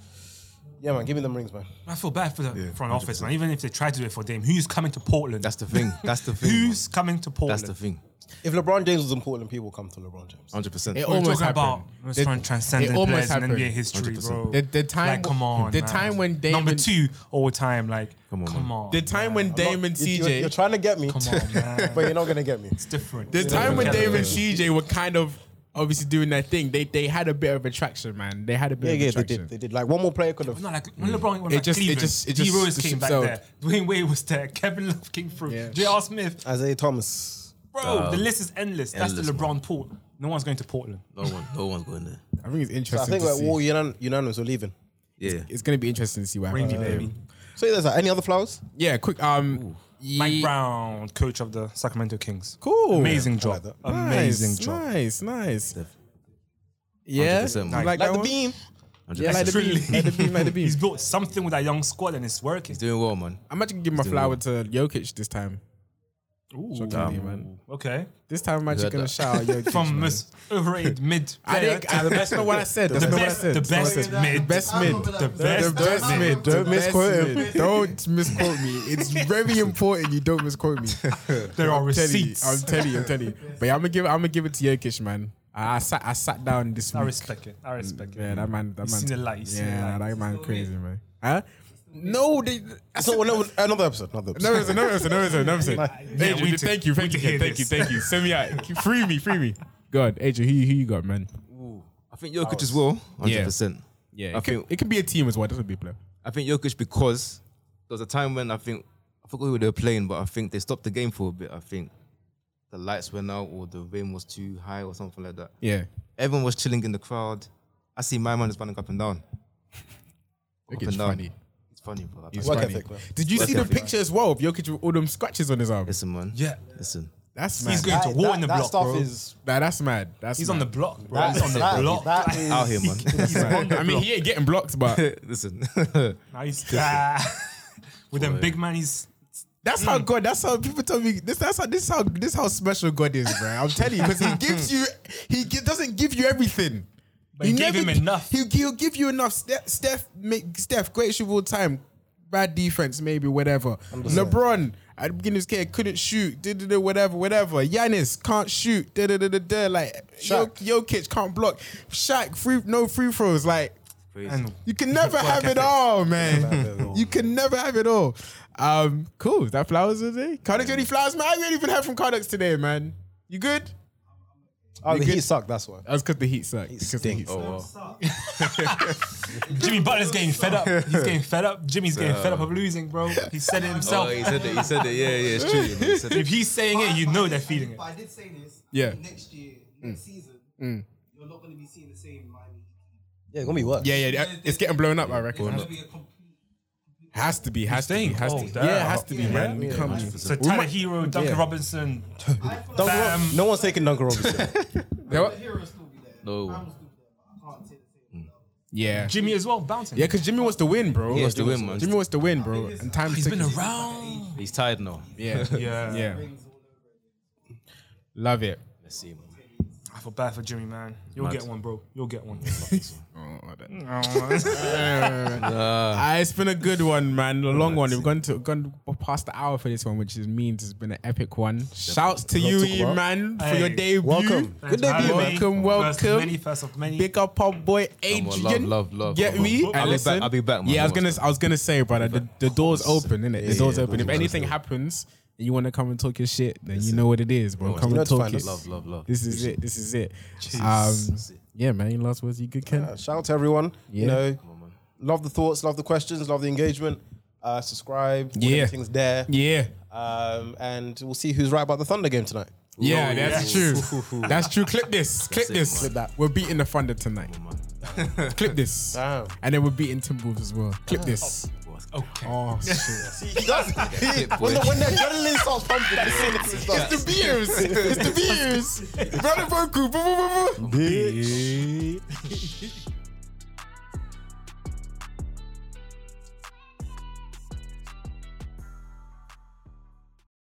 [SPEAKER 1] Yeah, man, give me them rings, man.
[SPEAKER 4] I feel bad for the front office, man. Even if they try to do it for Dame, who's coming to Portland?
[SPEAKER 5] That's the thing. That's the thing. man.
[SPEAKER 4] who's coming to Portland?
[SPEAKER 5] That's the thing.
[SPEAKER 1] If LeBron James was important, people come to LeBron James.
[SPEAKER 5] Hundred percent.
[SPEAKER 6] It
[SPEAKER 4] We're
[SPEAKER 6] almost
[SPEAKER 4] talking
[SPEAKER 6] happened.
[SPEAKER 4] about
[SPEAKER 6] It-
[SPEAKER 4] trying transcendent
[SPEAKER 6] it almost
[SPEAKER 4] players in
[SPEAKER 6] happened.
[SPEAKER 4] NBA history, bro.
[SPEAKER 6] The- the time
[SPEAKER 4] like, come
[SPEAKER 6] w-
[SPEAKER 4] on,
[SPEAKER 6] the
[SPEAKER 4] man.
[SPEAKER 6] time when Damon-
[SPEAKER 4] number two all time, like, come on,
[SPEAKER 5] on,
[SPEAKER 4] come
[SPEAKER 5] man.
[SPEAKER 4] on,
[SPEAKER 6] The time when Dame and
[SPEAKER 1] You- You're,
[SPEAKER 6] CJ.
[SPEAKER 1] you're trying to get me,
[SPEAKER 4] man.
[SPEAKER 1] but you're not gonna get me.
[SPEAKER 4] different.
[SPEAKER 6] The time when
[SPEAKER 4] Yeah.
[SPEAKER 6] Dave and CJ were kind of obviously doing their thing, they they had a bit of attraction, man. They had a bit
[SPEAKER 1] Yeah,
[SPEAKER 6] of
[SPEAKER 1] yeah, they
[SPEAKER 6] attraction.
[SPEAKER 1] did. They did. Like one more player could have.
[SPEAKER 4] No, like when LeBron went
[SPEAKER 6] It
[SPEAKER 4] back
[SPEAKER 6] just- it
[SPEAKER 4] Cleveland,
[SPEAKER 6] just- it just-
[SPEAKER 4] D Rose
[SPEAKER 6] it's
[SPEAKER 4] came back
[SPEAKER 6] absurd.
[SPEAKER 4] there. Dwayne Wade was there. Kevin Love came through.
[SPEAKER 6] Yeah.
[SPEAKER 4] J.R. Smith,
[SPEAKER 1] Isaiah Thomas.
[SPEAKER 4] bro. the list is endless. That's the
[SPEAKER 5] endless,
[SPEAKER 4] LeBron pool. No one's going to Portland.
[SPEAKER 5] No one, no one's going there.
[SPEAKER 6] I think it's
[SPEAKER 1] I
[SPEAKER 6] interesting.
[SPEAKER 1] think
[SPEAKER 6] to
[SPEAKER 1] like
[SPEAKER 6] see.
[SPEAKER 1] all unan- unanimous are leaving.
[SPEAKER 5] Yeah.
[SPEAKER 6] it's gonna be interesting to see what
[SPEAKER 4] Rainy,
[SPEAKER 5] Uh,
[SPEAKER 6] happens.
[SPEAKER 4] baby.
[SPEAKER 1] So yeah, there's like any other flowers?
[SPEAKER 6] Yeah, quick. Um,
[SPEAKER 4] Mike
[SPEAKER 6] ye-
[SPEAKER 4] Brown, coach of the Sacramento Kings.
[SPEAKER 6] Cool.
[SPEAKER 4] Amazing job.
[SPEAKER 1] that.
[SPEAKER 4] Amazing
[SPEAKER 6] nice,
[SPEAKER 4] job.
[SPEAKER 6] Nice, nice. Yeah,
[SPEAKER 5] 100%,
[SPEAKER 6] You like,
[SPEAKER 5] man.
[SPEAKER 1] Like
[SPEAKER 6] that
[SPEAKER 1] the
[SPEAKER 6] one?
[SPEAKER 1] beam.
[SPEAKER 6] Yeah, like the
[SPEAKER 4] Truly.
[SPEAKER 6] beam. Like the beam. Like the beam.
[SPEAKER 4] He's built something with that young squad and it's working.
[SPEAKER 5] Doing well, man.
[SPEAKER 6] I'm actually gonna give my flower to Jokic this time.
[SPEAKER 4] Ooh,
[SPEAKER 6] Damn. Man.
[SPEAKER 4] okay.
[SPEAKER 6] This time I'm actually
[SPEAKER 5] heard
[SPEAKER 6] gonna
[SPEAKER 5] that.
[SPEAKER 6] shout out Jokic.
[SPEAKER 4] From
[SPEAKER 6] man.
[SPEAKER 4] most overrated mid
[SPEAKER 6] I
[SPEAKER 4] player
[SPEAKER 6] didn't.
[SPEAKER 4] to
[SPEAKER 6] I, that's not what I said. That's
[SPEAKER 4] the
[SPEAKER 6] not what I
[SPEAKER 4] best,
[SPEAKER 6] said.
[SPEAKER 4] the
[SPEAKER 6] That's not what I
[SPEAKER 4] best
[SPEAKER 6] said.
[SPEAKER 4] mid,
[SPEAKER 6] Best mid.
[SPEAKER 4] the best,
[SPEAKER 6] The best
[SPEAKER 4] mid.
[SPEAKER 6] mid.
[SPEAKER 1] Don't
[SPEAKER 6] The
[SPEAKER 1] misquote
[SPEAKER 6] best
[SPEAKER 1] him.
[SPEAKER 6] mid. Don't misquote me. It's very important you don't misquote me.
[SPEAKER 4] There are
[SPEAKER 6] I'm telling you,
[SPEAKER 4] receipts.
[SPEAKER 6] I'm telling you. I'm telling you. But yeah, I'm gonna give. I'm gonna give it to Jokic, man.
[SPEAKER 3] I, I sat I sat down this
[SPEAKER 4] I
[SPEAKER 3] week.
[SPEAKER 4] respect it. I respect it.
[SPEAKER 3] Yeah, that man. That
[SPEAKER 4] You
[SPEAKER 3] man.
[SPEAKER 4] seen the light, you seen the
[SPEAKER 3] yeah,
[SPEAKER 4] light.
[SPEAKER 3] that man crazy, man. Huh? No, they,
[SPEAKER 1] So no, another episode, another episode.
[SPEAKER 3] no, it's no, it's no, it's no, it's
[SPEAKER 4] Yeah,
[SPEAKER 3] Adrian,
[SPEAKER 4] we
[SPEAKER 3] you-
[SPEAKER 4] too.
[SPEAKER 3] thank you, thank
[SPEAKER 4] We
[SPEAKER 3] you,
[SPEAKER 4] to hear
[SPEAKER 3] thank you,
[SPEAKER 4] this.
[SPEAKER 3] thank you. Send me out. Free me, free me. God, Adrian, who, who you got, man?
[SPEAKER 5] I think Jokic as well, hundred percent.
[SPEAKER 3] Yeah,
[SPEAKER 5] I
[SPEAKER 3] it can,
[SPEAKER 5] think-
[SPEAKER 3] it can be a team as well. Doesn't be a player.
[SPEAKER 5] I think Jokic because there was a time when I think I forgot who they were playing, but I think they stopped the game for a bit. I think the lights went out or the rain was too high or something like that.
[SPEAKER 3] Yeah.
[SPEAKER 5] Everyone was chilling in the crowd. I see my man is running up and down. Up
[SPEAKER 3] Jokic's
[SPEAKER 5] and down.
[SPEAKER 3] funny.
[SPEAKER 5] It's funny, bro.
[SPEAKER 3] He's
[SPEAKER 1] Work
[SPEAKER 3] funny.
[SPEAKER 1] ethic, man.
[SPEAKER 3] Did you
[SPEAKER 5] Work
[SPEAKER 3] see the
[SPEAKER 5] ethic.
[SPEAKER 3] picture as well of Jokic with all them scratches on his arm?
[SPEAKER 5] Listen, man.
[SPEAKER 4] Yeah.
[SPEAKER 5] Listen.
[SPEAKER 3] That's
[SPEAKER 4] He's
[SPEAKER 3] mad.
[SPEAKER 4] going to war in the
[SPEAKER 1] that
[SPEAKER 4] block,
[SPEAKER 1] stuff
[SPEAKER 4] bro.
[SPEAKER 1] is
[SPEAKER 3] Nah, that's mad. That's
[SPEAKER 4] He's
[SPEAKER 3] mad.
[SPEAKER 4] on the block, bro.
[SPEAKER 1] that,
[SPEAKER 4] He's on the
[SPEAKER 1] that-
[SPEAKER 4] block.
[SPEAKER 1] that is-
[SPEAKER 5] Out here, man.
[SPEAKER 3] I mean, he ain't getting blocked, but
[SPEAKER 5] Listen.
[SPEAKER 4] Nah, he's- Ah. with them big man, he's
[SPEAKER 3] that's
[SPEAKER 4] Mm.
[SPEAKER 3] how God. That's how people tell me. This that's how this how this how special God is, bro. I'm telling you, because he gives you, he gi- doesn't give you everything.
[SPEAKER 4] But he gave him
[SPEAKER 3] gi-
[SPEAKER 4] enough.
[SPEAKER 3] He, he'll give you enough. Steph, Steph, make, Steph, great shoot all time. Bad defense, maybe whatever. LeBron at the beginning of his career couldn't shoot. Did whatever, whatever. Giannis can't shoot. Da da da da da. Like Jok- Jokic can't block. Shaq free no free throws. Like
[SPEAKER 4] and
[SPEAKER 3] you can never have it all, man. You can never have it all. Um, cool. Is that flowers today? Cardex, you any flowers, man? I really even heard from Cardex today, man. You good?
[SPEAKER 1] Oh, the Heat suck. That's why.
[SPEAKER 3] That's because the heat sucked. Because the
[SPEAKER 1] stink.
[SPEAKER 3] heat sucked.
[SPEAKER 4] Jimmy Butler's getting fed up. He's getting fed up. Jimmy's getting fed up of losing, bro. He said it himself.
[SPEAKER 5] Oh, he said that. He said that. Yeah, yeah, it's true. you know, he said that.
[SPEAKER 4] if he's saying it, you know they're feeling it.
[SPEAKER 2] But I did say this.
[SPEAKER 3] Yeah.
[SPEAKER 2] Next year, next season, you're not going to be seeing the same Miami.
[SPEAKER 1] Yeah, it's gonna be worse.
[SPEAKER 3] Yeah, yeah. that- It's getting blown up. I reckon.
[SPEAKER 2] It's going to be a complete.
[SPEAKER 3] Has to be. Has to be. Has to.
[SPEAKER 4] Oh,
[SPEAKER 3] be.
[SPEAKER 4] damn.
[SPEAKER 3] Yeah, has to be,
[SPEAKER 4] Yeah.
[SPEAKER 3] man. We can't be.
[SPEAKER 4] So Tyler
[SPEAKER 3] might-
[SPEAKER 4] Hero, Duncan
[SPEAKER 1] Yeah.
[SPEAKER 4] Robinson,
[SPEAKER 1] Duncan
[SPEAKER 4] Bam.
[SPEAKER 1] Rob- no one's taking Duncan Robinson.
[SPEAKER 3] Yeah, what-
[SPEAKER 2] The hero will still be there.
[SPEAKER 5] No.
[SPEAKER 2] Bam will still be there. But I can't say the same.
[SPEAKER 3] Yeah.
[SPEAKER 4] Jimmy as well, bouncing.
[SPEAKER 3] Yeah, because Jimmy wants to win, bro.
[SPEAKER 5] He wants to win, man.
[SPEAKER 3] Jimmy wants to win, bro. And time.
[SPEAKER 4] he's been around.
[SPEAKER 5] He's tired now.
[SPEAKER 3] Yeah.
[SPEAKER 4] Yeah.
[SPEAKER 3] Yeah. Love it.
[SPEAKER 5] Let's see, man.
[SPEAKER 4] I feel bad for Jimmy, man. You'll
[SPEAKER 5] Mad.
[SPEAKER 4] get one, bro. You'll get one. Mm, oh,
[SPEAKER 3] Ah, it's been a good one, man. A long one. We've gone to gone past the hour for this one, which is means it's been an epic one. Shouts to you,
[SPEAKER 1] talk about-
[SPEAKER 3] man, for
[SPEAKER 4] Hey,
[SPEAKER 3] your debut.
[SPEAKER 1] welcome.
[SPEAKER 4] Thanks
[SPEAKER 1] Good
[SPEAKER 4] for
[SPEAKER 1] debut,
[SPEAKER 4] having
[SPEAKER 1] man.
[SPEAKER 4] me.
[SPEAKER 3] Welcome,
[SPEAKER 4] First of
[SPEAKER 3] welcome.
[SPEAKER 4] many, first of many.
[SPEAKER 3] Big up our boy
[SPEAKER 5] on, love,
[SPEAKER 3] Adrian.
[SPEAKER 5] love, love.
[SPEAKER 3] Get
[SPEAKER 5] Come on.
[SPEAKER 3] me?
[SPEAKER 5] I'll
[SPEAKER 3] And
[SPEAKER 5] be
[SPEAKER 3] listen-
[SPEAKER 5] back- I'll be back, man.
[SPEAKER 3] Yeah, I was
[SPEAKER 5] Don't
[SPEAKER 3] gonna I was gonna say, brother, the, the door's open, innit? The
[SPEAKER 5] Yeah,
[SPEAKER 3] door's
[SPEAKER 5] yeah,
[SPEAKER 3] open. If
[SPEAKER 5] door's
[SPEAKER 3] anything happens and you wanna come and talk your shit, then you know what it is, bro. Come
[SPEAKER 1] You know
[SPEAKER 3] and
[SPEAKER 1] to
[SPEAKER 3] talk
[SPEAKER 1] find
[SPEAKER 3] it.
[SPEAKER 1] us.
[SPEAKER 5] Love, love, love.
[SPEAKER 3] This is it. This is it. Um, yeah, man. Your last words, you good, Ken?
[SPEAKER 1] Uh, shout out to everyone.
[SPEAKER 3] Yeah.
[SPEAKER 1] You know, love the thoughts, love the questions, love the engagement. Uh, subscribe. all
[SPEAKER 3] Yeah.
[SPEAKER 1] Everything's there.
[SPEAKER 3] Yeah.
[SPEAKER 1] Um, and we'll see who's right about the Thunder game tonight.
[SPEAKER 3] Yeah, that's true. that's true. Clip this. Clip
[SPEAKER 5] it,
[SPEAKER 3] this.
[SPEAKER 5] man.
[SPEAKER 3] that. We're beating the Thunder tonight. Clip this.
[SPEAKER 1] Damn.
[SPEAKER 3] And then we're beating Timberwolves as well. Clip this.
[SPEAKER 4] Okay.
[SPEAKER 3] Oh, shit.
[SPEAKER 1] when, the, when the adrenaline starts pumping, the cynicism starts.
[SPEAKER 3] the beers. It's the beers. Brother Boku. Boo, boo, boo, boo.